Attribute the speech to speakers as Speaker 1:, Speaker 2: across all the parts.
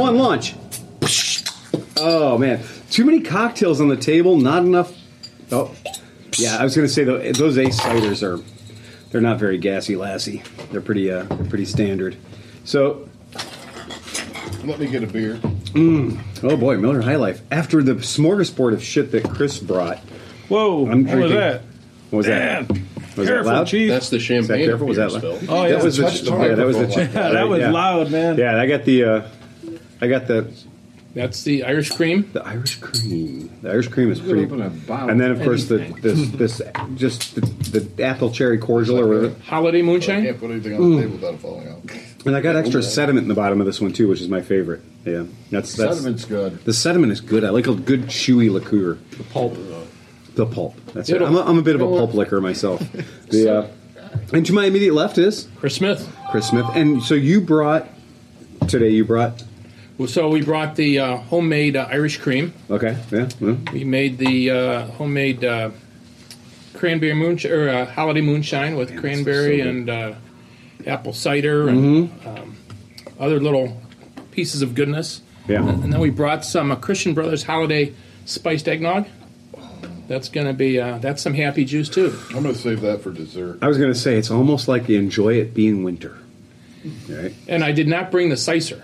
Speaker 1: on launch. Oh man, too many cocktails on the table. Not enough. Oh, yeah. I was gonna say though, those ace ciders are they're not very gassy, lassie. They're pretty uh, they're pretty standard. So,
Speaker 2: Let me get a beer.
Speaker 1: oh boy, Miller High Life. After the smorgasbord of shit that Chris brought,
Speaker 3: Whoa,
Speaker 1: I'm
Speaker 3: what was
Speaker 1: drinking-
Speaker 3: that?
Speaker 1: what was that?
Speaker 3: Damn.
Speaker 1: Was
Speaker 3: Careful,
Speaker 1: that loud?
Speaker 3: Chief.
Speaker 4: That's the
Speaker 1: Is that
Speaker 4: champagne.
Speaker 1: careful? Was
Speaker 4: beer
Speaker 1: that loud?
Speaker 4: spill.
Speaker 3: Oh, yeah.
Speaker 1: That was the,
Speaker 2: Touched the
Speaker 1: yeah, that was the
Speaker 2: microphone.
Speaker 3: Yeah, that was
Speaker 1: yeah.
Speaker 3: loud, man.
Speaker 1: Yeah, I got the uh, I got the
Speaker 4: That's the Irish cream.
Speaker 1: The Irish cream. The Irish cream is pretty.
Speaker 5: open a bottle
Speaker 1: And then of
Speaker 5: of
Speaker 1: course the
Speaker 5: anything.
Speaker 1: this this just the, the apple cherry cordial or whatever.
Speaker 4: Holiday
Speaker 2: I
Speaker 4: moonshine.
Speaker 2: can't put anything on the table without it falling out.
Speaker 1: And I got extra sediment in the bottom of this one too, which is my favorite. Yeah, that's that's
Speaker 2: Sentiment's good.
Speaker 1: the sediment is good. I like a good chewy liqueur.
Speaker 4: The pulp.
Speaker 1: The pulp. That's
Speaker 4: You
Speaker 1: it.
Speaker 4: know-
Speaker 1: I'm a, I'm a bit of a
Speaker 4: you know
Speaker 1: pulp liquor myself. The uh, and to my immediate left is
Speaker 4: Chris Smith.
Speaker 1: Chris Smith. And so you brought today. You brought
Speaker 4: Well, So we brought the uh, homemade uh, Irish cream.
Speaker 1: okay. Yeah. well,
Speaker 4: We made the uh, homemade uh, cranberry moonshine or uh, holiday moonshine with cranberry
Speaker 1: so good. Mm-hmm.
Speaker 4: and uh, apple cider and um, other little pieces of goodness.
Speaker 1: yeah.
Speaker 4: And then we brought some uh, Christian Brothers holiday spiced eggnog. That's gonna be uh, that's some happy juice too.
Speaker 2: I'm going to save that for dessert.
Speaker 1: I was gonna say it's almost like you enjoy it being winter. All right.
Speaker 4: And I did not bring the sicer.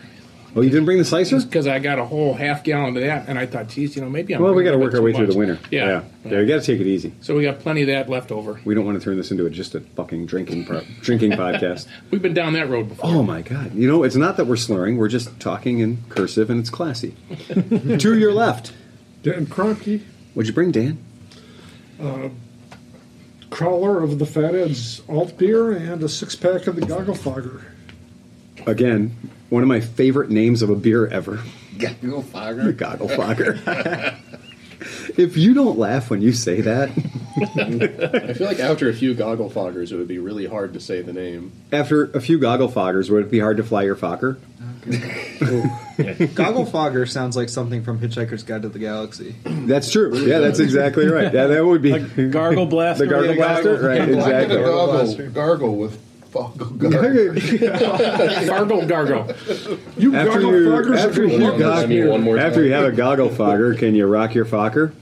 Speaker 1: Oh, you didn't bring the slicer?
Speaker 4: because I got a whole half gallon of that, and I thought, geez, you know, maybe I'm.
Speaker 1: Well, we got to
Speaker 4: bringing a
Speaker 1: work
Speaker 4: bit
Speaker 1: our
Speaker 4: too
Speaker 1: way through
Speaker 4: much.
Speaker 1: the winter.
Speaker 4: Yeah.
Speaker 1: yeah. We got to take it easy.
Speaker 4: So we got plenty of that left over.
Speaker 1: We don't want to turn this into a, just a fucking drinking pro- drinking podcast.
Speaker 4: We've been down that road before.
Speaker 1: Oh my god! You know, it's not that we're slurring; we're just talking in cursive, and it's classy. to your left,
Speaker 5: Dan Kroenke,
Speaker 1: what'd you bring, Dan?
Speaker 5: crawler of the Fatheads alt beer and a six pack of the Goggle Fogger.
Speaker 1: Again, one of my favorite names of a beer ever,
Speaker 2: Gaggle
Speaker 1: the
Speaker 2: fogger.
Speaker 1: Goggle Fogger. if you don't laugh when you say that,
Speaker 4: I feel like
Speaker 6: After a few goggle foggers, it would be really hard to say the name.
Speaker 1: after a few Goggle Foggers, would it be hard to fly your Fokker?
Speaker 7: Goggle Fogger sounds like something from Hitchhiker's Guide to the Galaxy.
Speaker 1: That's true. Yeah, that's exactly right. Yeah, that would be
Speaker 3: Like Gargle Blaster.
Speaker 1: the Gargle Blaster, right?
Speaker 2: I did a
Speaker 1: Exactly.
Speaker 2: gargle, gargle with foggle gargle.
Speaker 4: gargle, gargle.
Speaker 5: You
Speaker 1: After
Speaker 5: Goggle
Speaker 1: you,
Speaker 5: Foggers
Speaker 1: after you,
Speaker 5: are
Speaker 1: gog-
Speaker 4: me one more
Speaker 1: after you have a goggle fogger, can you rock your fogger?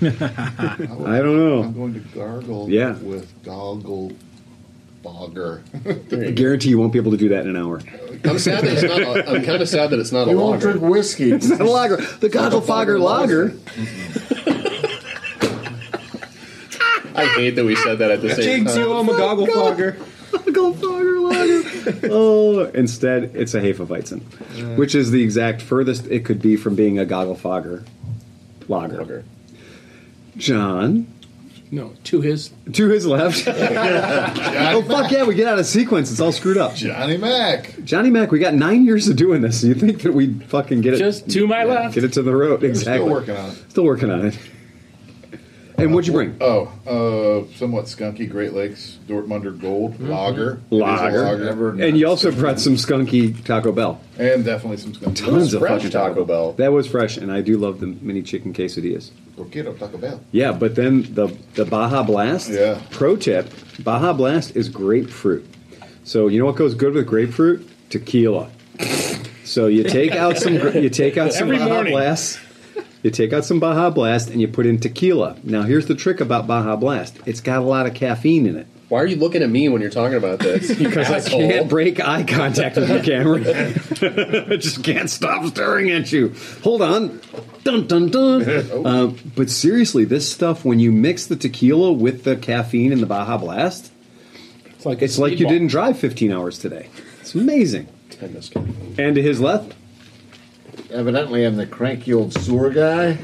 Speaker 1: I don't
Speaker 2: I'm
Speaker 1: know.
Speaker 2: going to gargle
Speaker 1: Yeah.
Speaker 2: with goggle fogger.
Speaker 1: I guarantee you won't be able to do that in an hour.
Speaker 6: I'm sad that it's not. A, I'm kind of sad that it's not a
Speaker 2: You won't drink
Speaker 6: lager.
Speaker 2: whiskey.
Speaker 1: The lager, the goggle fogger lager.
Speaker 6: I hate that we said that at the same
Speaker 7: Jinx,
Speaker 6: time.
Speaker 7: you owe a Goggle Fogger.
Speaker 1: Goggle fogger lager. Oh, instead it's a Hefeweizen, which is the exact furthest it could be from being a goggle fogger lager. John,
Speaker 4: No, to his.
Speaker 1: to his left. oh fuck yeah, we get out of sequence. It's all screwed up.
Speaker 2: Johnny Mac.
Speaker 1: Johnny Mac, we got nine years of doing this. You think that we fucking get it?
Speaker 4: Just to my left.
Speaker 1: Get it to the road. Exactly.
Speaker 2: Still working on it.
Speaker 1: Still working on it. And what'd you bring?
Speaker 2: Oh, uh, somewhat skunky Great Lakes Dortmunder Gold Lager. It is a
Speaker 1: Mm-hmm. Lager. and you also brought some skunky Taco Bell.
Speaker 2: and definitely some skunky.
Speaker 1: Tons of
Speaker 6: fresh
Speaker 1: fucking
Speaker 6: Taco Bell.
Speaker 1: That was fresh, and I do love the mini chicken quesadillas.
Speaker 2: Torquedo Taco Bell.
Speaker 1: Yeah, but then the the Baja Blast.
Speaker 2: Yeah.
Speaker 1: Pro tip: Baja Blast is grapefruit. So you know what goes good with grapefruit? Tequila. so you take out some gra- you take out some
Speaker 4: Every
Speaker 1: Baja
Speaker 4: morning.
Speaker 1: Blast. You take out some Baja Blast and you put in tequila. Now here's the trick about Baja Blast: it's got a lot of caffeine in it.
Speaker 6: Why are you looking at me when you're talking about this? Because
Speaker 1: I can't break eye contact with the camera. I just can't stop staring at you. Hold on. Dun dun dun. Uh, but seriously, this stuff when you mix the tequila with the caffeine and the Baja Blast,
Speaker 4: It's like a
Speaker 1: it's like you
Speaker 4: speedball.
Speaker 1: didn't drive 15 hours today. It's amazing. And to his left,
Speaker 8: Evidently, I'm the cranky old sewer guy.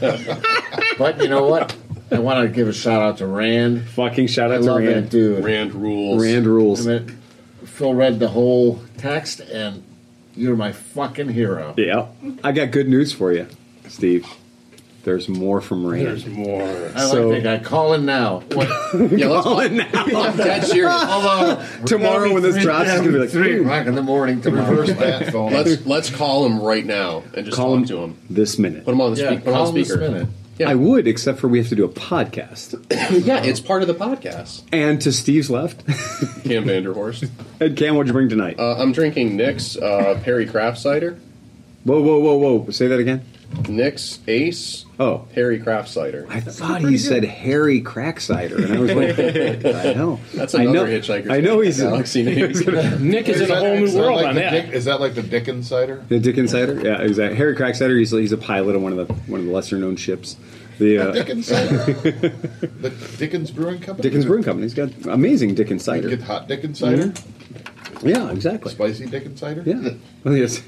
Speaker 8: but you know what? I want to give a shout out to Rand.
Speaker 1: fucking shout
Speaker 8: I
Speaker 1: out to
Speaker 8: love that
Speaker 1: Rand.
Speaker 8: dude.
Speaker 6: Rand rules.
Speaker 1: Rand
Speaker 8: I
Speaker 1: rules.
Speaker 8: mean, Phil read the whole text, and you're my fucking hero.
Speaker 1: Yeah, I got good news for you, Steve. There's more from Rand.
Speaker 4: There's more.
Speaker 8: I
Speaker 1: So-
Speaker 8: like that guy. Call in now. What?
Speaker 6: Yeah, let's
Speaker 1: Oh, and now
Speaker 6: I'm dead serious.
Speaker 8: Although
Speaker 1: tomorrow when this drops, it's gonna be like
Speaker 8: three o'clock in the morning tomorrow.
Speaker 2: Reverse that phone.
Speaker 6: Let's let's call him right now and just
Speaker 1: call
Speaker 6: talk
Speaker 1: him
Speaker 6: to him.
Speaker 1: this minute.
Speaker 6: Put him on the
Speaker 8: yeah,
Speaker 6: speak, put him
Speaker 8: call
Speaker 6: on
Speaker 8: him this
Speaker 6: speaker.
Speaker 8: minute.
Speaker 6: Yeah.
Speaker 1: I would, except for we have to do a podcast.
Speaker 6: yeah, it's part of the podcast.
Speaker 1: And to Steve's left,
Speaker 6: Cam Vanderhorst.
Speaker 1: Ed Cam, what'd you bring tonight?
Speaker 6: Uh, I'm drinking Nick's uh, Perry Craft cider.
Speaker 1: Whoa, whoa, whoa, whoa! Say that again.
Speaker 6: Nick's Ace
Speaker 1: Oh,
Speaker 6: Harry Craft Cider.
Speaker 1: I thought he said Harry Crack Cider, and I was like, what the hell?
Speaker 6: That's
Speaker 1: I know,
Speaker 6: another hitchhiker.
Speaker 1: I know he's the
Speaker 6: galaxy names.
Speaker 4: Nick is in a whole new
Speaker 2: is that
Speaker 4: world
Speaker 2: like
Speaker 4: on
Speaker 2: the
Speaker 4: that.
Speaker 2: Dick- is that like the Dickens cider?
Speaker 1: Dickens cider. Yeah, exactly. Harry Crack Cider. He's, he's a pilot on one of the one of the lesser known ships. The uh,
Speaker 2: Dickens cider. the Dickens Brewing Company.
Speaker 1: Dickens Brewing Company's got amazing Dickens
Speaker 2: You
Speaker 1: cider.
Speaker 2: Get hot Dickens cider,
Speaker 1: Yeah, exactly.
Speaker 2: spicy Dickens cider.
Speaker 1: Yeah. Oh, yes.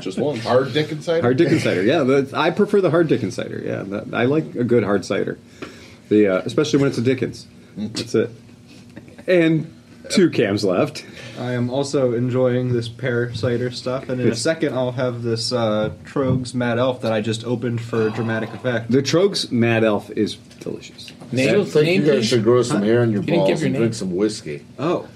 Speaker 6: Just one.
Speaker 2: hard Dickens cider.
Speaker 1: hard Dickens cider. Yeah, the, I prefer the hard Dickens cider. Yeah, that, I like a good hard cider. The uh, especially when it's a Dickens. That's it. And two cams left.
Speaker 7: I am also enjoying this pear cider stuff, and in a second I'll have this uh, Trogs Mad Elf that I just opened for dramatic effect.
Speaker 1: The Trogs Mad Elf is delicious.
Speaker 4: Name,
Speaker 8: I think
Speaker 4: name,
Speaker 8: you guys
Speaker 4: please.
Speaker 8: should grow some hair on your
Speaker 4: didn't give
Speaker 8: balls
Speaker 4: your
Speaker 8: and
Speaker 4: name.
Speaker 8: drink some whiskey.
Speaker 7: Oh,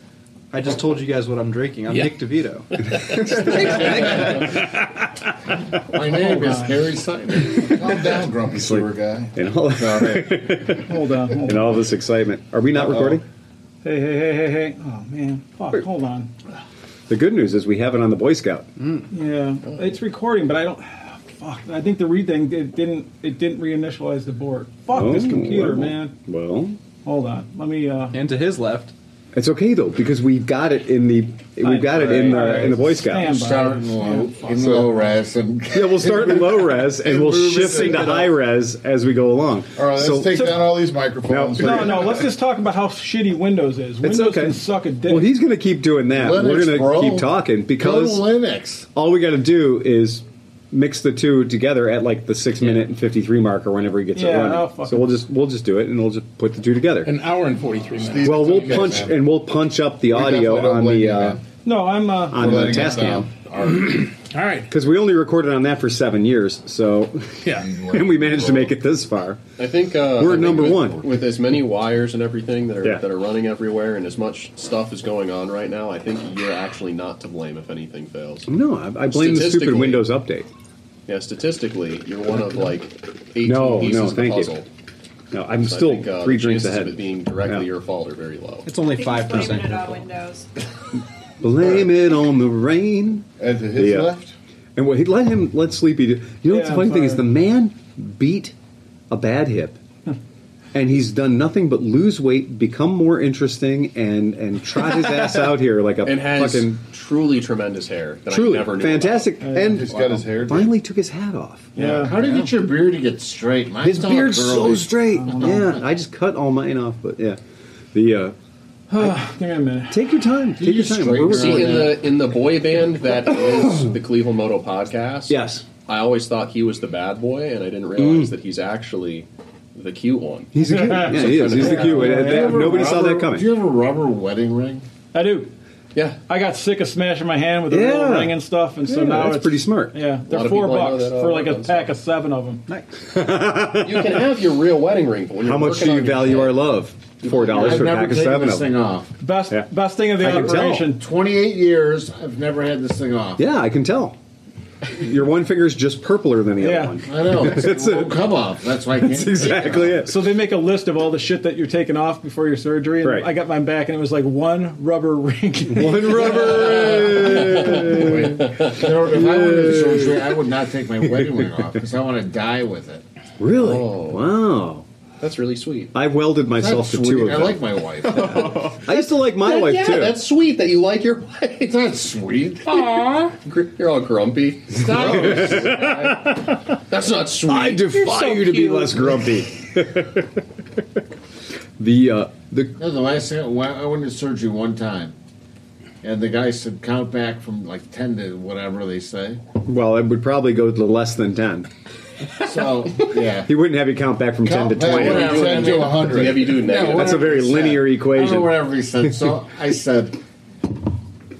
Speaker 7: I just told you guys what I'm drinking. I'm
Speaker 4: Yeah.
Speaker 7: Nick DeVito.
Speaker 8: My name is Harry Simon.
Speaker 2: Calm down, grumpy sewer guy.
Speaker 1: And all,
Speaker 3: Hold on. Hold
Speaker 1: and all this excitement. Are we not recording?
Speaker 3: on. Hey, hey, hey, hey, hey. Oh, man. Fuck, hold on.
Speaker 1: The good news is we have it on the Boy Scout.
Speaker 3: Yeah, it's recording, but I don't. Fuck. I think the read thing it didn't it didn't reinitialize the board. Fuck this
Speaker 1: Oh,
Speaker 3: computer,
Speaker 1: well.
Speaker 3: man.
Speaker 1: Well,
Speaker 3: Hold on. Let me. uh
Speaker 7: and to his left,
Speaker 1: it's okay though because we've got it in the we've got it in the in the Boy Scout.
Speaker 3: Standby.
Speaker 8: Start in low,
Speaker 3: Standby.
Speaker 8: in low res, and
Speaker 1: Yeah, we'll start in low res and we'll
Speaker 8: Move it
Speaker 1: shift
Speaker 8: to-
Speaker 1: into high res as we go along.
Speaker 2: All right, let's
Speaker 1: So-
Speaker 2: take down all these microphones.
Speaker 3: No, no. Let's just talk about how shitty Windows is.
Speaker 1: It's
Speaker 3: Windows
Speaker 1: okay.
Speaker 3: can suck a dick.
Speaker 1: Well, he's going to keep doing that.
Speaker 8: Linux,
Speaker 1: We're going to
Speaker 8: bro.
Speaker 1: keep talking
Speaker 8: go to
Speaker 1: because
Speaker 8: Linux.
Speaker 1: all we got to do is mix the two together at like the six minute and fifty three mark or whenever he gets it
Speaker 3: Yeah, I'll
Speaker 1: running.
Speaker 3: fucking-
Speaker 1: So we'll just we'll just do it and we'll just put the two together.
Speaker 4: An hour and 43 minutes.
Speaker 2: These-
Speaker 1: Well, we'll
Speaker 2: these guys,
Speaker 1: punch
Speaker 2: man.
Speaker 1: and we'll punch up the
Speaker 2: We definitely
Speaker 1: audio
Speaker 2: don't
Speaker 1: on
Speaker 2: blame
Speaker 1: the
Speaker 2: you,
Speaker 1: uh,
Speaker 2: man.
Speaker 3: no, I'm. uh
Speaker 1: on
Speaker 2: We're
Speaker 1: the
Speaker 2: letting us
Speaker 1: Tascam
Speaker 2: down. Our-
Speaker 4: All right.
Speaker 1: because we only recorded on that for seven years. So
Speaker 4: Yeah.
Speaker 1: and we managed to make it this far.
Speaker 6: I think uh,
Speaker 1: We're
Speaker 6: I think
Speaker 1: number
Speaker 6: with,
Speaker 1: one.
Speaker 6: with as many wires and everything that are
Speaker 1: Yeah.
Speaker 6: that are running everywhere, and as much stuff is going on right now. I think you're actually not to blame if anything fails.
Speaker 1: No, I, I blame the stupid
Speaker 6: Statistically-
Speaker 1: Windows update.
Speaker 6: Yeah, statistically, you're one of like 18
Speaker 1: No,
Speaker 6: pieces
Speaker 1: no,
Speaker 6: of the
Speaker 1: thank you.
Speaker 6: puzzle.
Speaker 1: No, I'm
Speaker 6: So I
Speaker 1: still
Speaker 6: think, uh,
Speaker 1: three
Speaker 6: the
Speaker 1: drinks
Speaker 6: chances Of it
Speaker 1: ahead.
Speaker 6: being directly
Speaker 1: Yeah.
Speaker 6: your fault are very low.
Speaker 7: it's only
Speaker 9: I think
Speaker 7: five
Speaker 9: he's blaming
Speaker 7: percent.
Speaker 9: it on Windows.
Speaker 1: Blame it on the rain.
Speaker 2: And to his
Speaker 1: Yeah.
Speaker 2: left,
Speaker 1: And what, he let him let Sleepy do. You know what's
Speaker 3: Yeah,
Speaker 1: the
Speaker 3: I'm
Speaker 1: funny thing is
Speaker 3: sorry.
Speaker 1: the man beat a bad hip, and he's done nothing but lose weight, become more interesting, and and trot his ass out here like a
Speaker 6: And has
Speaker 1: fucking
Speaker 6: truly tremendous hair that I
Speaker 1: truly
Speaker 6: never knew
Speaker 1: fantastic. And
Speaker 2: he's got his hair.
Speaker 1: finally took his hat off.
Speaker 3: Yeah.
Speaker 8: How do you get your beard to get straight? Mine's
Speaker 1: His
Speaker 8: all
Speaker 1: beard's so
Speaker 8: curly.
Speaker 1: straight. Yeah, I just cut all mine off, but yeah, the uh,
Speaker 3: Give me a minute.
Speaker 1: take your time. Take your
Speaker 8: just
Speaker 1: time.
Speaker 8: straighten
Speaker 1: We're
Speaker 8: her
Speaker 6: See
Speaker 8: out.
Speaker 1: recording.
Speaker 6: in the in the boy band that is the Cleveland Moto podcast.
Speaker 1: Yes,
Speaker 6: I always thought he was the bad boy, and I didn't realize that he's actually the cute one.
Speaker 1: he's a cute. Yeah, he is. He's the cute. one.
Speaker 3: Yeah.
Speaker 1: That- Nobody saw that
Speaker 8: Do you
Speaker 1: coming.
Speaker 8: have a rubber wedding ring?
Speaker 3: I do.
Speaker 6: Yeah,
Speaker 3: I got sick of smashing my hand with the
Speaker 1: Yeah.
Speaker 3: little ring and stuff, and so
Speaker 1: Yeah,
Speaker 3: now
Speaker 1: that's
Speaker 3: it's
Speaker 1: pretty smart.
Speaker 3: Yeah,
Speaker 6: lot
Speaker 3: they're
Speaker 6: of
Speaker 3: four
Speaker 6: people I know
Speaker 3: bucks
Speaker 6: that, uh,
Speaker 3: for like
Speaker 6: work
Speaker 3: a
Speaker 6: on
Speaker 3: pack of seven of them.
Speaker 6: you can have your real wedding ring, but when you're
Speaker 1: How much
Speaker 6: working
Speaker 1: do you
Speaker 6: on your-
Speaker 1: value our love? Four dollars
Speaker 8: I've
Speaker 1: for a
Speaker 8: never
Speaker 1: pack of
Speaker 8: taken
Speaker 1: seven
Speaker 8: this
Speaker 1: of them.
Speaker 8: thing off.
Speaker 3: Best
Speaker 1: Yeah.
Speaker 3: best thing of the
Speaker 1: I can tell.
Speaker 3: operation.
Speaker 8: 28 years, I've never had this thing off.
Speaker 1: Yeah, I can tell. Your one finger's just purpler than the
Speaker 3: Yeah.
Speaker 1: other one.
Speaker 8: I know. It's,
Speaker 1: That's
Speaker 8: it won't
Speaker 1: it.
Speaker 8: come off. That's why I can't.
Speaker 1: That's exactly it.
Speaker 3: So they make a list of all the shit that you're taking off before your surgery. And
Speaker 1: Right.
Speaker 3: I got mine back, and it was like one rubber ring.
Speaker 1: One rubber. ring.
Speaker 8: You know, if I went to surgery, I would not take my wedding ring off because I want to die with it.
Speaker 1: really? Wow.
Speaker 6: That's really sweet.
Speaker 1: I welded myself
Speaker 8: That's
Speaker 1: to two of
Speaker 8: sweet. I
Speaker 1: them.
Speaker 8: like my wife. It's
Speaker 1: I used to like my wife
Speaker 6: yeah,
Speaker 1: too.
Speaker 6: that's sweet that you like your wife.
Speaker 8: not sweet.
Speaker 4: Aw.
Speaker 6: Gr- You're all grumpy.
Speaker 8: Stop.
Speaker 6: That's not sweet.
Speaker 1: I defy
Speaker 4: You're so
Speaker 1: you to be
Speaker 4: cute.
Speaker 1: less grumpy. the uh, the
Speaker 8: No, the last thing when I went to surgery one time, and the guy said count back from like ten to whatever they say.
Speaker 1: well, it would probably go to less than ten.
Speaker 8: So yeah,
Speaker 1: He wouldn't have you count back from ten
Speaker 2: Count
Speaker 1: to
Speaker 2: back
Speaker 1: twenty.
Speaker 2: whatever.
Speaker 8: Whatever.
Speaker 2: 10 to 100.
Speaker 6: Have you do
Speaker 8: Yeah,
Speaker 6: negative?
Speaker 1: That's a
Speaker 8: whatever
Speaker 1: very
Speaker 8: he said.
Speaker 1: linear
Speaker 8: I don't
Speaker 1: equation.
Speaker 8: know whatever he said. So I said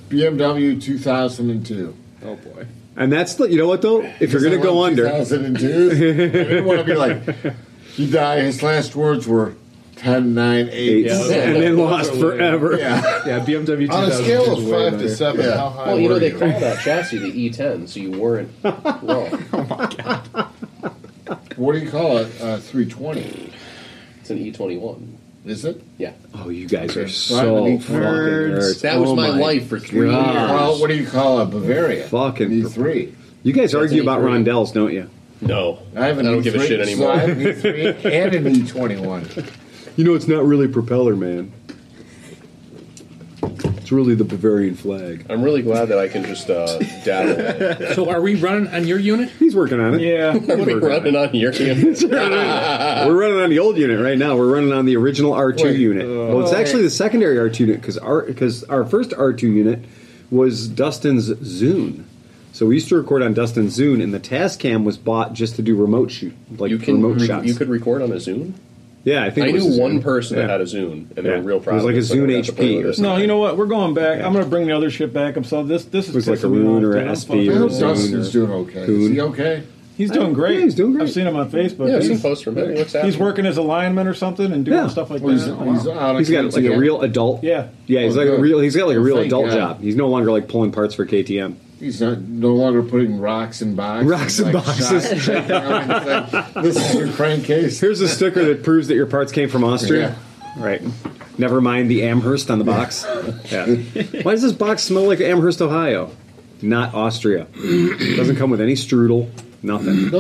Speaker 8: BMW 2002.
Speaker 6: oh boy.
Speaker 1: And that's the you know what though? If you're gonna go under,
Speaker 8: 2002. I didn't want to be like he died. His last words were 10, 9, 8.
Speaker 1: eights, and then lost forever.
Speaker 8: Yeah.
Speaker 7: Yeah, BMW 2000
Speaker 2: on a scale
Speaker 7: is
Speaker 2: of
Speaker 7: way
Speaker 2: five
Speaker 7: better.
Speaker 2: to seven,
Speaker 8: Yeah.
Speaker 2: how high
Speaker 6: Well, you
Speaker 2: were
Speaker 6: know they
Speaker 2: you?
Speaker 6: call that chassis the E10, so you weren't wrong.
Speaker 8: What do you call it? Uh, 320.
Speaker 6: It's an E21.
Speaker 8: Is it?
Speaker 6: E Yeah.
Speaker 1: Oh, you guys are
Speaker 8: Okay.
Speaker 1: so
Speaker 8: Right,
Speaker 1: fucking
Speaker 7: nerds.
Speaker 1: nerds.
Speaker 6: That was
Speaker 1: Oh
Speaker 6: my, life for three
Speaker 1: God.
Speaker 6: years.
Speaker 8: Well, what do you call it? Bavaria.
Speaker 1: Fucking-
Speaker 8: E three.
Speaker 1: You guys
Speaker 6: That's
Speaker 1: argue about
Speaker 6: E3.
Speaker 1: rondelles, don't you?
Speaker 6: No.
Speaker 8: I have an E
Speaker 6: don't
Speaker 8: E3,
Speaker 6: give a shit
Speaker 8: so
Speaker 6: anymore.
Speaker 8: I have an E3 and an E twenty one.
Speaker 1: You know, it's not really propeller, man. It's really the Bavarian flag.
Speaker 6: I'm really glad that I can just uh, dabble.
Speaker 4: So are we running on your unit?
Speaker 1: He's working on it.
Speaker 3: Yeah.
Speaker 6: what are we running on here?
Speaker 1: We're running on the old unit right now. We're running on the original R2
Speaker 8: Wait,
Speaker 1: unit. well, it's actually the secondary R2 unit because our because our first R2 unit was Dustin's Zune. So we used to record on Dustin's Zune, and the Tascam was bought just to do remote shoot, like
Speaker 6: you can
Speaker 1: remote
Speaker 6: re-
Speaker 1: shots.
Speaker 6: you could record on a Zoom.
Speaker 1: yeah, I think
Speaker 6: I
Speaker 1: it was
Speaker 6: knew
Speaker 1: a
Speaker 6: one
Speaker 1: Zune.
Speaker 6: person
Speaker 1: Yeah.
Speaker 6: that had a Zoom, and they
Speaker 1: Yeah.
Speaker 6: were real
Speaker 1: It was
Speaker 6: proud. of
Speaker 1: like a
Speaker 6: so I
Speaker 1: Zune
Speaker 6: got to play
Speaker 1: HP
Speaker 6: with
Speaker 1: or
Speaker 6: it.
Speaker 3: No, you know what? We're going back. I'm going to bring the other shit back up. So this this is
Speaker 1: Looks like
Speaker 3: pissing
Speaker 1: a
Speaker 3: me
Speaker 1: Rune
Speaker 3: off,
Speaker 1: or
Speaker 3: dude. I'm
Speaker 1: SB
Speaker 8: I
Speaker 1: or
Speaker 8: hope
Speaker 3: fucking-
Speaker 1: Zune.
Speaker 8: Dustin's doing okay. Is
Speaker 1: Coon.
Speaker 8: he okay?
Speaker 3: He's doing great.
Speaker 1: yeah, he's doing great.
Speaker 3: I've seen him on Facebook.
Speaker 6: Yeah, I've seen
Speaker 3: he's,
Speaker 6: posts from him. He looks happy.
Speaker 3: he's working as a lineman or something and doing
Speaker 1: Yeah.
Speaker 3: stuff like
Speaker 8: Well, he's,
Speaker 3: that.
Speaker 8: he's out of
Speaker 1: He's got like a
Speaker 8: KTM.
Speaker 1: real adult.
Speaker 3: Yeah.
Speaker 1: yeah. He's
Speaker 8: Oh,
Speaker 1: like a
Speaker 8: good.
Speaker 1: real. He's got like a real
Speaker 8: Thank
Speaker 1: adult
Speaker 8: God.
Speaker 1: job. He's no longer like pulling parts for KTM.
Speaker 8: He's not no longer putting rocks in boxes.
Speaker 1: Rocks in boxes.
Speaker 8: shots, check down and say, this is your crankcase.
Speaker 1: Here's a sticker that proves that your parts came from Austria. Right. Never mind the Amherst on the box. Yeah. Why does this box smell like Amherst, Ohio? Not Austria. Doesn't come with any strudel. Nothing.
Speaker 8: No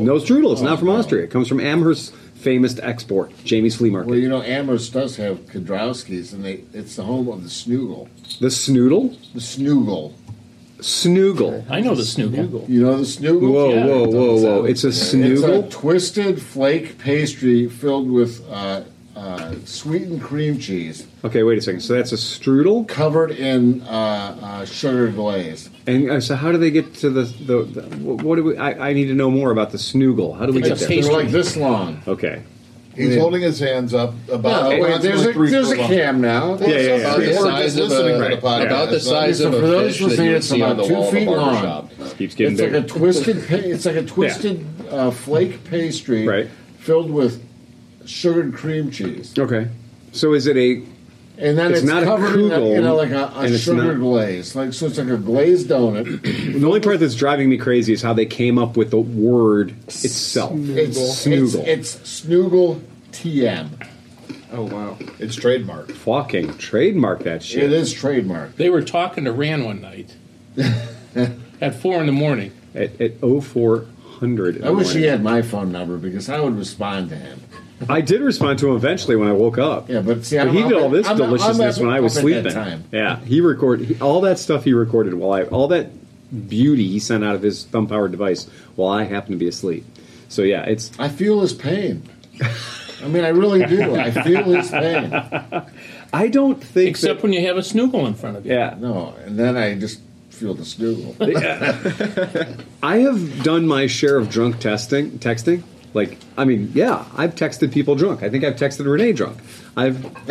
Speaker 1: No strudel. It's not from Austria. It comes from Amherst's famous export, Jamie's Flea Market.
Speaker 8: Well, you know, Amherst does have Kudrowski's, and they it's the home of the Snoogle.
Speaker 1: The snoodle?
Speaker 8: The Snoogle.
Speaker 1: Snoogle.
Speaker 4: I know the snoogle.
Speaker 8: You know the Snoogle?
Speaker 1: Whoa,
Speaker 4: Yeah.
Speaker 1: whoa, whoa, whoa. It's a
Speaker 8: It's a
Speaker 1: snoogle?
Speaker 8: twisted flake pastry filled with uh, uh, sweetened cream cheese,
Speaker 1: Okay, wait a second. So that's a strudel?
Speaker 8: covered in uh, uh, sugar glaze.
Speaker 1: And uh, so how do they get to the. the, the what do we. I, I need to know more about the snoogle. How do we
Speaker 4: It's
Speaker 1: get
Speaker 4: a
Speaker 1: there?
Speaker 4: paste-
Speaker 8: They're like this long.
Speaker 1: Okay.
Speaker 2: He's holding his hands up
Speaker 8: Oh,
Speaker 2: about.
Speaker 8: wait, there's a,
Speaker 2: approximately
Speaker 8: there's a
Speaker 2: three foot
Speaker 8: cam now.
Speaker 1: Yeah, yeah, yeah.
Speaker 2: long. About the
Speaker 6: Yeah.
Speaker 2: size of a-
Speaker 6: Right. About the
Speaker 2: It's not-
Speaker 6: size
Speaker 8: So
Speaker 6: of
Speaker 8: for
Speaker 6: a
Speaker 8: those
Speaker 6: fish
Speaker 8: listening,
Speaker 6: that you would
Speaker 8: it's
Speaker 6: see on the
Speaker 8: about two
Speaker 6: wall of a
Speaker 8: feet
Speaker 6: barber
Speaker 8: long.
Speaker 6: shop.
Speaker 1: Keeps getting
Speaker 8: It's like
Speaker 1: bigger.
Speaker 8: a twisted. pa- It's like a twisted uh, flake pastry,
Speaker 1: Right.
Speaker 8: Filled with sugared cream cheese,
Speaker 1: Okay. So is it a
Speaker 8: and then
Speaker 1: It's
Speaker 8: it's,
Speaker 1: not a
Speaker 8: covered in a,
Speaker 1: kugel,
Speaker 8: you know, like a,
Speaker 1: and
Speaker 8: a
Speaker 1: it's
Speaker 8: sugar
Speaker 1: not-
Speaker 8: glaze, like so it's like a glazed donut.
Speaker 1: the only part that's driving me crazy is how they came up with the word itself.
Speaker 8: it's
Speaker 1: Snoogle.
Speaker 8: It's, it's snoogle TM.
Speaker 7: Oh wow.
Speaker 2: It's trademark.
Speaker 1: Fucking trademark that shit.
Speaker 8: It is trademark.
Speaker 4: They were talking to Rand one night at four in the morning.
Speaker 1: At, at 0400. in
Speaker 8: I
Speaker 1: the
Speaker 8: wish he
Speaker 1: morning.
Speaker 8: had my phone number because I would respond to him.
Speaker 1: I did respond to him eventually when I woke up.
Speaker 8: Yeah, but see,
Speaker 1: But
Speaker 8: I'm
Speaker 1: he
Speaker 8: up
Speaker 1: did all
Speaker 8: at-
Speaker 1: this
Speaker 8: I'm- I'm
Speaker 1: deliciousness
Speaker 8: up-
Speaker 1: when I was
Speaker 8: up at
Speaker 1: sleeping.
Speaker 8: that time.
Speaker 1: Yeah, he recorded he- all that stuff he recorded while I all that beauty he sent out of his thumb powered device while I happened to be asleep. So yeah, it's
Speaker 8: I feel his pain. I mean, I really do. I feel his pain.
Speaker 1: I don't think
Speaker 4: Except
Speaker 1: that,
Speaker 4: when you have a snoogle in front of you.
Speaker 1: yeah
Speaker 8: No, and then I just feel the snoogle.
Speaker 1: I have done my share of drunk testing, texting. Like, I mean, yeah, I've texted people drunk. I think I've texted Renee drunk. I've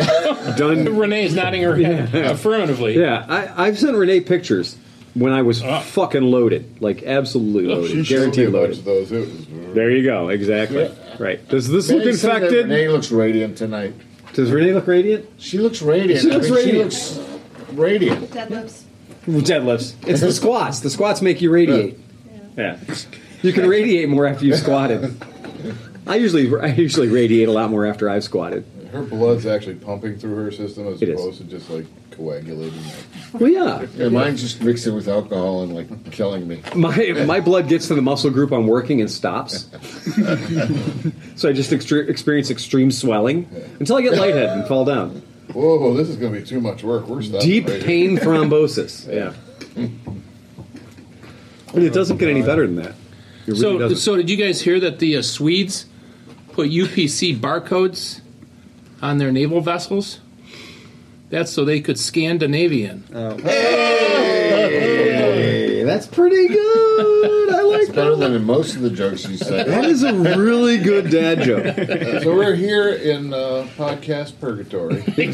Speaker 1: done,
Speaker 4: Renee's nodding her head affirmatively.
Speaker 1: yeah, I, I've sent Renee pictures when I was
Speaker 4: Ah.
Speaker 1: fucking loaded, like absolutely
Speaker 2: She
Speaker 1: loaded,
Speaker 2: showed me
Speaker 1: guaranteed
Speaker 2: a bunch
Speaker 1: loaded.
Speaker 2: of those. It was-
Speaker 1: There you go, exactly. Right. Does this look
Speaker 8: They said that
Speaker 1: infected?
Speaker 8: Renee looks radiant tonight.
Speaker 1: Does Renee look radiant?
Speaker 8: She looks radiant.
Speaker 1: She looks
Speaker 8: I mean,
Speaker 1: radiant.
Speaker 8: She looks radiant.
Speaker 10: Deadlifts.
Speaker 1: Deadlifts. It's the squats. The squats make you radiate. Yeah. You can radiate more after you've squatted. I usually I usually radiate a lot more after I've squatted.
Speaker 2: Her blood's actually pumping through her system as
Speaker 1: It is.
Speaker 2: opposed to just like coagulating.
Speaker 1: Well, yeah.
Speaker 8: Yeah, mine's just mixing with alcohol and like killing me.
Speaker 1: My my blood gets to the muscle group I'm working and stops. so I just extre- experience extreme swelling until I get lightheaded and fall down.
Speaker 2: Whoa, this is going to be too much work. We're stopping
Speaker 1: Deep
Speaker 2: right here.
Speaker 1: pain thrombosis. Yeah. But it doesn't get any better than that. It really
Speaker 4: So,
Speaker 1: doesn't.
Speaker 4: so did you guys hear that the uh, Swedes put UPC barcodes on their naval vessels? That's so they could Scandinavian.
Speaker 1: Hey, that's pretty good. I like
Speaker 8: It's better than most of the jokes you
Speaker 1: that
Speaker 8: said.
Speaker 1: is a really good dad joke.
Speaker 2: So we're here in uh, podcast purgatory.
Speaker 4: I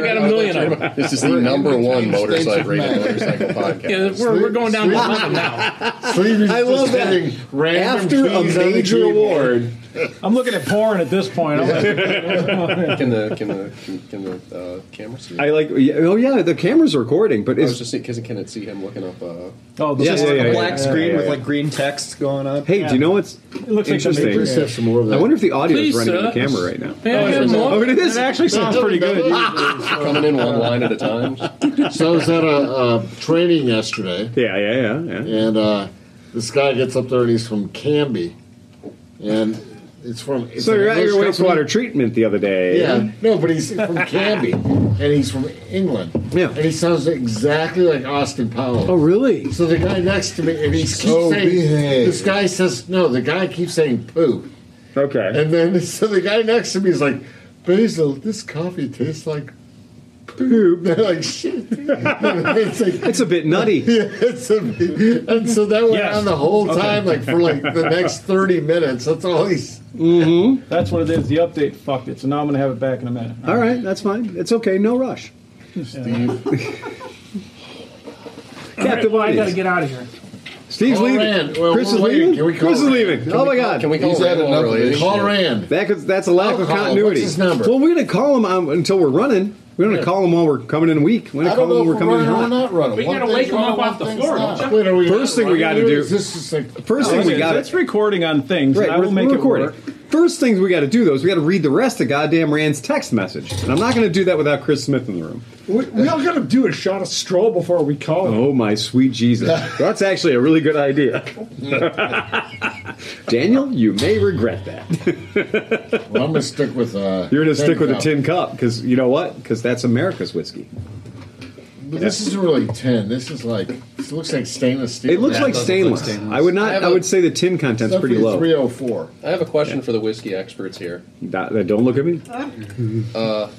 Speaker 4: got a million of them.
Speaker 6: This is the number one motorcycle rated motorcycle
Speaker 4: Yeah,
Speaker 6: podcast.
Speaker 4: we're, we're going down to 11 now.
Speaker 8: Sleevy's
Speaker 1: I love
Speaker 8: just
Speaker 1: that.
Speaker 8: hitting random
Speaker 1: After a
Speaker 8: keys on the
Speaker 1: major
Speaker 8: keyboard.
Speaker 1: award,
Speaker 3: I'm looking at porn at this point. I'm like,
Speaker 6: Can the can the can, can the uh, camera see?
Speaker 1: I like. Oh yeah, the camera's recording, but
Speaker 6: I was
Speaker 1: it's
Speaker 6: Oh, just because can it see him looking up? Uh,
Speaker 3: oh,
Speaker 1: Yeah,
Speaker 3: this
Speaker 1: yeah,
Speaker 3: is
Speaker 1: yeah,
Speaker 7: A
Speaker 1: yeah.
Speaker 7: black screen
Speaker 1: yeah,
Speaker 7: with
Speaker 1: yeah.
Speaker 7: like green text going on.
Speaker 1: Hey, do you know what's
Speaker 3: It looks like
Speaker 1: Interesting.
Speaker 3: somebody-
Speaker 8: Let's have some more of that.
Speaker 1: I wonder if the audio
Speaker 4: Please,
Speaker 1: is running on the
Speaker 4: sir.
Speaker 1: camera right now.
Speaker 4: May I have more?
Speaker 1: Oh, it is.
Speaker 3: It actually sounds pretty good.
Speaker 6: Coming in one line at a time.
Speaker 8: so I was at a, a training yesterday,
Speaker 1: Yeah, yeah, yeah, yeah.
Speaker 8: and uh, this guy gets up there and he's from Canby, and it's from. It's
Speaker 1: So
Speaker 8: an
Speaker 1: you're at your
Speaker 8: English company.
Speaker 1: wastewater treatment the other day.
Speaker 8: Yeah, no, but he's from Canby, and he's from England.
Speaker 1: Yeah.
Speaker 8: and he sounds exactly like Austin Powell.
Speaker 1: Oh, really?
Speaker 8: So the guy next to me, and he keeps
Speaker 2: So
Speaker 8: saying,
Speaker 2: behave.
Speaker 8: "This guy says no." The guy keeps saying "poo,"
Speaker 1: Okay.
Speaker 8: and then so the guy next to me is like, "Basil, this coffee tastes like poop." They're like, "Shit!" it's like.
Speaker 1: It's a bit nutty.
Speaker 8: Yeah, it's a, and so that went
Speaker 3: Yes.
Speaker 8: on the whole time, like for like the next thirty minutes. That's all he's.
Speaker 3: That's what it is. The update fucked it. So now I'm gonna have it back in a minute.
Speaker 1: All right, that's fine. It's okay. No rush. Captain,
Speaker 11: Well, I
Speaker 1: Obvious.
Speaker 11: gotta get out of here.
Speaker 1: Steve's
Speaker 8: Call
Speaker 1: leaving.
Speaker 8: Rand. Well,
Speaker 1: Chris
Speaker 8: we're
Speaker 1: is
Speaker 8: waiting.
Speaker 1: leaving.
Speaker 8: Can we call
Speaker 1: Chris is
Speaker 8: Rand?
Speaker 1: leaving. oh my god.
Speaker 6: Can we call
Speaker 2: He's had
Speaker 6: Randall
Speaker 2: enough of
Speaker 6: early?
Speaker 2: this.
Speaker 8: Call Rand.
Speaker 1: That could, that's a lack
Speaker 8: I'll
Speaker 1: of
Speaker 8: call him.
Speaker 1: continuity.
Speaker 8: What's his number?
Speaker 1: Well, we're gonna call him um, until we're running. We're gonna call him while we're coming in weak. We're gonna
Speaker 2: I don't
Speaker 1: call him
Speaker 2: know
Speaker 1: when
Speaker 2: if
Speaker 1: we're
Speaker 2: we're
Speaker 1: coming in
Speaker 2: running or
Speaker 1: hot.
Speaker 2: not running.
Speaker 4: But you
Speaker 2: One
Speaker 4: gotta wake
Speaker 2: thing's
Speaker 4: him up
Speaker 2: on,
Speaker 4: off the
Speaker 2: one thing's
Speaker 4: floor,
Speaker 2: not.
Speaker 4: don't
Speaker 8: Wait, are we
Speaker 1: First thing we gotta do-
Speaker 8: Is this is like
Speaker 1: First thing we
Speaker 3: It's-
Speaker 1: got
Speaker 3: It's recording on things. and
Speaker 1: Right,
Speaker 3: I
Speaker 1: we're,
Speaker 3: will make
Speaker 1: we're
Speaker 3: it
Speaker 1: recording.
Speaker 3: work.
Speaker 1: First things we got to do though is we got to read the rest of goddamn Rand's text message, and I'm not going to do that without Chris Smith in the room.
Speaker 5: We, we all got to do a shot of straw before we call it.
Speaker 1: Oh my sweet Jesus, that's actually a really good idea. Daniel, you may regret that.
Speaker 8: Well, I'm gonna stick with. Uh,
Speaker 1: You're going to stick with a
Speaker 8: cup.
Speaker 1: tin cup because you know what? Because that's America's whiskey.
Speaker 8: But This isn't really tin. This is like. This looks like stainless steel.
Speaker 1: It looks
Speaker 8: Yeah,
Speaker 1: like
Speaker 8: does.
Speaker 1: stainless.
Speaker 7: stainless.
Speaker 1: I would not.
Speaker 6: I
Speaker 1: I,
Speaker 6: have a-
Speaker 1: would say the tin
Speaker 8: It's
Speaker 1: content's pretty
Speaker 8: definitely
Speaker 1: low.
Speaker 8: 304.
Speaker 6: I have a question for the whiskey experts here.
Speaker 1: Not- Don't look at me.
Speaker 6: The uh,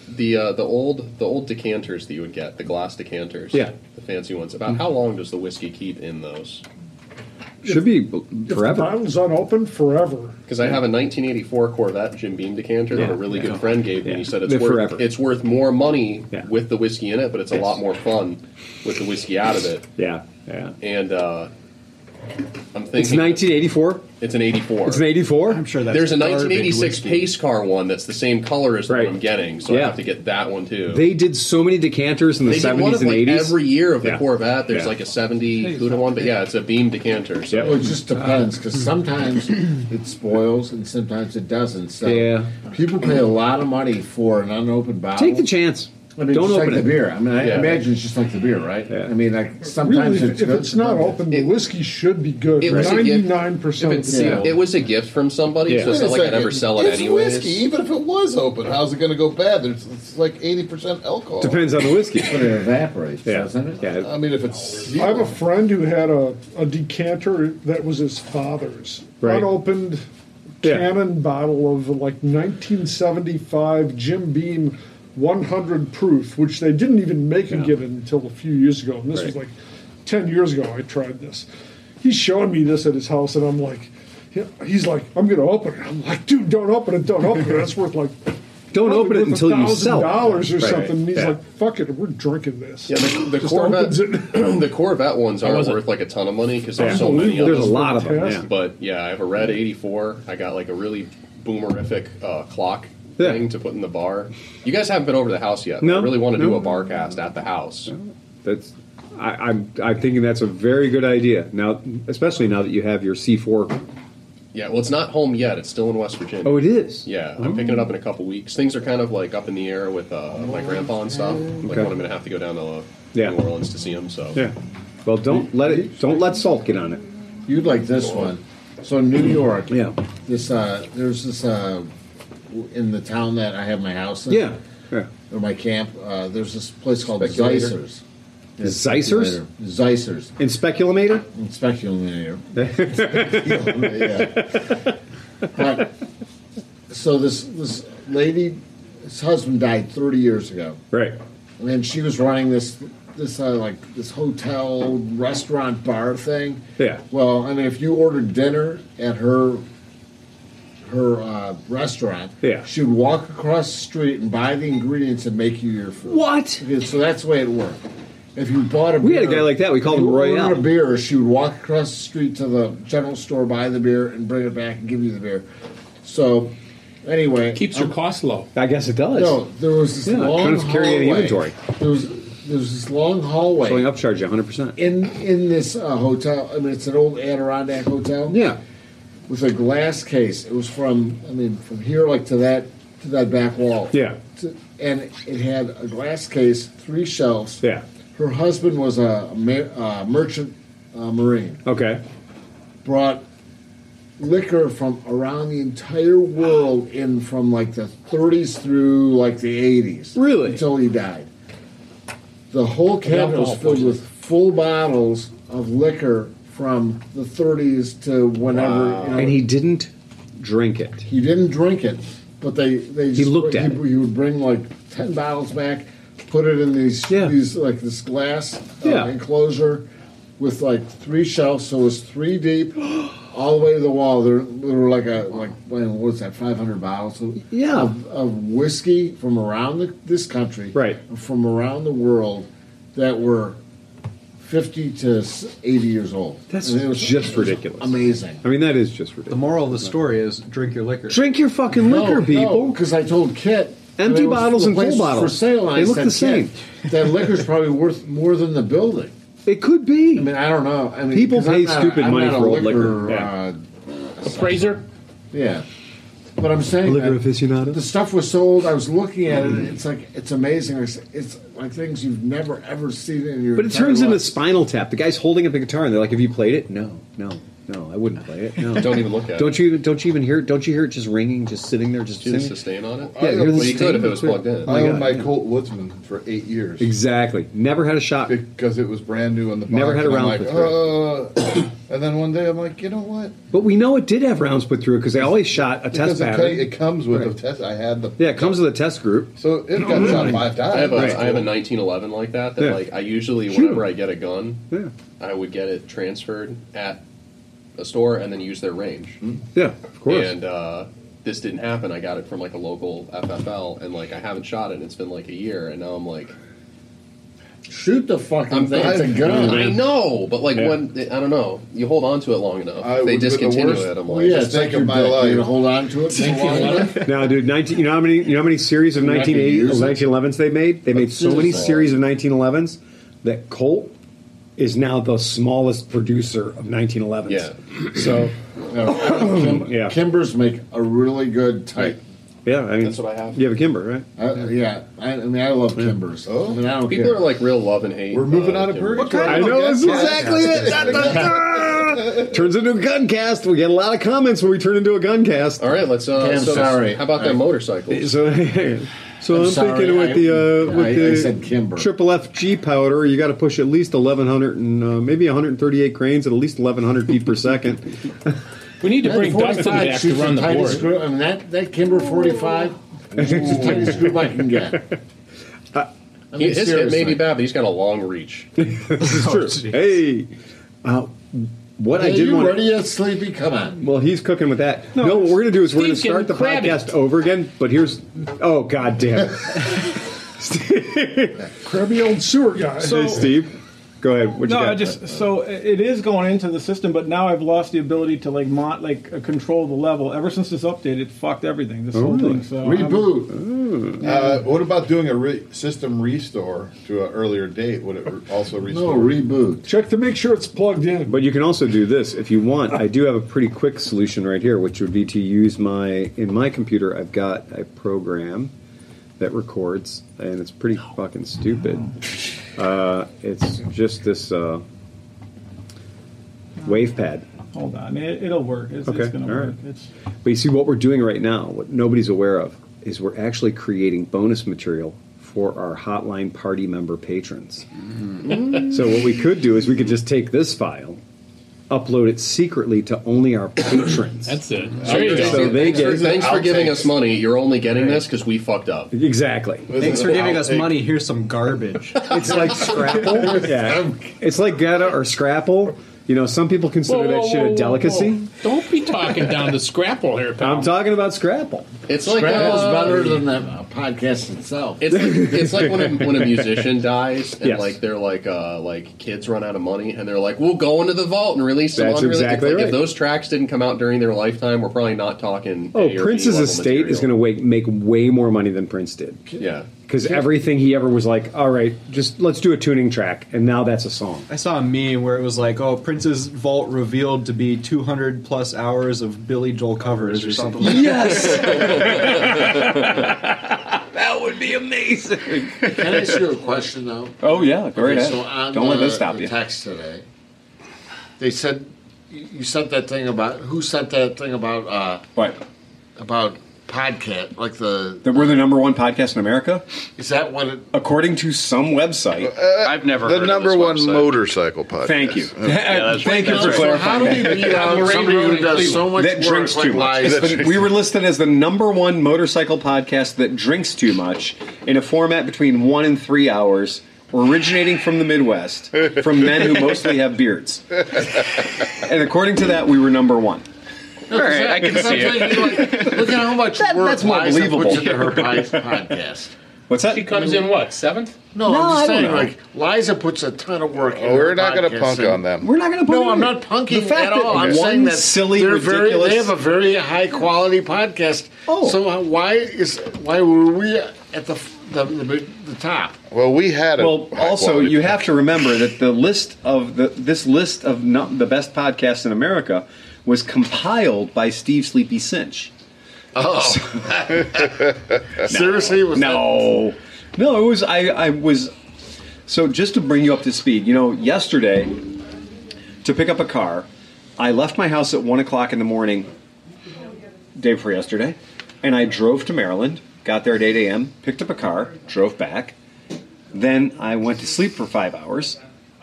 Speaker 6: the old the old decanters that you would get, the glass decanters,
Speaker 1: Yeah.
Speaker 6: the fancy ones. About how long does the whiskey keep in those?
Speaker 1: Should be
Speaker 5: If the
Speaker 1: forever.
Speaker 5: bottle's unopened, forever.
Speaker 6: Because I have a 1984 Corvette Jim Beam decanter that
Speaker 1: Yeah.
Speaker 6: a really
Speaker 1: Yeah.
Speaker 6: good friend gave me.
Speaker 1: Yeah.
Speaker 6: He said it's
Speaker 1: They're
Speaker 6: worth
Speaker 1: forever.
Speaker 6: it's worth more money
Speaker 1: Yeah.
Speaker 6: with the whiskey in it, but it's a
Speaker 1: Yes.
Speaker 6: lot more fun with the whiskey out of it.
Speaker 1: Yeah, yeah.
Speaker 6: And uh, I'm thinking
Speaker 1: It's 1984.
Speaker 6: It's an 84.
Speaker 1: It's an 84.
Speaker 7: I'm sure that's
Speaker 6: There's a
Speaker 7: garbage
Speaker 6: 1986
Speaker 7: whiskey.
Speaker 6: pace car one that's the same color as the
Speaker 1: Right.
Speaker 6: one I'm getting, so
Speaker 1: Yeah.
Speaker 6: I have to get that one too.
Speaker 1: They did so many decanters in the
Speaker 6: They did
Speaker 1: 70s
Speaker 6: one of,
Speaker 1: and
Speaker 6: like,
Speaker 1: 80s.
Speaker 6: every year of the
Speaker 1: Yeah.
Speaker 6: Corvette. There's
Speaker 1: Yeah.
Speaker 6: like a 70 Cuda one, but yeah, it's a beam decanter. So
Speaker 8: Well, Oh, it just depends because sometimes it spoils and sometimes it doesn't. So
Speaker 1: Yeah.
Speaker 8: people pay a lot of money for an unopened bottle.
Speaker 1: Take the chance.
Speaker 8: I mean,
Speaker 1: Don't
Speaker 8: just
Speaker 1: open
Speaker 8: like
Speaker 1: it.
Speaker 8: the beer. I mean, I
Speaker 6: Yeah.
Speaker 8: imagine it's just like the beer, right?
Speaker 1: Yeah.
Speaker 8: I mean, like
Speaker 5: Really,
Speaker 8: sometimes
Speaker 5: if
Speaker 8: it's good,
Speaker 5: it's not open, the
Speaker 6: It-
Speaker 5: whiskey should be good.
Speaker 6: it was a gift.
Speaker 5: Ninety-nine
Speaker 6: If
Speaker 5: percent.
Speaker 6: it's, It was a gift from somebody,
Speaker 1: Yeah.
Speaker 6: so it's
Speaker 2: Wait
Speaker 6: not
Speaker 2: a
Speaker 6: like I'd
Speaker 2: second.
Speaker 6: ever sell it
Speaker 2: it's
Speaker 6: anyways.
Speaker 2: whiskey, even if it was open. How's it going to go bad? There's, it's like 80% alcohol.
Speaker 1: Depends on the whiskey.
Speaker 8: But it evaporates,
Speaker 1: yeah.
Speaker 8: doesn't it?
Speaker 1: yeah.
Speaker 2: I mean, if it's.
Speaker 5: I have a friend who had a, a decanter that was his father's
Speaker 1: Right.
Speaker 5: unopened
Speaker 1: Yeah.
Speaker 5: cannon bottle of like 1975 Jim Beam 100 proof, which they didn't even make and get until a few years ago. And this was
Speaker 1: Right.
Speaker 5: like 10 years ago. I tried this. He's showing me this at his house, and I'm like, he- he's like, I'm going to open it. I'm like, dude, don't open it. Don't open it. That's worth like.
Speaker 1: Don't open it
Speaker 5: worth
Speaker 1: until you
Speaker 5: $1,000
Speaker 1: sell.
Speaker 5: dollars or
Speaker 1: Right.
Speaker 5: something. And he's
Speaker 1: Yeah.
Speaker 5: like, "Fuck it, we're drinking this."
Speaker 6: Yeah, the, the
Speaker 5: Just
Speaker 6: Corvette,
Speaker 5: opens it.
Speaker 6: the Corvette ones aren't
Speaker 4: wasn't-
Speaker 6: worth like a ton of money because
Speaker 1: Yeah.
Speaker 6: there's so many of
Speaker 1: There's a
Speaker 6: them.
Speaker 1: lot of them. Yeah.
Speaker 5: Fantastic.
Speaker 6: But yeah, I have a red '84. I got like a really boomerific uh, clock
Speaker 1: Yeah.
Speaker 6: thing to put in the bar. You guys haven't been over to the house yet. but
Speaker 1: No,
Speaker 6: I really want to
Speaker 1: no.
Speaker 6: do a bar cast at the house.
Speaker 1: That's. I, I'm. I'm thinking that's a very good idea. Now, especially now that you have your C4.
Speaker 6: Yeah, well, it's not home yet. It's still in West Virginia.
Speaker 1: Oh, it is.
Speaker 6: Yeah, I'm picking it up in a couple weeks. Things are kind of like up in the air with uh, my grandpa and stuff. Like
Speaker 1: Okay.
Speaker 6: when I'm going to have to go down to uh,
Speaker 1: Yeah.
Speaker 6: New Orleans to see him. So
Speaker 1: Yeah. Well, don't let it. Don't let salt get on it.
Speaker 8: You'd like this one. So New York.
Speaker 1: Yeah.
Speaker 8: This uh, there's this uh, w- in the town that I have my house in.
Speaker 1: Yeah. Yeah.
Speaker 8: Or my camp. Uh, there's this place called
Speaker 6: Speculator.
Speaker 8: Zeisers.
Speaker 1: Zeisers?
Speaker 8: Zeisers.
Speaker 1: And speculator.
Speaker 8: And Speculator. yeah. But, so this this lady, his husband died 30 years ago.
Speaker 1: Right.
Speaker 8: and she was running this this uh, like this hotel restaurant bar thing.
Speaker 1: Yeah.
Speaker 8: Well, I mean, if you ordered dinner at her her uh, restaurant,
Speaker 1: Yeah.
Speaker 8: she would walk across the street and buy the ingredients and make you your food.
Speaker 1: What?
Speaker 8: Okay, So that's the way it worked. If you bought a
Speaker 1: We
Speaker 8: beer,
Speaker 1: had a guy like that. We called
Speaker 8: if
Speaker 1: him
Speaker 8: you
Speaker 1: Royale.
Speaker 8: ordered A beer, she would walk across the street to the general store, buy the beer, and bring it back and give you the beer. So, anyway,
Speaker 4: Keeps your costs low.
Speaker 1: I guess it does.
Speaker 8: no, there was this
Speaker 1: Yeah,
Speaker 8: long
Speaker 1: trying to carry any
Speaker 8: hallway.
Speaker 1: inventory.
Speaker 8: There was there was this long hallway
Speaker 1: Showing upcharge you 100. percent
Speaker 8: in in this uh, hotel. I mean, it's an old Adirondack hotel.
Speaker 1: Yeah.
Speaker 8: with a glass case. It was from I mean from here like to that to that back wall.
Speaker 1: Yeah.
Speaker 8: To- and it had a glass case, three shelves.
Speaker 1: Yeah.
Speaker 8: Her husband was a ma- uh, merchant uh, marine.
Speaker 1: Okay.
Speaker 8: Brought liquor from around the entire world in from like the 30s through like the 80s.
Speaker 1: Really?
Speaker 8: Until he died. The whole cabinet was
Speaker 6: alcohol
Speaker 8: filled with full bottles of liquor from the 30s to whenever. you know,
Speaker 1: And he didn't drink it.
Speaker 8: he didn't drink it, but they they just,
Speaker 1: looked at
Speaker 8: he,
Speaker 1: it.
Speaker 8: he would bring like ten bottles back, put it in these
Speaker 1: Yeah.
Speaker 8: these like this glass uh,
Speaker 1: Yeah.
Speaker 8: enclosure with like three shelves, so it was three deep, all the way to the wall. There, there were like a like man, what was that five hundred bottles of,
Speaker 1: Yeah.
Speaker 8: of, of whiskey from around the, this country,
Speaker 1: Right.
Speaker 8: from around the world that were. 50 to s- 80 years old.
Speaker 1: That's
Speaker 8: And it was
Speaker 1: just
Speaker 8: it was
Speaker 1: ridiculous.
Speaker 8: Amazing.
Speaker 1: I mean, that is just
Speaker 7: The
Speaker 1: ridiculous.
Speaker 7: moral of the story is drink your liquor.
Speaker 1: Drink your fucking liquor, people.
Speaker 8: Because I told Kit
Speaker 1: Empty
Speaker 8: that it was-
Speaker 1: bottles
Speaker 8: the
Speaker 1: and full
Speaker 8: place was
Speaker 1: bottles.
Speaker 8: for sale. And
Speaker 1: They
Speaker 8: I
Speaker 1: look
Speaker 8: said,
Speaker 1: the same.
Speaker 8: "Kit, that liquor's probably worth more than the building.
Speaker 1: It could be.
Speaker 8: I mean, I don't know. I mean,
Speaker 1: People
Speaker 8: 'cause I'm
Speaker 1: pay
Speaker 8: not-
Speaker 1: stupid
Speaker 8: I'm
Speaker 1: money
Speaker 8: not a
Speaker 1: for old liquor.
Speaker 8: Uh,
Speaker 1: Yeah.
Speaker 4: Appraiser.
Speaker 8: yeah, but I'm saying
Speaker 1: Liquor
Speaker 8: that
Speaker 1: aficionado?
Speaker 8: The stuff was sold. I was looking at it. and It's like it's amazing. It's, it's like things you've never ever seen in your.
Speaker 1: but it
Speaker 8: entire
Speaker 1: turns into
Speaker 8: life.
Speaker 1: Spinal Tap. The guy's holding up the guitar, and they're like, "Have you played it? No, no, no. I wouldn't play it. No.
Speaker 6: Don't even look at it.
Speaker 1: Don't you even don't you even hear it? Don't you hear it just ringing, just sitting there, just
Speaker 6: See the
Speaker 1: sitting?
Speaker 6: sustain on it?
Speaker 1: Yeah,
Speaker 6: I
Speaker 1: you're
Speaker 6: don't-
Speaker 1: the
Speaker 6: well, you could if it was
Speaker 1: sustain.
Speaker 6: plugged in.
Speaker 2: I
Speaker 1: my
Speaker 2: owned
Speaker 1: God.
Speaker 2: my Colt Woodsman for eight years
Speaker 1: Exactly. Never had a shot.
Speaker 2: because it was brand new in the box.
Speaker 1: Never had a
Speaker 2: and I'm
Speaker 1: round
Speaker 2: like, uh, and then one day I'm like, you know what?
Speaker 1: But we know it did have rounds put through it because they always shot a test
Speaker 2: Because it, co-
Speaker 1: pattern.
Speaker 2: it comes with
Speaker 1: Right. Mm-hmm.
Speaker 2: a test. I had the
Speaker 1: yeah, it comes with a test group.
Speaker 2: so it got shot five times.
Speaker 6: I have a I
Speaker 1: Right.
Speaker 6: have a 1911 like that that
Speaker 1: Yeah.
Speaker 6: like I usually
Speaker 1: Shoot 'em.
Speaker 6: whenever I get a gun,
Speaker 1: Yeah,
Speaker 6: I would get it transferred at a store and then use their range.
Speaker 1: yeah, Mm, of course.
Speaker 6: And uh, this didn't happen. I got it from like a local FFL, and like I haven't shot it. and It's been like a year, and now I'm like,
Speaker 8: Shoot the fucking
Speaker 6: I'm
Speaker 8: thing. It's a
Speaker 2: dying.
Speaker 8: gun.
Speaker 6: I know, but like
Speaker 1: Yeah.
Speaker 6: when I don't know, you hold on to it long enough,
Speaker 2: I
Speaker 6: they
Speaker 2: would- but the
Speaker 6: discontinue
Speaker 2: worst-
Speaker 6: it. I'm
Speaker 8: Well,
Speaker 6: like,
Speaker 8: yeah, it's
Speaker 2: Take
Speaker 8: like your
Speaker 2: of my
Speaker 8: dick. You're
Speaker 2: life.
Speaker 8: gonna hold on to it. for a while.
Speaker 1: now, dude, nineteen. You know how many? You know how many series of
Speaker 8: You're not gonna
Speaker 1: 1980,
Speaker 8: use it.
Speaker 1: 1911s they made? They made so many series of 1911s that Colt is now the smallest producer of 1911s.
Speaker 6: yeah,
Speaker 1: So
Speaker 8: No, Kim-
Speaker 1: Yeah.
Speaker 8: Kimbers make a really good type.
Speaker 1: yeah, I mean,
Speaker 6: That's what I have.
Speaker 1: You have a Kimber, right?
Speaker 8: I, yeah, I, I mean, I love Kimbers. I mean, I don't
Speaker 6: Oh. people
Speaker 8: care.
Speaker 6: are like real love and hate.
Speaker 2: We're moving
Speaker 6: uh,
Speaker 2: out of
Speaker 6: Kimberly.
Speaker 2: purgatory.
Speaker 1: I know that's exactly it. Da, da, da. Turns into a gun cast. We get a lot of comments when we turn into a gun cast.
Speaker 6: All right, let's. Uh,
Speaker 8: Okay, I'm
Speaker 6: so
Speaker 8: sorry.
Speaker 6: How about
Speaker 8: I-
Speaker 6: that motorcycle?
Speaker 1: So, so I'm,
Speaker 8: I'm sorry,
Speaker 1: thinking with
Speaker 8: I-
Speaker 1: the uh, with
Speaker 8: I- I
Speaker 1: the
Speaker 8: said Kimber.
Speaker 1: triple FG powder, you got to push at least 1100 and uh, maybe 138 cranes at at least 1100 feet per second.
Speaker 4: We need to bring
Speaker 8: That
Speaker 4: Doug to the
Speaker 8: 45
Speaker 4: back to
Speaker 8: shoots
Speaker 4: run the
Speaker 8: the tightest
Speaker 4: board.
Speaker 8: Screw, I mean, that, that Kimber 45 is the tightest group I can get.
Speaker 4: Uh,
Speaker 8: I mean,
Speaker 6: His hit may
Speaker 8: seriously.
Speaker 6: be bad, but he's got a long reach.
Speaker 1: It's true. Hey, uh, what
Speaker 8: Hey,
Speaker 1: I did
Speaker 8: you
Speaker 1: want.
Speaker 8: ready yet, Sleepy? Come on.
Speaker 1: Well, he's cooking with that. No, what we're going to do is we're going to
Speaker 4: Steve's
Speaker 1: start the
Speaker 4: getting crabby.
Speaker 1: podcast over again. But here's, oh god damn, it.
Speaker 5: Crabby old sewer guy.
Speaker 1: hey, Steve, go ahead. What you
Speaker 3: No,
Speaker 1: got?
Speaker 3: I just so it it is going into the system, but now I've lost the ability to like mont like uh, control the level. Ever since this update, it fucked everything. This whole thing. So um, I'm-
Speaker 8: Reboot.
Speaker 2: Uh, what about doing a re- system restore to an earlier date? Would it re- also
Speaker 8: No,
Speaker 2: restore?
Speaker 8: reboot.
Speaker 5: Check to make sure it's plugged in.
Speaker 1: But you can also do this if you want. I do have a pretty quick solution right here, which would be to use my in my computer. I've got a program that records, and it's pretty fucking stupid. Uh, it's just this uh, WavePad.
Speaker 3: hold on, it, it'll work. It's,
Speaker 1: Okay,
Speaker 3: it's gonna
Speaker 1: all right.
Speaker 3: work. It's
Speaker 1: But you see, what we're doing right now, what nobody's aware of, is we're actually creating bonus material for our hotline party member patrons. so what we could do is we could just take this file, upload it secretly to only our patrons.
Speaker 4: That's it. There you
Speaker 1: So
Speaker 4: go.
Speaker 1: they
Speaker 6: thanks for,
Speaker 1: get
Speaker 6: thanks for giving
Speaker 2: outtakes.
Speaker 6: us money. You're only getting this because we fucked up.
Speaker 1: exactly.
Speaker 7: Thanks for giving us money. Here's some garbage.
Speaker 1: It's like Scrapple. yeah. It's like Getta or Scrapple. You know, some people consider that shit a delicacy.
Speaker 4: Don't be talking down the scrapple here, pal.
Speaker 1: I'm talking about Scrapple.
Speaker 6: It's like
Speaker 8: Scrabble's
Speaker 6: uh,
Speaker 8: better than the uh, podcast itself.
Speaker 6: It's like, it's like when, a, when a musician dies and
Speaker 1: Yes.
Speaker 6: like they're like uh, like kids run out of money and they're like we'll go into the vault and release some
Speaker 1: That's
Speaker 6: unreleased.
Speaker 1: exactly
Speaker 6: like,
Speaker 1: right.
Speaker 6: If those tracks didn't come out during their lifetime, we're probably not talking.
Speaker 1: Oh,
Speaker 6: A or B
Speaker 1: Prince's
Speaker 6: level
Speaker 1: estate is going
Speaker 6: material.
Speaker 1: to make way more money than Prince did.
Speaker 6: yeah.
Speaker 12: because everything he ever was like, all right, just let's do a tuning track, and now that's a song.
Speaker 1: I saw a meme where it was like, "Oh, Prince's vault revealed to be 200 plus hours of Billy Joel covers or something."
Speaker 4: That would be amazing.
Speaker 8: Can I ask you a question though?
Speaker 4: Oh yeah, go right
Speaker 8: Okay,
Speaker 4: ahead.
Speaker 8: so on
Speaker 4: Don't
Speaker 8: the,
Speaker 4: let this stop
Speaker 8: the
Speaker 4: you.
Speaker 8: text today, they said you you sent that thing about who sent that thing about uh,
Speaker 4: What?
Speaker 8: about podcast like the
Speaker 4: That we're the number one podcast in America,
Speaker 8: is that what it
Speaker 4: according to some website.
Speaker 6: I've never
Speaker 2: The
Speaker 6: heard
Speaker 2: number
Speaker 6: of this
Speaker 2: one
Speaker 6: website.
Speaker 2: motorcycle podcast.
Speaker 4: Thank you.
Speaker 6: that's
Speaker 4: Thank you
Speaker 6: right.
Speaker 4: for
Speaker 6: So
Speaker 8: so how
Speaker 4: clarifying.
Speaker 8: do
Speaker 4: that.
Speaker 8: we beat out
Speaker 13: Lorraine
Speaker 8: somebody
Speaker 13: Road
Speaker 8: who
Speaker 13: in
Speaker 8: does so much
Speaker 4: that
Speaker 8: work
Speaker 4: drinks
Speaker 8: like
Speaker 4: too much.
Speaker 8: lies?
Speaker 4: But we were listed as the number one motorcycle podcast that drinks too much in a format between one and three hours, originating from the Midwest, from men who mostly have beards. And according to that, we were number one.
Speaker 6: All right, I can see it.
Speaker 8: Like, look at how much work
Speaker 4: that's more
Speaker 8: Liza puts
Speaker 4: believable.
Speaker 8: into her pod- podcast.
Speaker 4: What's that?
Speaker 13: She comes in what seventh?
Speaker 8: No,
Speaker 4: No,
Speaker 8: I'm
Speaker 4: I don't
Speaker 8: just saying,
Speaker 4: know.
Speaker 8: like Liza puts a ton of work.
Speaker 2: Oh,
Speaker 8: in
Speaker 2: we're not going to punk on
Speaker 8: that.
Speaker 2: them.
Speaker 4: We're not going to.
Speaker 8: No, I'm not
Speaker 4: The
Speaker 8: punking
Speaker 4: fact
Speaker 8: at all.
Speaker 4: that
Speaker 8: I'm
Speaker 4: one
Speaker 8: saying that
Speaker 4: silly,
Speaker 8: they're
Speaker 4: ridiculous.
Speaker 8: very, they have a very high quality podcast.
Speaker 4: Oh.
Speaker 8: so uh, why is why were we at the f- the, the, the top?
Speaker 2: well, we had a.
Speaker 1: Well,
Speaker 2: high
Speaker 1: also
Speaker 2: quality
Speaker 1: you have to remember that the list of the this list of num- the best podcasts in America was compiled by Steve Sleepy Cinch.
Speaker 8: Seriously, was
Speaker 1: No, no, it was I. I was so just to bring you up to speed. You know, yesterday to pick up a car, I left my house at one o'clock in the morning, day before yesterday, and I drove to Maryland. Got there at eight a.m. Picked up a car, drove back. Then I went to sleep for five hours.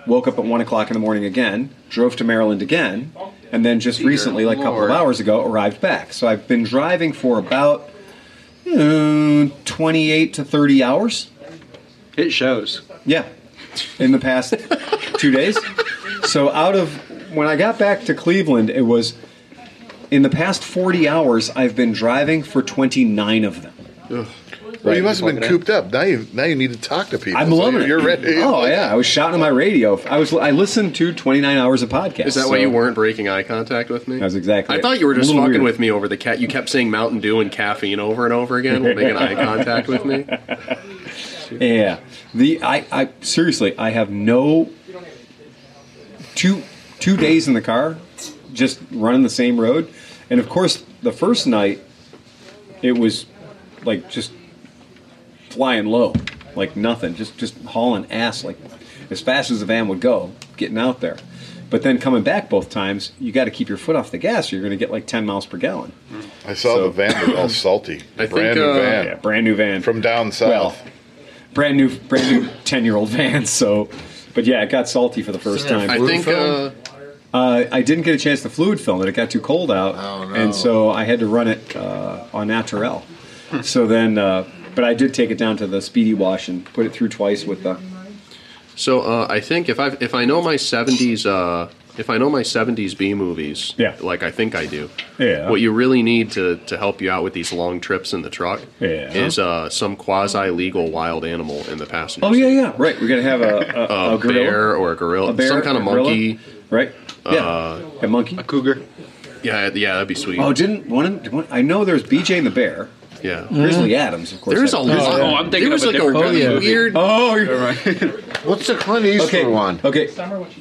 Speaker 1: Woke up at one o'clock in the morning again. Drove to Maryland again, and then just recently, like a couple of
Speaker 6: Lord.
Speaker 1: hours ago, arrived back. So I've been driving for about uh, 28 to 30 hours.
Speaker 6: It shows.
Speaker 1: Yeah, in the past two days. So out of when I got back to Cleveland, it was in the past 40 hours I've been driving for 29 of them.
Speaker 2: podcast. Well, you must have been
Speaker 6: Fucking
Speaker 2: cooped up. Now you now you need to talk to people.
Speaker 1: I'm
Speaker 2: So
Speaker 1: loving it.
Speaker 2: You're ready.
Speaker 1: Oh yeah, I was shouting on my radio. I was I listened to 29 hours of podcast.
Speaker 6: Is that why you weren't breaking eye contact with me?
Speaker 1: That's exactly
Speaker 6: I
Speaker 1: it.
Speaker 6: thought you were just
Speaker 1: A little
Speaker 6: fucking
Speaker 1: weird.
Speaker 6: with me over the cat. You kept saying Mountain Dew and caffeine over and over again while making eye contact with me.
Speaker 1: Yeah. The I, I seriously I have no two two days in the car just running the same road. And of course the first night it was like just flying low. Like nothing. Just just hauling ass like as fast as the van would go, getting out there. But then coming back both times, you got to keep your foot off the gas. Or you're going to get like 10 miles per gallon.
Speaker 2: I saw
Speaker 1: So-
Speaker 2: the van was all salty.
Speaker 6: I
Speaker 2: Brand
Speaker 6: think,
Speaker 2: new
Speaker 6: uh,
Speaker 2: van
Speaker 1: Yeah, brand new van
Speaker 2: from down south.
Speaker 1: well, brand new, brand new ten year old van. So, but yeah, it got salty for the first
Speaker 8: Isn't that
Speaker 6: I
Speaker 1: time.
Speaker 8: Blue
Speaker 6: think uh,
Speaker 8: film?
Speaker 1: Uh, I didn't get a chance to fluid film it; it got too cold out,
Speaker 8: Oh, no.
Speaker 1: and so I had to run it uh, on naturel.
Speaker 6: Hmm.
Speaker 1: so then, uh, but I did take it down to the speedy wash and put it through twice with the.
Speaker 6: so. Uh, I think if I if I know my '70s uh, if I know my '70s B movies,
Speaker 1: Yeah.
Speaker 6: like I think I do.
Speaker 1: Yeah.
Speaker 6: What you really need to to help you out with these long trips in the truck
Speaker 1: Yeah.
Speaker 6: is uh, some quasi legal wild animal in the passenger.
Speaker 1: Oh
Speaker 6: seat.
Speaker 1: yeah, yeah, right. We're gonna have a a,
Speaker 6: A,
Speaker 1: a gorilla,
Speaker 6: bear or a gorilla,
Speaker 1: a bear,
Speaker 6: some kind
Speaker 1: a
Speaker 6: of
Speaker 1: gorilla,
Speaker 6: monkey. Uh,
Speaker 1: right? Yeah, a monkey.
Speaker 6: cougar. Yeah, yeah, that'd be sweet.
Speaker 1: Oh, didn't one, of- one? I know there's BJ and the bear.
Speaker 6: yeah.
Speaker 1: Grizzly Adams, of course.
Speaker 6: There's a
Speaker 1: that-
Speaker 6: lot.
Speaker 4: Oh, I'm thinking
Speaker 6: there was
Speaker 4: of a
Speaker 6: like
Speaker 4: different
Speaker 6: really
Speaker 4: kind of movie.
Speaker 6: weird.
Speaker 1: Oh, you're right.
Speaker 8: What's the Clint Eastwood
Speaker 1: Okay. Uh,
Speaker 8: one?
Speaker 1: Okay.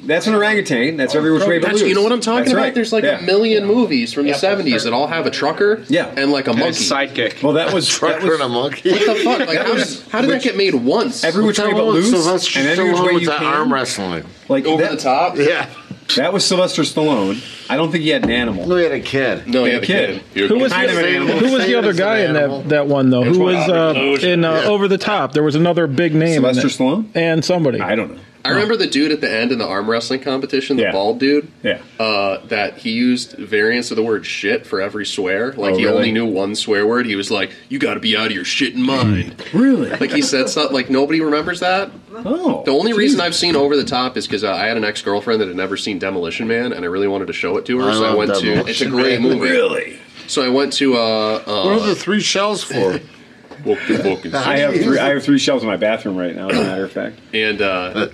Speaker 1: That's an orangutan. That's every which way but
Speaker 6: That's,
Speaker 1: loose.
Speaker 6: you know what I'm talking
Speaker 1: That's
Speaker 6: about?
Speaker 1: right.
Speaker 6: There's like
Speaker 1: Yeah.
Speaker 6: a million movies from the 70s that all have a trucker
Speaker 1: Yeah.
Speaker 6: and like a
Speaker 4: And
Speaker 6: monkey.
Speaker 4: his sidekick.
Speaker 1: Well, that was that
Speaker 8: Trucker
Speaker 1: was
Speaker 8: and a monkey.
Speaker 6: what the fuck? Like, how, did, how did that get made once?
Speaker 1: every which way
Speaker 8: That
Speaker 1: but
Speaker 8: one with
Speaker 1: loose,
Speaker 8: Sylvester
Speaker 1: and every which
Speaker 8: Stallone
Speaker 1: way
Speaker 8: with
Speaker 1: you
Speaker 8: that
Speaker 1: can.
Speaker 8: arm wrestling.
Speaker 1: Like
Speaker 6: Over
Speaker 1: that,
Speaker 6: the top?
Speaker 8: Yeah,
Speaker 1: that was Sylvester Stallone. I don't think he had an animal.
Speaker 8: we had a kid.
Speaker 6: No,
Speaker 1: Hey,
Speaker 6: you had a
Speaker 1: kid.
Speaker 6: kid. You're
Speaker 3: Who was
Speaker 1: Kind
Speaker 3: the,
Speaker 1: of an animal.
Speaker 3: Who was
Speaker 8: Same
Speaker 3: the other
Speaker 8: as an
Speaker 3: guy in
Speaker 8: animal.
Speaker 3: that, that one though? Who
Speaker 4: one
Speaker 3: was
Speaker 4: out of
Speaker 3: uh,
Speaker 4: the ocean.
Speaker 3: in uh, Over the Top? There was another big name. in
Speaker 1: Sylvester
Speaker 3: it.
Speaker 1: Stallone?
Speaker 3: and somebody.
Speaker 1: I don't know.
Speaker 6: I remember the dude at the end in the arm wrestling competition, the
Speaker 1: Yeah.
Speaker 6: bald dude.
Speaker 1: Yeah.
Speaker 6: Uh, that he used variants of the word shit for every swear. Like
Speaker 1: Oh,
Speaker 6: he
Speaker 1: really?
Speaker 6: only knew one swear word. He was like, "You got to be out of your shit and mind."
Speaker 1: Really?
Speaker 6: like he said something. Like nobody remembers that.
Speaker 1: Oh.
Speaker 6: The only reason I've seen Over the Top is because uh, I had an ex girlfriend that had never seen Demolition Man, and I really wanted to show it to her.
Speaker 8: I
Speaker 6: so I
Speaker 8: love
Speaker 6: went to. It's a
Speaker 8: Demolition
Speaker 6: great
Speaker 8: Man.
Speaker 6: movie.
Speaker 1: Really?
Speaker 6: So I went to. Uh, uh,
Speaker 8: What are the three shells for?
Speaker 6: Woke the Woken.
Speaker 1: I have three. I have three shelves in my bathroom right now. As a matter of fact,
Speaker 6: and uh,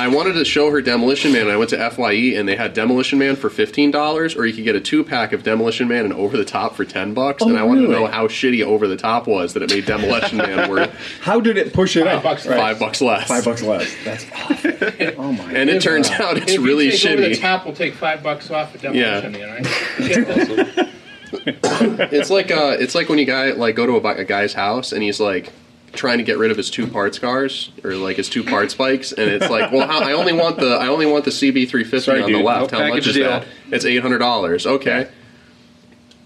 Speaker 6: I wanted to show her Demolition Man. and I went to Fye and they had Demolition Man for fifteen dollars, or you could get a two pack of Demolition Man and Over the Top for ten bucks.
Speaker 4: Oh,
Speaker 6: and I wanted to know how shitty Over the Top was that it made Demolition Man worth
Speaker 1: How did it push it up? Right.
Speaker 6: five bucks less.
Speaker 1: Five bucks less. That's awful. oh my.
Speaker 6: And it turns out it's
Speaker 4: if
Speaker 6: really
Speaker 4: you take Over the
Speaker 6: shitty.
Speaker 4: top, we'll take five bucks off at demolition.
Speaker 6: Yeah.
Speaker 4: Yeah. Right?
Speaker 6: It's like uh, it's like when you guy like go to a, bu- a guy's house and he's like trying to get rid of his two parts cars or like his two parts bikes, and it's like, well, how, I only want the I only want the CB350
Speaker 7: Sorry,
Speaker 6: on the
Speaker 7: dude.
Speaker 6: left.
Speaker 7: No
Speaker 6: how much
Speaker 7: package
Speaker 6: is
Speaker 7: deal.
Speaker 6: that? It's eight hundred dollars. Okay.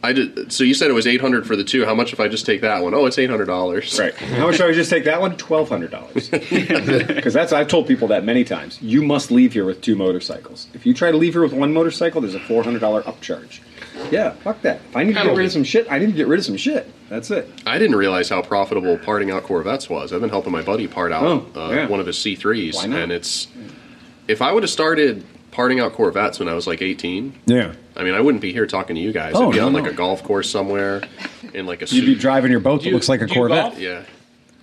Speaker 6: I did, so you said it was eight hundred for the two. How much if I just take that one? Oh, it's eight hundred dollars.
Speaker 1: Right. How much should I just take that one? Twelve hundred dollars. Because that's I've told people that many times. You must leave here with two motorcycles. If you try to leave here with one motorcycle, there's a four hundred dollar upcharge. Yeah, fuck that. If I need to get rid of some shit, I need to get rid of some shit. That's it.
Speaker 6: I didn't realize how profitable parting out Corvettes was. I've been helping my buddy part out
Speaker 1: Oh,
Speaker 6: uh,
Speaker 1: yeah.
Speaker 6: one of his
Speaker 1: Why
Speaker 6: C3s,
Speaker 1: not?
Speaker 6: and it's if I would have started parting out Corvettes when I was like 18,
Speaker 1: Yeah.
Speaker 6: I mean, I wouldn't be here talking to you guys.
Speaker 1: Oh,
Speaker 6: I'd be
Speaker 1: no,
Speaker 6: on
Speaker 1: no.
Speaker 6: like a golf course somewhere in like a
Speaker 1: You'd be
Speaker 6: suit.
Speaker 1: driving your boat that
Speaker 4: You-
Speaker 1: looks like a
Speaker 4: do you
Speaker 1: Corvette.
Speaker 4: golf?
Speaker 6: yeah.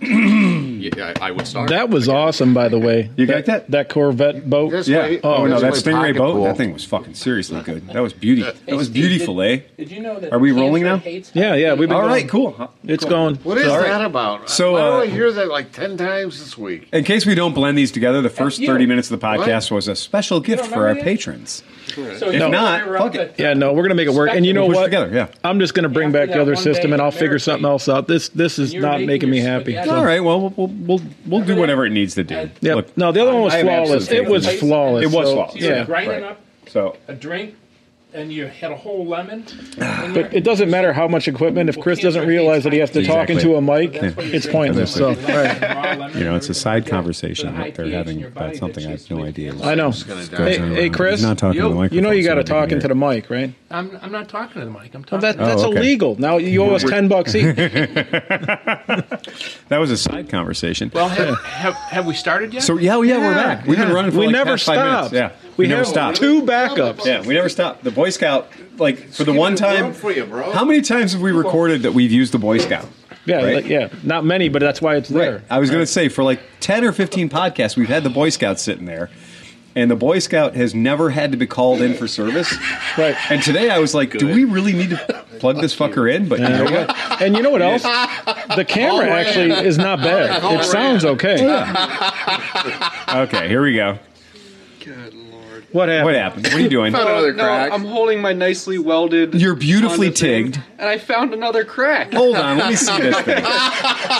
Speaker 6: yeah, I, I would start.
Speaker 3: That was awesome, by the way.
Speaker 1: You got that?
Speaker 3: That Corvette boat.
Speaker 8: That's
Speaker 1: Yeah.
Speaker 8: why-
Speaker 1: oh no, that
Speaker 8: that's why
Speaker 1: stingray
Speaker 8: pocket
Speaker 1: boat.
Speaker 8: pool.
Speaker 1: That thing was fucking seriously good. That was beauty. That was beautiful, eh?
Speaker 4: Did you know that?
Speaker 1: Are we rolling now?
Speaker 3: Yeah, yeah. We've been
Speaker 1: All
Speaker 3: going.
Speaker 1: right, cool.
Speaker 3: It's going.
Speaker 8: What is
Speaker 1: All right.
Speaker 8: that about?
Speaker 1: So,
Speaker 8: Why do
Speaker 1: uh,
Speaker 8: I hear that like ten times this week?
Speaker 1: In case we don't blend these together, the first
Speaker 4: you.
Speaker 1: 30 minutes of the podcast was a special gift for our
Speaker 4: remember that?
Speaker 1: patrons.
Speaker 4: So
Speaker 1: If not, fuck it.
Speaker 3: Yeah, no, we're gonna make it work. And you know
Speaker 1: Push
Speaker 3: what?
Speaker 1: together, yeah.
Speaker 3: I'm just gonna bring
Speaker 4: After
Speaker 3: back the
Speaker 4: that
Speaker 3: other
Speaker 4: one
Speaker 3: system,
Speaker 4: day
Speaker 3: and I'll
Speaker 4: at
Speaker 3: figure something
Speaker 4: America,
Speaker 3: else out. This this is
Speaker 4: you're
Speaker 3: not
Speaker 4: making
Speaker 3: making me
Speaker 4: your
Speaker 3: happy.
Speaker 4: spaghetti.
Speaker 3: So,
Speaker 1: All right, well, we'll, we'll, we'll do whatever it needs to do.
Speaker 3: yep.
Speaker 1: Look,
Speaker 3: no, the other one was
Speaker 1: I have
Speaker 3: flawless.
Speaker 1: absolute
Speaker 3: It
Speaker 1: faith
Speaker 3: was
Speaker 1: in you.
Speaker 3: flawless.
Speaker 1: It was
Speaker 3: so,
Speaker 1: flawless,
Speaker 3: Yeah.
Speaker 4: grinding
Speaker 1: Right.
Speaker 4: up
Speaker 1: So,
Speaker 4: a drink, and you had a whole lemon.
Speaker 3: But it doesn't matter how much equipment. If Chris doesn't realize that he has to talk
Speaker 1: Exactly.
Speaker 3: into a mic,
Speaker 4: That's what you're
Speaker 3: it's
Speaker 4: drinking.
Speaker 3: pointless. So, all right.
Speaker 1: you know, it's a side conversation that they're having about something I have no idea.
Speaker 3: I know. Hey, hey, Chris.
Speaker 1: He's not talking to the
Speaker 4: you-
Speaker 1: microphone,
Speaker 3: You know you
Speaker 1: so
Speaker 3: got to
Speaker 1: nobody can
Speaker 3: talk
Speaker 1: hear.
Speaker 3: into the mic, right?
Speaker 4: I'm, I'm not talking to the mic. I'm talking.
Speaker 3: Well, that,
Speaker 4: to
Speaker 3: that's
Speaker 1: okay.
Speaker 3: illegal. Now you owe us ten bucks each.
Speaker 1: That was a side conversation.
Speaker 4: well have, have, have we started yet?
Speaker 1: So, yeah, oh, yeah, we're
Speaker 3: Yeah,
Speaker 1: back. We've
Speaker 3: yeah.
Speaker 1: been running for
Speaker 3: We
Speaker 1: like
Speaker 3: never
Speaker 1: past five
Speaker 3: stopped.
Speaker 1: minutes. Yeah,
Speaker 3: We,
Speaker 1: never
Speaker 3: have
Speaker 1: stopped.
Speaker 3: two backups.
Speaker 1: Yeah, we never stopped. The Boy Scout, like for the one time,
Speaker 2: for you, bro.
Speaker 1: how many times have we recorded that we've used the Boy Scout?
Speaker 3: Yeah,
Speaker 1: Right.
Speaker 3: like, yeah. Not many, but that's why it's there.
Speaker 1: Right. I was going to say for like 10 or 15 podcasts, we've had the Boy Scout sitting there, and the Boy Scout has never had to be called in for service.
Speaker 3: Right.
Speaker 1: And today I was like, do we really need to plug this fucker in? But you know what?
Speaker 3: And you know what else? The camera actually is not bad. It sounds okay.
Speaker 1: Okay, here we go.
Speaker 3: What happened?
Speaker 1: What happened? What are you doing?
Speaker 6: Found another crack.
Speaker 7: I'm holding my nicely welded.
Speaker 1: You're beautifully
Speaker 7: on the thing,
Speaker 1: tigged.
Speaker 7: and I found another crack.
Speaker 1: Hold on, let me see this thing.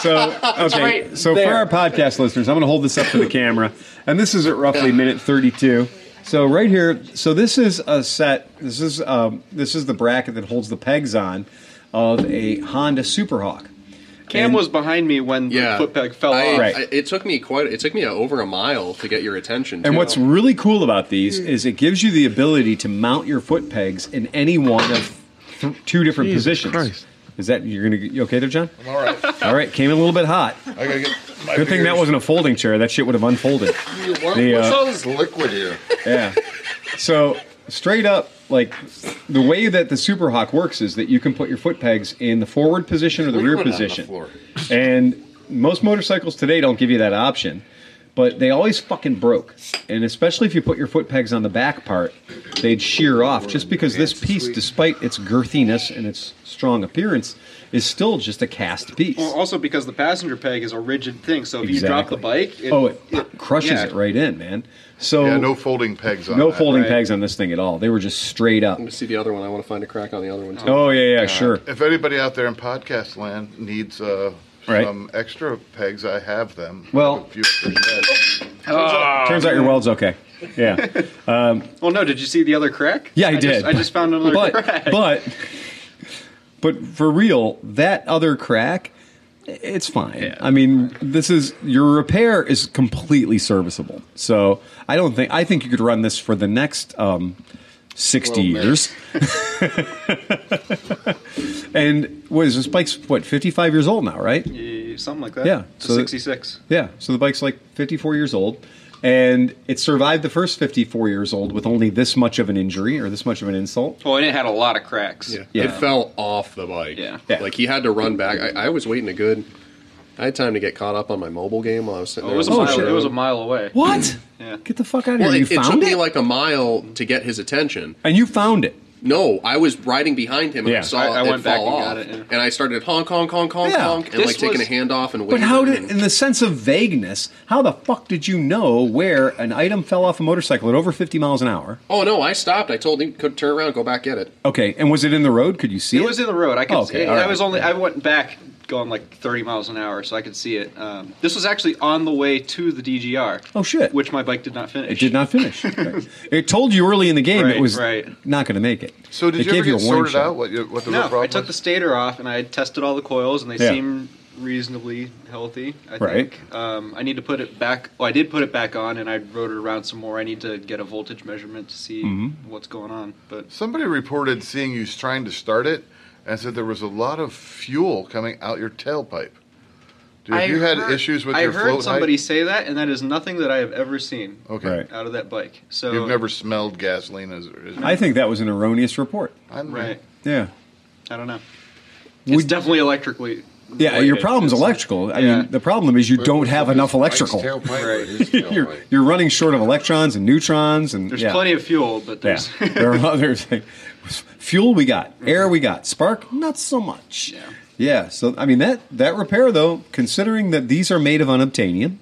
Speaker 1: So, okay, so for our podcast listeners, I'm going to hold this up to the camera, and this is at roughly minute 32. So right here, so this is a set. This is um, this is the bracket that holds the pegs on of a Honda Superhawk.
Speaker 7: Cam was behind me when
Speaker 6: yeah,
Speaker 7: the foot peg fell
Speaker 6: I-
Speaker 7: off.
Speaker 1: Right.
Speaker 6: I- it took me quite. It took me over a mile to get your attention.
Speaker 1: And
Speaker 6: too.
Speaker 1: what's really cool about these is it gives you the ability to mount your foot pegs in any one of th- two different positions.
Speaker 3: Christ.
Speaker 1: Is that you're gonna you okay there, John?
Speaker 2: All right.
Speaker 1: All right, came in a little bit hot.
Speaker 2: I gotta get my
Speaker 1: Good thing that wasn't a folding chair. That shit would have unfolded.
Speaker 2: fingers. What,
Speaker 1: the,
Speaker 2: what's
Speaker 1: uh,
Speaker 2: all this liquid here?
Speaker 1: Yeah. So straight up, like the way that the Superhawk works is that you can put your foot pegs in the forward position or the rear
Speaker 2: Liquid on the
Speaker 1: position.
Speaker 2: floor.
Speaker 1: And most motorcycles today don't give you that option, but they always fucking broke. And especially if you put your foot pegs on the back part, they'd shear off just because this piece, despite its girthiness and its strong appearance, is still just a cast piece.
Speaker 7: Well, also because the passenger peg is a rigid thing, so if you drop the bike,
Speaker 1: oh, it, crushes
Speaker 7: yeah.
Speaker 1: it right in, man. So
Speaker 2: Yeah, no folding pegs on
Speaker 1: no
Speaker 2: that.
Speaker 1: folding
Speaker 7: right.
Speaker 1: pegs on this thing at all. They were just straight up.
Speaker 6: Let me see the other one. I want to find a crack on the other one too.
Speaker 1: Oh yeah, yeah, sure.
Speaker 2: If anybody out there in podcast land needs uh,
Speaker 1: Right.
Speaker 2: some extra pegs, I have them.
Speaker 1: Well-
Speaker 2: If you forget.
Speaker 7: Ah.
Speaker 1: Turns out your weld's okay. Yeah,
Speaker 7: Oh no! Did you see the other crack?
Speaker 1: yeah, I, did.
Speaker 7: Just, I just found another
Speaker 1: but,
Speaker 7: crack.
Speaker 1: But, but for real, that other crack, it's fine. I mean, this is your repair is completely serviceable. So I don't think I think you could run this for the next um, sixty years. and what is this bike's what fifty five years old now, right?
Speaker 7: Eh, something like that.
Speaker 1: Yeah,
Speaker 7: It's a
Speaker 1: so-
Speaker 7: sixty-six.
Speaker 1: Yeah. So the bike's like 54 years old, and it survived the first 54 years old with only this much of an injury or this much of an insult.
Speaker 7: Oh, and it had a lot of cracks.
Speaker 6: Yeah.
Speaker 1: Yeah.
Speaker 6: It fell off the bike.
Speaker 7: Yeah.
Speaker 1: Yeah.
Speaker 6: Like he had to run back. I, I was waiting a good I had time to get caught up on my mobile game while I was sitting
Speaker 7: Oh,
Speaker 6: there.
Speaker 7: it was a
Speaker 6: on the
Speaker 7: mile.
Speaker 6: road.
Speaker 7: It was a mile away.
Speaker 1: What?
Speaker 7: Yeah.
Speaker 1: Get the fuck out of
Speaker 6: Well,
Speaker 1: here!
Speaker 6: it,
Speaker 1: you
Speaker 6: it
Speaker 1: found
Speaker 6: took
Speaker 1: it,
Speaker 6: me like a mile to get his attention.
Speaker 1: and you found it.
Speaker 6: No, I was riding behind him and
Speaker 1: Yeah.
Speaker 6: I saw
Speaker 1: I- I
Speaker 6: it
Speaker 1: went
Speaker 6: fall
Speaker 1: back and
Speaker 6: off,
Speaker 1: got
Speaker 6: and, I started honk, honk, honk, honk,
Speaker 1: Yeah.
Speaker 6: honk, and
Speaker 1: This
Speaker 6: like taking a
Speaker 1: was-
Speaker 6: hand off and
Speaker 1: But
Speaker 6: waving.
Speaker 1: how did, in the sense of vagueness, how the fuck did you know where an item fell off a motorcycle at over 50 miles an hour?
Speaker 6: Oh no! I stopped. I told him could turn around, go back get it.
Speaker 1: Okay, and was it in the road? Could you see
Speaker 7: it
Speaker 1: it?
Speaker 7: was in the road. I could.
Speaker 1: Okay,
Speaker 7: I
Speaker 1: all right.
Speaker 7: was only. I went back going like 30 miles an hour, so I could see it. Um, this was actually on the way to the DGR.
Speaker 1: Oh shit!
Speaker 7: Which my bike did not finish.
Speaker 1: It did not finish. Right. it told you early in the game it
Speaker 7: Right,
Speaker 1: was
Speaker 7: right.
Speaker 1: not going to make it.
Speaker 7: So did
Speaker 1: it
Speaker 7: you ever get
Speaker 1: a warning
Speaker 7: sorted
Speaker 1: shot.
Speaker 7: out
Speaker 2: What, you- what the real
Speaker 7: No, I
Speaker 2: problem?
Speaker 7: took the stator off and I had tested all the coils and they
Speaker 1: Yeah.
Speaker 7: seem reasonably healthy. I
Speaker 1: Right.
Speaker 7: think. Um, I need to put it back. Well, I did put it back on and I rode it around some more. I need to get a voltage measurement to see
Speaker 2: Mhm.
Speaker 1: Mm-hmm.
Speaker 7: what's going on. But
Speaker 2: somebody reported seeing you trying to start it and said there was a lot of fuel coming out your tailpipe. Dude,
Speaker 7: I
Speaker 2: have you had
Speaker 7: heard-
Speaker 2: issues with
Speaker 7: I
Speaker 2: your
Speaker 7: heard
Speaker 2: float
Speaker 7: somebody
Speaker 2: height?
Speaker 7: say that, and that is nothing that I have ever seen.
Speaker 2: Okay. Right.
Speaker 7: Out of that bike, so
Speaker 2: You've never smelled gasoline as, as
Speaker 1: I think that was an erroneous report.
Speaker 2: I'm
Speaker 7: right.
Speaker 1: Yeah.
Speaker 7: I don't know. It's definitely electrically.
Speaker 1: Yeah, your problem's electrical. I mean, the problem is you don't have enough electrical. you're, you're running short of electrons and neutrons, and
Speaker 7: There's
Speaker 1: yeah.
Speaker 7: plenty of fuel, but
Speaker 1: Yeah.
Speaker 7: there's
Speaker 1: there are others. Fuel we got, air we got, spark not so much. Yeah. So I mean that that repair though, considering that these are made of unobtainium,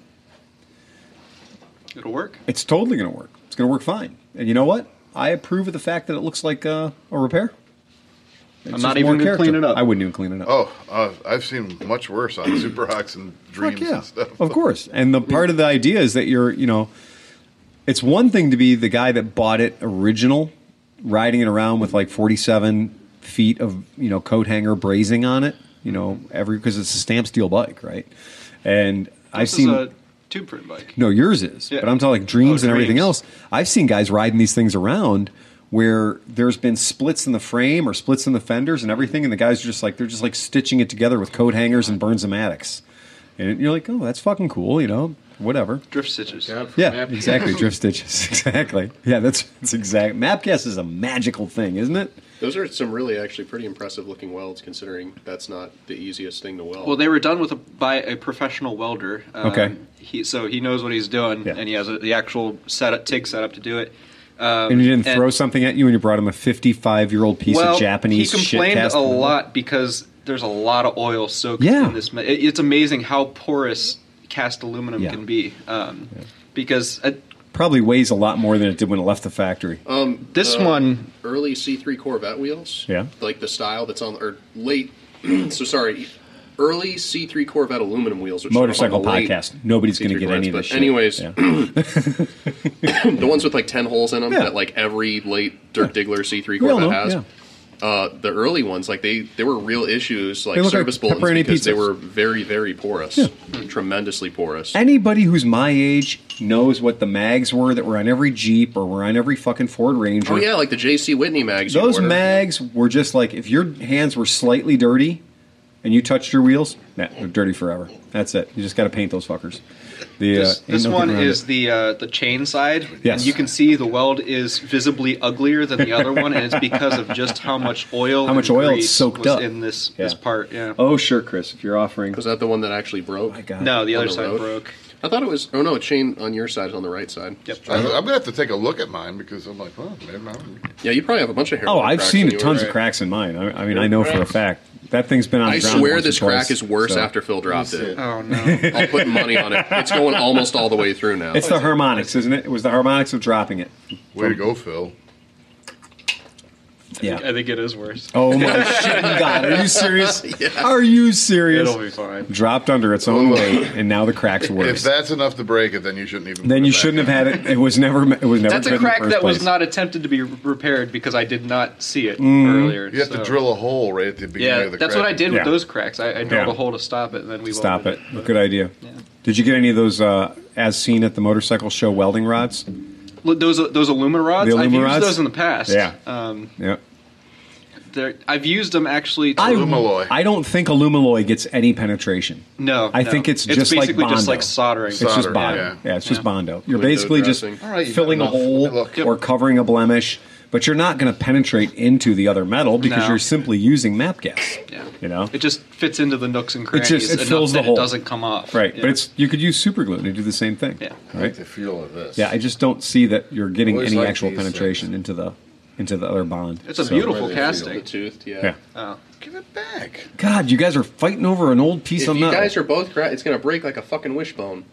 Speaker 7: it'll work.
Speaker 1: it's totally going to work. It's going to work fine. And you know what? I approve of the fact that it looks like uh, a repair. It's
Speaker 2: I'm
Speaker 1: just
Speaker 2: not even
Speaker 1: more
Speaker 2: gonna
Speaker 1: character.
Speaker 2: clean it up.
Speaker 1: I wouldn't even clean it up.
Speaker 2: Oh, uh, I've seen much worse on Super Hawks and Dreams
Speaker 1: yeah.
Speaker 2: and stuff.
Speaker 1: Of course. And the part of the idea is that you're, you know, it's one thing to be the guy that bought it original, riding it around with like 47 feet of, you know, coat hanger brazing on it, you know, every, because it's a stamp steel bike, right? And I've
Speaker 7: This
Speaker 1: seen.
Speaker 7: is a tube print bike.
Speaker 1: No, yours is.
Speaker 7: Yeah.
Speaker 1: But I'm talking like dreams
Speaker 7: Oh,
Speaker 1: and everything
Speaker 7: Dreams.
Speaker 1: else. I've seen guys riding these things around where there's been splits in the frame or splits in the fenders and everything, and the guys are just like they're just like stitching it together with coat hangers and burns matics. And you're like, oh, that's fucking cool, you know, whatever.
Speaker 7: Drift stitches.
Speaker 1: Yeah, exactly. Drift stitches. Exactly. Yeah, that's that's exact. Mapcast is a magical thing, isn't it?
Speaker 6: Those are some really actually pretty impressive looking welds, considering that's not the easiest thing to weld.
Speaker 7: Well, they were done with a, by a professional welder. Um,
Speaker 1: Okay.
Speaker 7: He, so he knows what he's doing, and he has a, the actual setup, TIG setup to do it. Um,
Speaker 1: and you didn't throw something at you, and you brought him a 55 year old piece
Speaker 7: well,
Speaker 1: of Japanese
Speaker 7: He complained
Speaker 1: shit cast
Speaker 7: a
Speaker 1: in the middle.
Speaker 7: lot because there's a lot of oil soaked
Speaker 1: Yeah.
Speaker 7: in this. ma- It, it's amazing how porous cast aluminum can be. Um, Because uh,
Speaker 1: Probably weighs a lot more than it did when it left the factory.
Speaker 6: Um,
Speaker 7: This
Speaker 6: the
Speaker 7: one-
Speaker 6: early C3 Corvette wheels,
Speaker 1: Yeah.
Speaker 6: like the style that's on or late. so sorry, early C3 Corvette aluminum wheels, which are on the
Speaker 1: Motorcycle
Speaker 6: late
Speaker 1: podcast. Nobody's going to get any of
Speaker 6: but
Speaker 1: this shit.
Speaker 6: anyways,
Speaker 1: Yeah.
Speaker 6: the ones with like ten holes in them
Speaker 1: Yeah.
Speaker 6: that like every late Dirk Diggler C3
Speaker 1: We all know,
Speaker 6: Corvette has.
Speaker 1: yeah.
Speaker 6: Uh, the early ones, like they, there were real issues, like
Speaker 1: They look like
Speaker 6: service bulletins,
Speaker 1: pepperoni
Speaker 6: because they
Speaker 1: pizzas.
Speaker 6: were very, very porous, tremendously porous.
Speaker 1: Anybody who's my age knows what the mags were that were on every Jeep or were on every fucking Ford Ranger.
Speaker 6: Oh yeah, like the J.C. Whitney mags. you
Speaker 1: Those
Speaker 6: order.
Speaker 1: mags were just like if your hands were slightly dirty and you touched your wheels, nah, they're dirty forever. That's it. You just got to paint those fuckers. The,
Speaker 7: this,
Speaker 1: uh, ain't
Speaker 7: this
Speaker 1: no
Speaker 7: one
Speaker 1: getting around
Speaker 7: is
Speaker 1: it.
Speaker 7: the uh, the chain side.
Speaker 1: Yes.
Speaker 7: And you can see the weld is visibly uglier than the other one, and it's because of just how much oil
Speaker 1: How much
Speaker 7: and
Speaker 1: oil it's
Speaker 7: grease
Speaker 1: soaked
Speaker 7: was
Speaker 1: up.
Speaker 7: in this this
Speaker 1: Yeah.
Speaker 7: part. Yeah.
Speaker 1: Oh sure, Chris. If you're offering, Oh
Speaker 6: was that the one that actually broke?
Speaker 7: No, the
Speaker 6: On
Speaker 7: other side
Speaker 6: road?
Speaker 7: broke.
Speaker 6: I thought it was. Oh no, a chain on your side is on the right side.
Speaker 7: Yep.
Speaker 2: I, I'm gonna have to take a look at mine because I'm like, oh, maybe I'm
Speaker 6: Yeah, you probably have a bunch of hair.
Speaker 1: oh, I've seen
Speaker 6: it.
Speaker 1: tons of cracks in mine. I, I mean, I know for a fact that thing's been on.
Speaker 6: I
Speaker 1: the ground
Speaker 6: swear
Speaker 1: once or
Speaker 6: this crack
Speaker 1: twice,
Speaker 6: is worse
Speaker 1: so.
Speaker 6: after Phil dropped it.
Speaker 7: Oh no!
Speaker 6: I'll put money on it. It's going almost all the way through now.
Speaker 1: It's the harmonics, isn't it? It was the harmonics of dropping it.
Speaker 6: Way to
Speaker 2: go, Phil.
Speaker 1: Yeah.
Speaker 7: I think it is worse.
Speaker 1: Oh my shit, God! Are you serious? Are you serious?
Speaker 2: It'll be fine.
Speaker 1: Dropped under its own weight, and now the crack's
Speaker 2: If
Speaker 1: worse.
Speaker 2: that's enough to break it, then you shouldn't even.
Speaker 1: then you shouldn't have had it. It was never. It was never.
Speaker 7: That's a
Speaker 1: good in the
Speaker 7: crack
Speaker 1: first
Speaker 7: that was
Speaker 1: place.
Speaker 7: not attempted to be re- repaired because I did not see it
Speaker 1: Mhm.
Speaker 7: earlier.
Speaker 2: You have to
Speaker 7: so-
Speaker 2: drill a hole right at the beginning
Speaker 7: Yeah,
Speaker 2: of the.
Speaker 7: that's
Speaker 2: crack.
Speaker 7: what I did
Speaker 1: Yeah.
Speaker 7: with those cracks. I, I drilled
Speaker 1: Yeah.
Speaker 7: a hole to stop it, and then we
Speaker 1: Stop
Speaker 7: welded
Speaker 1: it. Good idea. Did you get any of those uh, as seen at the motorcycle show welding rods?
Speaker 7: Look, Those those aluminum rods.
Speaker 1: The aluminum
Speaker 7: I've used
Speaker 1: rods?
Speaker 7: those in the past.
Speaker 1: Yeah.
Speaker 7: Um,
Speaker 1: Yeah.
Speaker 7: they're- I've used them actually. To
Speaker 1: I don't think alumiloy gets any penetration.
Speaker 7: No,
Speaker 1: I
Speaker 7: no.
Speaker 1: think it's,
Speaker 7: It's
Speaker 1: just like
Speaker 7: basically
Speaker 1: Bondo.
Speaker 7: just like soldering.
Speaker 1: It's
Speaker 7: Solder,
Speaker 1: just Bondo.
Speaker 7: yeah.
Speaker 1: Yeah, it's just Bondo. You're
Speaker 7: Window
Speaker 1: basically
Speaker 7: dressing.
Speaker 1: just
Speaker 7: All right, you've
Speaker 1: filling
Speaker 7: got
Speaker 1: a
Speaker 7: enough.
Speaker 1: hole or covering a blemish but you're not going to penetrate into the other metal because
Speaker 7: No.
Speaker 1: you're simply using map gas.
Speaker 7: Yeah.
Speaker 1: You know,
Speaker 7: It just fits into the nooks and
Speaker 1: It
Speaker 7: crannies.
Speaker 1: just it
Speaker 7: enough
Speaker 1: fills the
Speaker 7: that
Speaker 1: hole.
Speaker 7: It doesn't come off.
Speaker 1: Right,
Speaker 7: Yeah.
Speaker 1: but it's you could use super glue to do the same thing. Yeah,
Speaker 2: I
Speaker 1: right.
Speaker 2: like the feel of this.
Speaker 1: Yeah, I just don't see that you're getting
Speaker 2: Always
Speaker 1: any
Speaker 2: like
Speaker 1: actual
Speaker 2: these
Speaker 1: penetration into the into the other bond.
Speaker 7: It's a
Speaker 1: So-
Speaker 7: beautiful casting.
Speaker 6: The toothed, yeah.
Speaker 1: Yeah.
Speaker 7: Oh.
Speaker 6: Give it back.
Speaker 1: God, you guys are fighting over an old piece
Speaker 6: If
Speaker 1: of
Speaker 6: you
Speaker 1: metal.
Speaker 6: guys are both correct, it's gonna break like a fucking wishbone.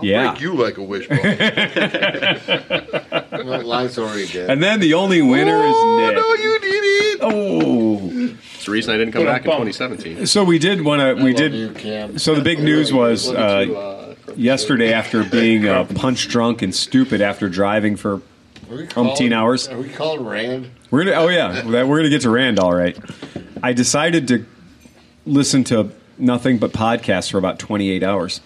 Speaker 1: yeah,
Speaker 2: you like a wishbone.
Speaker 8: Well, Lies already dead.
Speaker 1: and then the only winner
Speaker 7: Oh,
Speaker 1: is Nick.
Speaker 2: you did it.
Speaker 1: Oh,
Speaker 6: it's the reason I didn't come
Speaker 1: What a
Speaker 6: back in
Speaker 1: bump.
Speaker 6: 2017.
Speaker 1: So we did want to. We did. so the big news was
Speaker 6: Love you too,
Speaker 1: uh, yesterday after being uh, punch drunk and stupid after driving for umpteen hours.
Speaker 8: Are we calling Rand?
Speaker 1: We're gonna. Oh yeah, that, we're gonna get to Rand. All right. I decided to listen to nothing but podcasts for about 28 hours.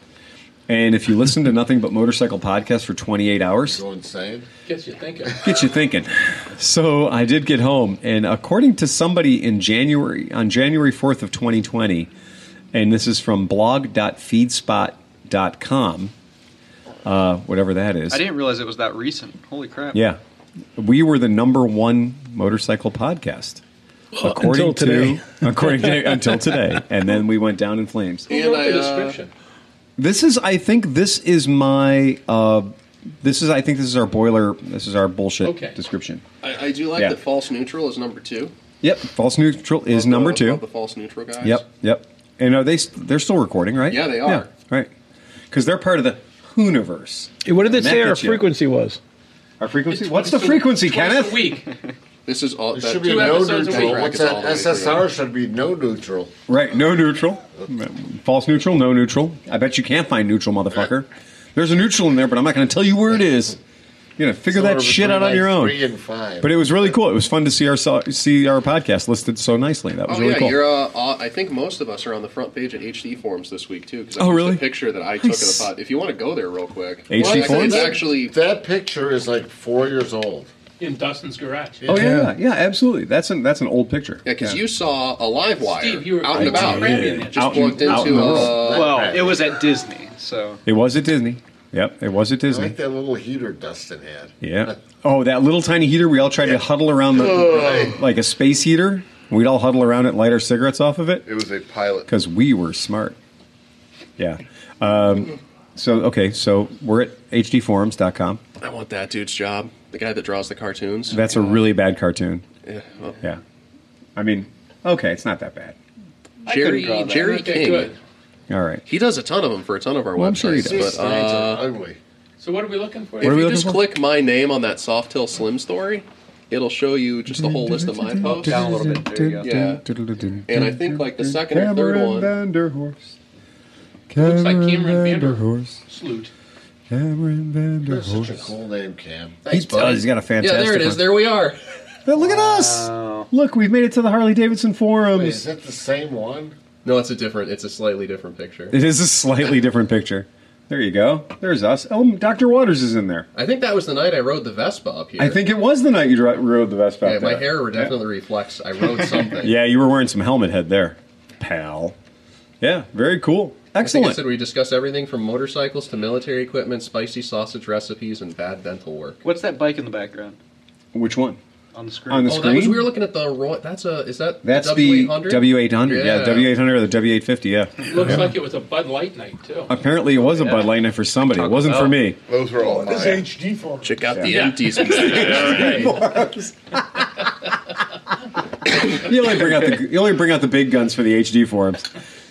Speaker 1: And if you listen to nothing but motorcycle podcasts for 28 hours,
Speaker 8: Go insane.
Speaker 4: Gets you thinking.
Speaker 1: get you thinking. So I did get home, and according to somebody in January on January fourth of twenty twenty, and this is from blog.feedspot.com, uh, whatever that is.
Speaker 7: I didn't realize it was that recent. Holy crap.
Speaker 1: Yeah, we were the number one motorcycle podcast.
Speaker 3: Well, until today.
Speaker 1: to according to until today, and then we went down in flames.
Speaker 6: And I, uh,
Speaker 1: This is, I think, this is my. Uh, this is, I think, this is our boiler. This is our bullshit
Speaker 6: Okay.
Speaker 1: description.
Speaker 6: I, I do like
Speaker 1: Yeah.
Speaker 6: that false neutral is number two.
Speaker 1: Yep, false neutral is
Speaker 6: Of the-
Speaker 1: number two.
Speaker 6: of the false neutral guys.
Speaker 1: Yep, yep. And are they? st- They're still recording, right?
Speaker 6: Yeah, they are.
Speaker 1: right, because they're part of the Hooniverse.
Speaker 3: What did it
Speaker 1: Matt
Speaker 3: say our
Speaker 1: Kitchen.
Speaker 3: frequency was?
Speaker 1: Our frequency. What's the frequency, Kenneth?
Speaker 6: a week. This is all.
Speaker 8: There
Speaker 6: that-
Speaker 8: should be
Speaker 6: two
Speaker 8: no
Speaker 6: episodes a
Speaker 8: neutral.
Speaker 6: week.
Speaker 8: What's
Speaker 6: It's
Speaker 8: that?
Speaker 6: all the way through.
Speaker 8: SSR should be no neutral.
Speaker 1: Right. No neutral. False neutral. No neutral. I bet you can't find neutral, motherfucker. There's a neutral in there, but I'm not going to tell you where it is. You're gonna figure
Speaker 8: Somewhere
Speaker 1: that shit
Speaker 8: between,
Speaker 1: out on
Speaker 8: like,
Speaker 1: your own.
Speaker 8: Three and five.
Speaker 1: But it was really cool. It was fun to see our see our podcast listed so nicely. That was
Speaker 6: Oh
Speaker 1: really
Speaker 6: yeah,
Speaker 1: cool.
Speaker 6: you're. Uh, all- I think most of us are on the front page at HD Forums this week too. Because
Speaker 1: Oh, really?
Speaker 6: A picture that I took of the pod. If you want to go there real quick,
Speaker 1: HD
Speaker 6: Well, it's-
Speaker 1: Forums?
Speaker 6: It's actually
Speaker 8: that picture is like four years old.
Speaker 4: In Dustin's garage.
Speaker 1: oh yeah, yeah, absolutely. That's an that's an old picture.
Speaker 6: Yeah, because you saw a live wire
Speaker 4: Steve, you were
Speaker 6: out and
Speaker 4: I
Speaker 6: about.
Speaker 1: did.
Speaker 6: Just
Speaker 1: Out and-
Speaker 6: plugged
Speaker 1: out in
Speaker 6: into
Speaker 1: the
Speaker 6: uh,
Speaker 1: world.
Speaker 7: Well, it was at Disney, so
Speaker 1: It was at Disney. Yep, it was at
Speaker 8: I
Speaker 1: Disney.
Speaker 8: like that little heater Dustin had.
Speaker 1: Yeah. Oh, that little tiny heater. We all tried to huddle around the
Speaker 8: Ugh.
Speaker 1: like a space heater. We'd all huddle around it, light our cigarettes off of it
Speaker 2: It was a pilot.
Speaker 1: because we were smart. Yeah. Um, so okay, so we're at hdforums.com.
Speaker 6: uh, I want that dude's job. The guy that draws the cartoons.
Speaker 1: That's a really bad cartoon.
Speaker 6: Yeah. well,
Speaker 1: Yeah. I mean, okay, it's not that bad.
Speaker 6: Jerry
Speaker 4: draw that.
Speaker 6: Jerry
Speaker 4: Not that
Speaker 6: King.
Speaker 4: good.
Speaker 1: All right.
Speaker 6: He does a ton of them for a ton of our
Speaker 1: Well, I'm
Speaker 6: websites.
Speaker 1: sure he does.
Speaker 6: But uh,
Speaker 8: ugly.
Speaker 4: So what are we looking for?
Speaker 6: if
Speaker 1: are we
Speaker 6: you
Speaker 1: looking
Speaker 6: just
Speaker 1: for?
Speaker 6: click my name on that Softail Slim story, it'll show you just the whole list of my posts.
Speaker 7: down a little bit. There you go.
Speaker 6: Yeah. And I think like the second or third
Speaker 1: Cameron
Speaker 6: one.
Speaker 1: Vanderhorst.
Speaker 4: Looks like Cameron Vander-
Speaker 1: Vanderhorst.
Speaker 4: Salute.
Speaker 1: Cameron
Speaker 8: That's such a
Speaker 1: Vanderhorst.
Speaker 8: cool name, Cam.
Speaker 1: He does. He's got a
Speaker 6: Yeah,
Speaker 1: fantastic.
Speaker 6: there it is.
Speaker 1: one.
Speaker 6: There we are.
Speaker 1: But look at us.
Speaker 7: Oh.
Speaker 1: Look, we've made it to the Harley Davidson
Speaker 8: Wait, is
Speaker 1: forums.
Speaker 8: that the same one?
Speaker 6: No, it's a different. It's a slightly different picture.
Speaker 1: It is a slightly different picture. There you go. There's us. Oh, Dr. Waters is in there.
Speaker 6: I think that was the night I rode the Vespa up here.
Speaker 1: I think it was the night you dro- rode the Vespa.
Speaker 6: Yeah,
Speaker 1: out
Speaker 6: my
Speaker 1: there.
Speaker 6: hair definitely reflects. I rode something.
Speaker 1: Yeah, you were wearing some helmet head there, pal. Yeah, very cool.
Speaker 6: I think I
Speaker 1: Excellent.
Speaker 6: said we discuss everything from motorcycles to military equipment, spicy sausage recipes, and bad dental work.
Speaker 7: What's that bike in the background
Speaker 1: Which one?
Speaker 7: on the screen?
Speaker 1: On the
Speaker 6: oh,
Speaker 1: screen.
Speaker 6: that was we were looking at the Roy. That's a is that
Speaker 1: That's the
Speaker 6: W800?
Speaker 1: W800. Yeah, W800 or the W850. Yeah.
Speaker 4: Looks like it was a Bud Light night too.
Speaker 1: Apparently, it was a Bud Light night for somebody. It wasn't for me.
Speaker 2: Those were all
Speaker 5: This
Speaker 2: mine.
Speaker 5: HD for
Speaker 6: Check out the
Speaker 4: Yeah.
Speaker 6: empties. All right. Oh.
Speaker 1: You only bring out the you only bring out the big guns for the HD forums.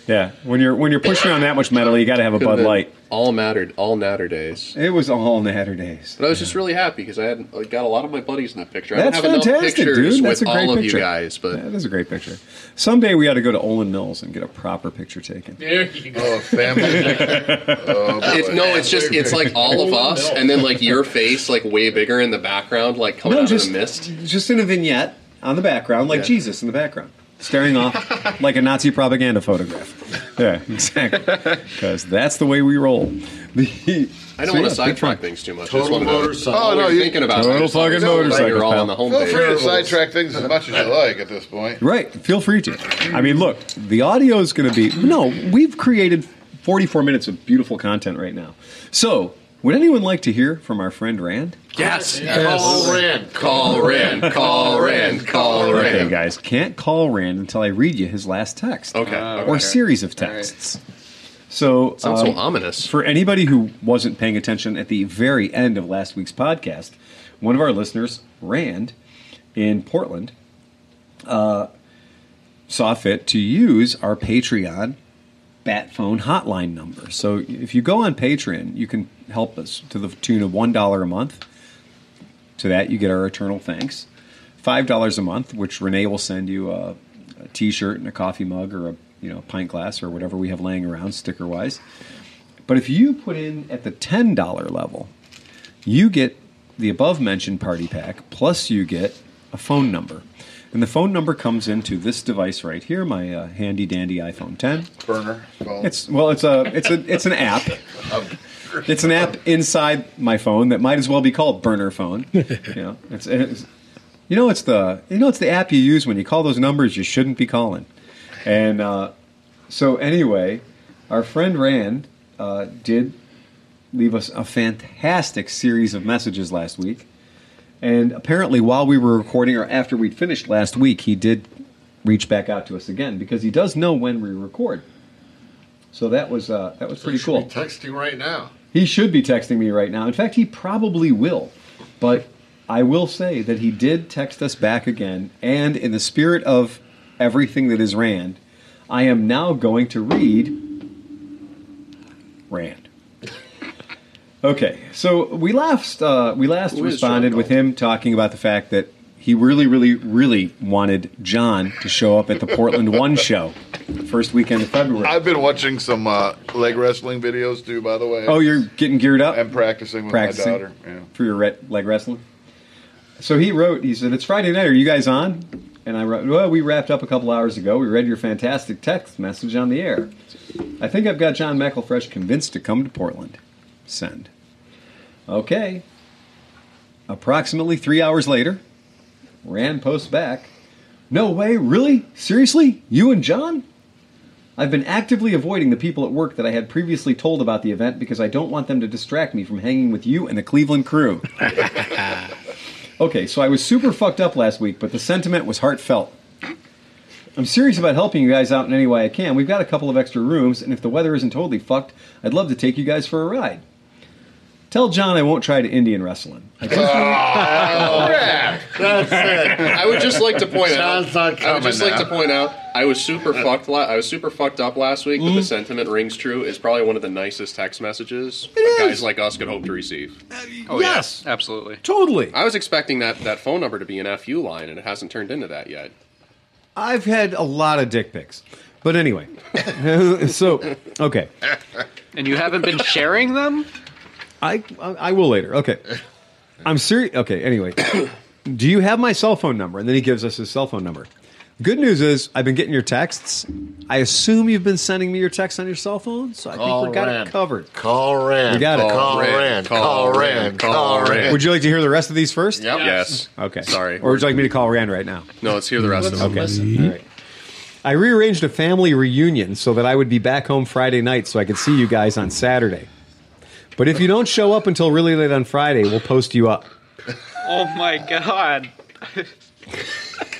Speaker 1: Yeah, when you're when you're pushing on that much metal, you got to have a Bud Light.
Speaker 6: All mattered. All natter days.
Speaker 1: It was all natter days.
Speaker 6: But I was just really happy because I had I got a lot of my buddies in that picture.
Speaker 1: That's
Speaker 6: I don't have
Speaker 1: fantastic,
Speaker 6: enough pictures
Speaker 1: dude. That's
Speaker 6: with
Speaker 1: a great
Speaker 6: all of
Speaker 1: picture.
Speaker 6: you guys, but
Speaker 1: That is a great picture. Someday we ought to go to Olin Mills and get a proper picture taken.
Speaker 4: There you go.
Speaker 2: Oh, family. oh, boy.
Speaker 6: It's, no, it's just it's like all of us, and then like your face, like way bigger in the background, like coming out
Speaker 1: just
Speaker 6: of the mist.
Speaker 1: just in a vignette on the background, like
Speaker 6: Yeah.
Speaker 1: Jesus in the background, staring off like a Nazi propaganda photograph. Yeah, exactly. Because that's the way we roll. The,
Speaker 6: I
Speaker 1: so, yeah,
Speaker 6: don't want to
Speaker 1: big fun.
Speaker 6: sidetrack things too much. I just
Speaker 8: Total
Speaker 6: wanted to-
Speaker 8: motorcycle.
Speaker 6: Oh,
Speaker 2: Oh, no,
Speaker 6: no,
Speaker 2: you-
Speaker 6: you're thinking about
Speaker 1: Total
Speaker 6: it. It's
Speaker 1: fucking
Speaker 6: always like
Speaker 1: motorcycle,
Speaker 6: You're all on the
Speaker 1: pal.
Speaker 6: home
Speaker 2: Feel free
Speaker 6: page.
Speaker 2: to sidetrack things as much as you like at this point.
Speaker 1: Right. Feel free to. I mean, look, the audio is going to be. No, we've created 44 minutes of beautiful content right now. So Would anyone like to hear from our friend Rand?
Speaker 6: Yes. Call Rand. Call Rand. Call Rand. Call Rand.
Speaker 1: Okay, guys, can't call Rand until I read you his last text.
Speaker 6: Okay. Ah,
Speaker 1: Or
Speaker 6: okay.
Speaker 1: series of texts. So um,
Speaker 6: Sounds so ominous.
Speaker 1: For anybody who wasn't paying attention at the very end of last week's podcast, one of our listeners, Rand, in Portland, uh, saw fit to use our Patreon bat phone hotline number. So if you go on Patreon, you can help us to the tune of one dollar a month. To that, you get our eternal thanks. Five dollars a month, which Renee will send you a, a T-shirt and a coffee mug or a you know pint glass or whatever we have laying around sticker wise. But if you put in at the ten dollar level, you get the above mentioned party pack plus you get a phone number. And the phone number comes into this device right here, my uh, handy dandy iPhone 10.
Speaker 2: Burner.
Speaker 1: It's well, it's a it's a it's an app. It's an app inside my phone that might as well be called burner phone. You know, it's, it's you know it's the you know it's the app you use when you call those numbers you shouldn't be calling. And uh, so anyway, our friend Rand uh, did leave us a fantastic series of messages last week. And apparently, while we were recording or after we'd finished last week, he did reach back out to us again because he does know when we record. So that was uh, that was pretty
Speaker 8: Should
Speaker 1: cool.
Speaker 8: be texting right now.
Speaker 1: He should be texting me right now. In fact, he probably will. But I will say that he did text us back again. And in the spirit of everything that is Rand, I am now going to read Rand. Okay, so we last uh, we last
Speaker 14: Who is
Speaker 1: responded with him talking about the fact that he really, really, really wanted John to show up at the Portland One show, first weekend of February.
Speaker 2: I've been watching some uh, leg wrestling videos too, by the way.
Speaker 1: Oh, you're getting geared up?
Speaker 2: I'm practicing with my daughter. Yeah.
Speaker 1: for your re- leg wrestling. So he wrote, he said, "It's Friday night. Are you guys on?" And I wrote, "Well, we wrapped up a couple hours ago. We read your fantastic text message on the air. I think I've got John McElfresh convinced to come to Portland. Send." Okay. Approximately three hours later, Rand posts back, "No way, really? Seriously? You and John?" I've been actively avoiding the people at work that I had previously told about the event because I don't want them to distract me from hanging with you and the Cleveland crew. okay, so I was super fucked up last week, but the sentiment was heartfelt. I'm serious about helping you guys out in any way I can. We've got a couple of extra rooms, and if the weather isn't totally fucked, I'd love to take you guys for a ride. Tell John I won't try to Indian wrestling. I just-
Speaker 6: That's it. I would just like to point
Speaker 8: Sounds
Speaker 6: out.
Speaker 8: not
Speaker 6: I would just
Speaker 8: coming
Speaker 6: like to
Speaker 8: now.
Speaker 6: point out. I was super fucked. La- I was super fucked up last week,
Speaker 8: Mm.
Speaker 6: but the sentiment rings true. It's probably one of the nicest text messages guys like us could hope to receive.
Speaker 7: Oh, yes. absolutely.
Speaker 1: Totally.
Speaker 6: I was expecting that that phone number to be an FU line, and it hasn't turned into that yet.
Speaker 1: I've had a lot of dick pics. But anyway, so, okay.
Speaker 7: And you haven't been sharing them?
Speaker 1: I I will later. Okay. I'm serious. Okay. Anyway, do you have my cell phone number? And then he gives us his cell phone number. Good news is I've been getting your texts. I assume you've been sending me your texts on your cell phone, so I think we got it covered.
Speaker 8: Call Rand.
Speaker 1: We got it.
Speaker 8: Call Rand. Call Rand. Call Rand.
Speaker 1: Would you like to hear the rest of these first?
Speaker 6: Yep. Yes.
Speaker 1: Okay.
Speaker 6: Sorry.
Speaker 1: Or would you like me to call Rand right now?
Speaker 6: No, let's hear the rest of them.
Speaker 1: Okay. All right. I rearranged a family reunion so that I would be back home Friday night so I could see you guys on Saturday. But if you don't show up until really late on Friday, we'll post you up.
Speaker 15: Oh my god.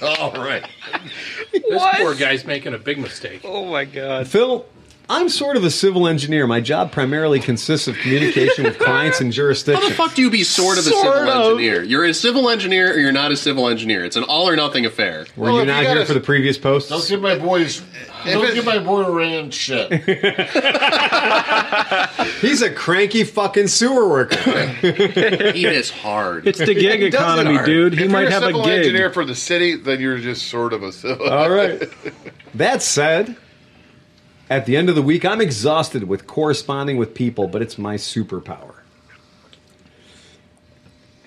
Speaker 6: All right.
Speaker 4: This
Speaker 15: What?
Speaker 4: poor guy's making a big mistake.
Speaker 15: Oh my god.
Speaker 1: Phil, I'm sort of a civil engineer. My job primarily consists of communication with clients and
Speaker 6: How the
Speaker 1: jurisdiction.
Speaker 6: fuck do you be sort of a
Speaker 1: Sort
Speaker 6: civil
Speaker 1: of.
Speaker 6: engineer? You're a civil engineer, or you're not a civil engineer. It's an all or nothing affair.
Speaker 1: Were you not here for the previous
Speaker 8: Don't
Speaker 1: posts?
Speaker 8: give my boys. Don't give my boy Rand shit.
Speaker 1: He's a cranky fucking sewer worker.
Speaker 6: He is hard.
Speaker 3: It's the gig
Speaker 2: He does it
Speaker 3: economy,
Speaker 2: hard.
Speaker 3: dude. He
Speaker 2: If
Speaker 3: might
Speaker 2: you're
Speaker 3: have a
Speaker 2: civil
Speaker 3: gig.
Speaker 2: engineer for the city, then you're just sort of a civil.
Speaker 1: All right. That said, at the end of the week, I'm exhausted with corresponding with people, but it's my superpower.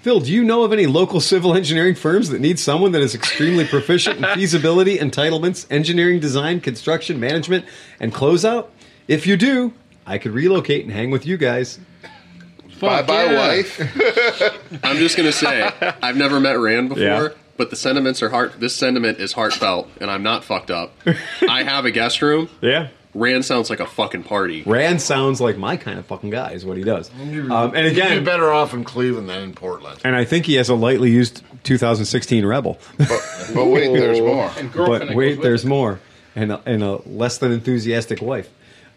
Speaker 1: Phil, do you know of any local civil engineering firms that need someone that is extremely proficient in feasibility, entitlements, engineering design, construction, management, and closeout? If you do, I could relocate and hang with you guys.
Speaker 2: Bye bye,
Speaker 6: yeah.
Speaker 2: wife.
Speaker 6: I'm just gonna say I've never met Rand before,
Speaker 1: Yeah.
Speaker 6: but the sentiments are heart. This sentiment is heartfelt, and I'm not fucked up. I have a guest room.
Speaker 1: Yeah.
Speaker 6: Rand sounds like a fucking party.
Speaker 1: Rand sounds like my kind of fucking guy, is what he does. Um, and
Speaker 6: You'd
Speaker 1: again,
Speaker 6: be
Speaker 1: better
Speaker 8: off in Cleveland than in Portland.
Speaker 1: and I think he has a lightly used 2016 Rebel.
Speaker 2: But wait, there's more.
Speaker 1: but wait, there's more, and a, and a less than enthusiastic wife.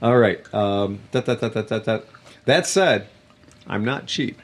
Speaker 1: All right. Um, that, that, that, that, that, that. that said, I'm not cheap.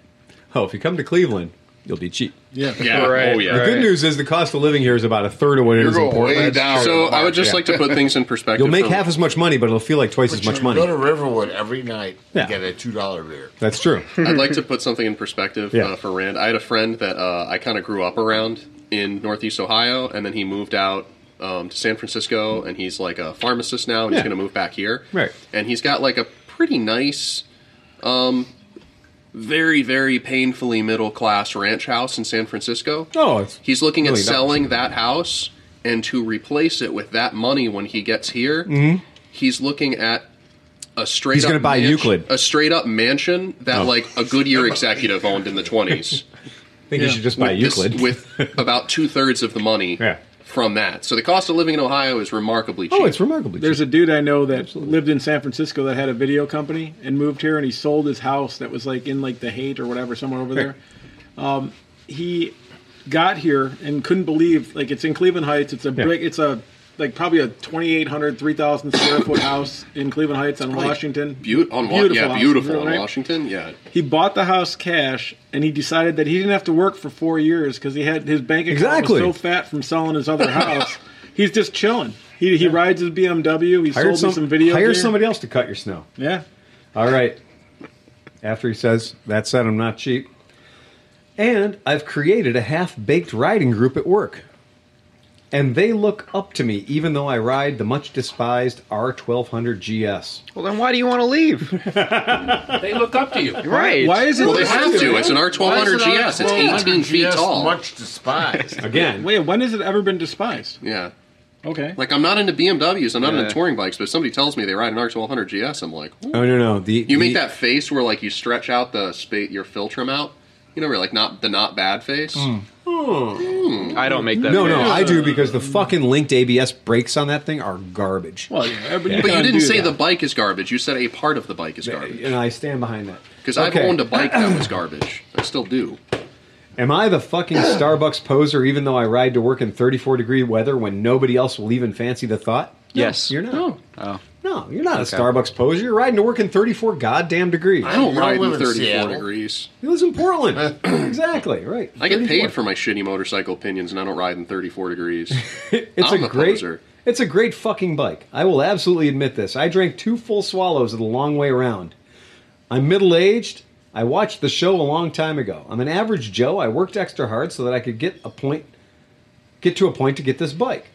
Speaker 1: Oh, if you come to Cleveland, you'll be cheap.
Speaker 8: Yeah.
Speaker 6: Yeah, Right, oh, yeah.
Speaker 1: The good
Speaker 6: right.
Speaker 1: news is the cost of living here is about a third of what it
Speaker 6: You're
Speaker 1: is in
Speaker 6: going
Speaker 1: Portland.
Speaker 6: way down So in the I would just market. like to put things in perspective
Speaker 1: You'll make
Speaker 6: for-
Speaker 1: half as much money, but it'll feel like twice as much money.
Speaker 8: Go to Riverwood every night
Speaker 1: Yeah.
Speaker 8: and get a two dollar beer.
Speaker 1: That's true.
Speaker 6: I'd like to put something in perspective
Speaker 1: Yeah.
Speaker 6: uh, for Rand. I had a friend that uh, I kind of grew up around in Northeast Ohio, and then he moved out um, to San Francisco, and he's like a pharmacist now, and he's
Speaker 1: Yeah.
Speaker 6: going to move back here.
Speaker 1: Right.
Speaker 6: And he's got like a pretty nice, um, very very painfully middle class ranch house in San Francisco.
Speaker 1: Oh, it's
Speaker 6: He's looking at
Speaker 1: Really not.
Speaker 6: selling that house and to replace it with that money when he gets here.
Speaker 1: Mhm.
Speaker 6: He's looking at a straight.
Speaker 1: He's
Speaker 6: up
Speaker 1: gonna buy
Speaker 6: mansion-
Speaker 1: Euclid.
Speaker 6: A straight up mansion that
Speaker 1: Oh.
Speaker 6: like a Goodyear executive owned in the twenties.
Speaker 1: I think you should just buy
Speaker 6: with this-
Speaker 1: Euclid.
Speaker 6: with about two thirds of the money from that. So the cost of living in Ohio is remarkably cheap.
Speaker 1: Oh, remarkably.
Speaker 3: There's a dude I know that lived in San Francisco that had a video company and moved here, and he sold his house that was like in like the hate or whatever somewhere over there. Um, he got here and couldn't believe like it's in Cleveland Heights. It's a
Speaker 1: Yeah.
Speaker 3: brick. It's a like probably a 2,800, 3,000 square foot house in Cleveland Heights on
Speaker 6: Probably
Speaker 3: Washington.
Speaker 6: Beaut- on Wa- yeah,
Speaker 3: house,
Speaker 6: beautiful on
Speaker 3: right?
Speaker 6: Washington. Yeah,
Speaker 3: He bought the house cash, and he decided that he didn't have to work for four years because he had his bank account
Speaker 1: Exactly.
Speaker 3: was so fat from selling his other house. He's just chilling. He, he rides his BMW. He sold me some video.
Speaker 1: hire
Speaker 3: gear.
Speaker 1: somebody else to cut your snow.
Speaker 3: Yeah.
Speaker 1: All right. After he says, that said, I'm not cheap. And I've created a half baked riding group at work. And they look up to me, even though I ride the much despised R1200 GS.
Speaker 7: Well, then why do you want to leave?
Speaker 4: they look up to you.
Speaker 7: Right. Why is it
Speaker 6: Well, they have to. It's an
Speaker 7: R1200
Speaker 6: R1200 GS. It's 18 feet tall.
Speaker 8: despised.
Speaker 1: Again.
Speaker 3: Wait, when has it ever been despised?
Speaker 6: Yeah.
Speaker 3: Okay.
Speaker 6: Like I'm not into BMWs. I'm not
Speaker 1: Yeah.
Speaker 6: into touring bikes. But if somebody tells me they ride an R1200 GS, I'm like, "Ooh."
Speaker 1: Oh, no, no. The,
Speaker 6: you make
Speaker 1: the-
Speaker 6: that face where like you stretch out the spa- your filtrum out. You know, where like not the not bad face.
Speaker 1: Mm.
Speaker 7: I don't make that.
Speaker 1: No, no,
Speaker 7: face.
Speaker 1: I do because the fucking linked ABS brakes on that thing are garbage.
Speaker 3: Well,
Speaker 6: But you didn't say the bike is garbage. You said a part of the bike is garbage.
Speaker 1: And I stand behind that.
Speaker 6: Because I've
Speaker 1: Okay.
Speaker 6: owned a bike that was garbage. I still do.
Speaker 1: Am I the fucking Starbucks poser even though I ride to work in 34 degree weather when nobody else will even fancy the thought? No,
Speaker 7: Yes.
Speaker 1: You're not. No.
Speaker 7: Oh.
Speaker 1: No, you're not
Speaker 7: Okay.
Speaker 1: a Starbucks poser. You're riding to work in 34 goddamn degrees.
Speaker 6: I don't ride in 34 degrees.
Speaker 1: He lives in Portland. exactly, right.
Speaker 6: I get
Speaker 1: 34.
Speaker 6: paid for my shitty motorcycle opinions, and I don't ride in 34 degrees.
Speaker 1: It's
Speaker 6: I'm
Speaker 1: a
Speaker 6: a
Speaker 1: great
Speaker 6: poser.
Speaker 1: It's a great fucking bike. I will absolutely admit this. I drank two full swallows of the long way around. I'm middle-aged. I watched the show a long time ago. I'm an average Joe. I worked extra hard so that I could get a point get to a point to get this bike.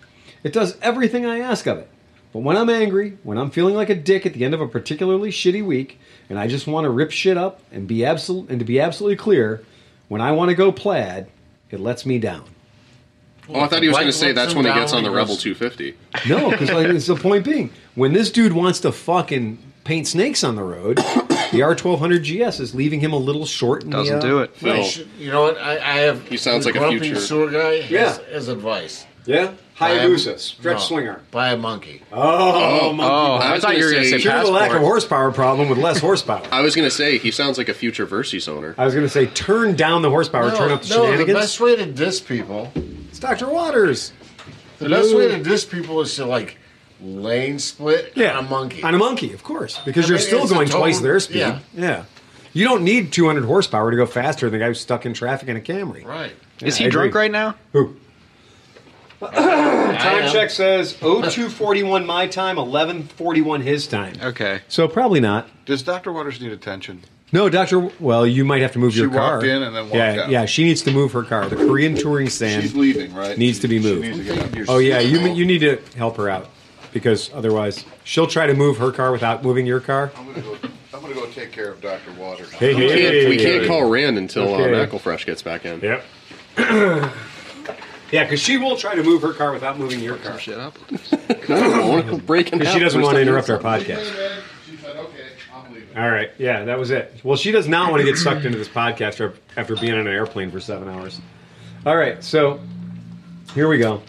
Speaker 1: It does everything I ask of it. But when I'm angry, when I'm feeling like a dick at the end of a particularly shitty week, and I just want to rip shit up and be absolute and to be absolutely clear, when I want to go plaid, it lets me down.
Speaker 6: Oh, I thought he was
Speaker 1: Bike
Speaker 6: going to say
Speaker 1: lets
Speaker 6: that's
Speaker 1: him
Speaker 6: when he
Speaker 1: down
Speaker 6: gets on the
Speaker 1: because-
Speaker 6: Rebel 250.
Speaker 1: No, because like, it's the point being, when this dude wants to fucking paint snakes on the road, the R1200 GS is leaving him a little short. In the, uh,
Speaker 8: Fish, You know what? I, I have.
Speaker 1: He sounds
Speaker 8: the
Speaker 1: like a
Speaker 8: grumpy
Speaker 1: future-
Speaker 8: sewer guy. Has,
Speaker 1: Yeah.
Speaker 8: Has advice.
Speaker 1: Yeah.
Speaker 8: Buy a-
Speaker 1: Hayabusa, stretch swinger.
Speaker 8: Buy a monkey.
Speaker 1: Oh, monkey bike. Cure the lack of horsepower problem with less horsepower.
Speaker 6: I was going to say he sounds like a future Versys owner.
Speaker 1: I was going to say, turn down the horsepower, turn up the
Speaker 8: no, the
Speaker 1: shenanigans.
Speaker 8: best way to diss people.
Speaker 1: It's Dr. Waters.
Speaker 8: The best way to diss people is to like lane split
Speaker 1: Yeah.
Speaker 8: on a monkey.
Speaker 1: On a monkey, of course, because
Speaker 8: I
Speaker 1: you're
Speaker 8: mean,
Speaker 1: still
Speaker 8: it's a
Speaker 1: going
Speaker 8: total-
Speaker 1: twice their speed.
Speaker 8: yeah.
Speaker 1: Yeah. You don't need 200 horsepower to go faster than the guy who's stuck in traffic in a Camry.
Speaker 8: Right.
Speaker 7: Is he drunk right now?
Speaker 1: Who?
Speaker 7: I
Speaker 1: time
Speaker 7: am.
Speaker 1: check says 0241 my time, 1141 his time.
Speaker 7: Okay.
Speaker 1: So probably not.
Speaker 2: Does Dr. Waters need attention?
Speaker 1: No, Doctor. Well, you might have to move
Speaker 2: She
Speaker 1: your car.
Speaker 2: walked in and then walked
Speaker 1: yeah,
Speaker 2: out.
Speaker 1: yeah. She needs to move her car. The Korean touring stand.
Speaker 2: She's leaving, right?
Speaker 1: Needs to be moved.
Speaker 2: needs to get out.
Speaker 1: oh yeah, you you need to help her out because otherwise she'll try to move her car without moving your car.
Speaker 2: I'm gonna go. I'm gonna go take care of Dr. Waters.
Speaker 1: Hey,
Speaker 6: we,
Speaker 1: hey,
Speaker 6: can't, we can't
Speaker 1: hey.
Speaker 6: call Rand until
Speaker 1: Okay.
Speaker 6: uh, McElfresh gets back in.
Speaker 1: Yep. yeah, because she will try to move her car without moving your car. Shut up.
Speaker 6: break in
Speaker 1: Because she
Speaker 6: half
Speaker 1: doesn't
Speaker 6: for
Speaker 1: want to
Speaker 6: some
Speaker 1: interrupt our
Speaker 6: reason.
Speaker 1: podcast. All right. Yeah, that was it. Well, she does not want to get sucked into this podcast or- after being on an airplane for seven hours. All right. So here we go.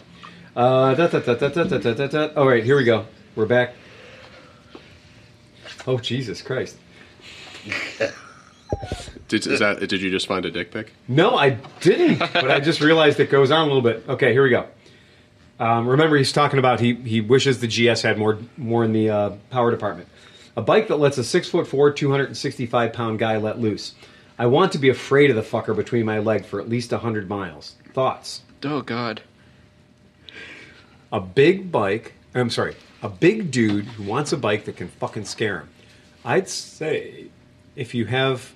Speaker 1: Uh, da, da, da, da, da, da, da, da, da. All right. Here we go. We're back. Oh Jesus Christ!
Speaker 6: Did, is that, did you just find a dick pic?
Speaker 1: No, I didn't. but I just realized it goes on a little bit. Okay, here we go. Um, remember, he's talking about he he wishes the GS had more more in the uh, power department. A bike that lets a six foot four, two hundred and sixty five pound guy let loose. I want to be afraid of the fucker between my leg for at least hundred miles. Thoughts?
Speaker 6: Oh God.
Speaker 1: A big bike. I'm sorry. A big dude who wants a bike that can fucking scare him. I'd say if you have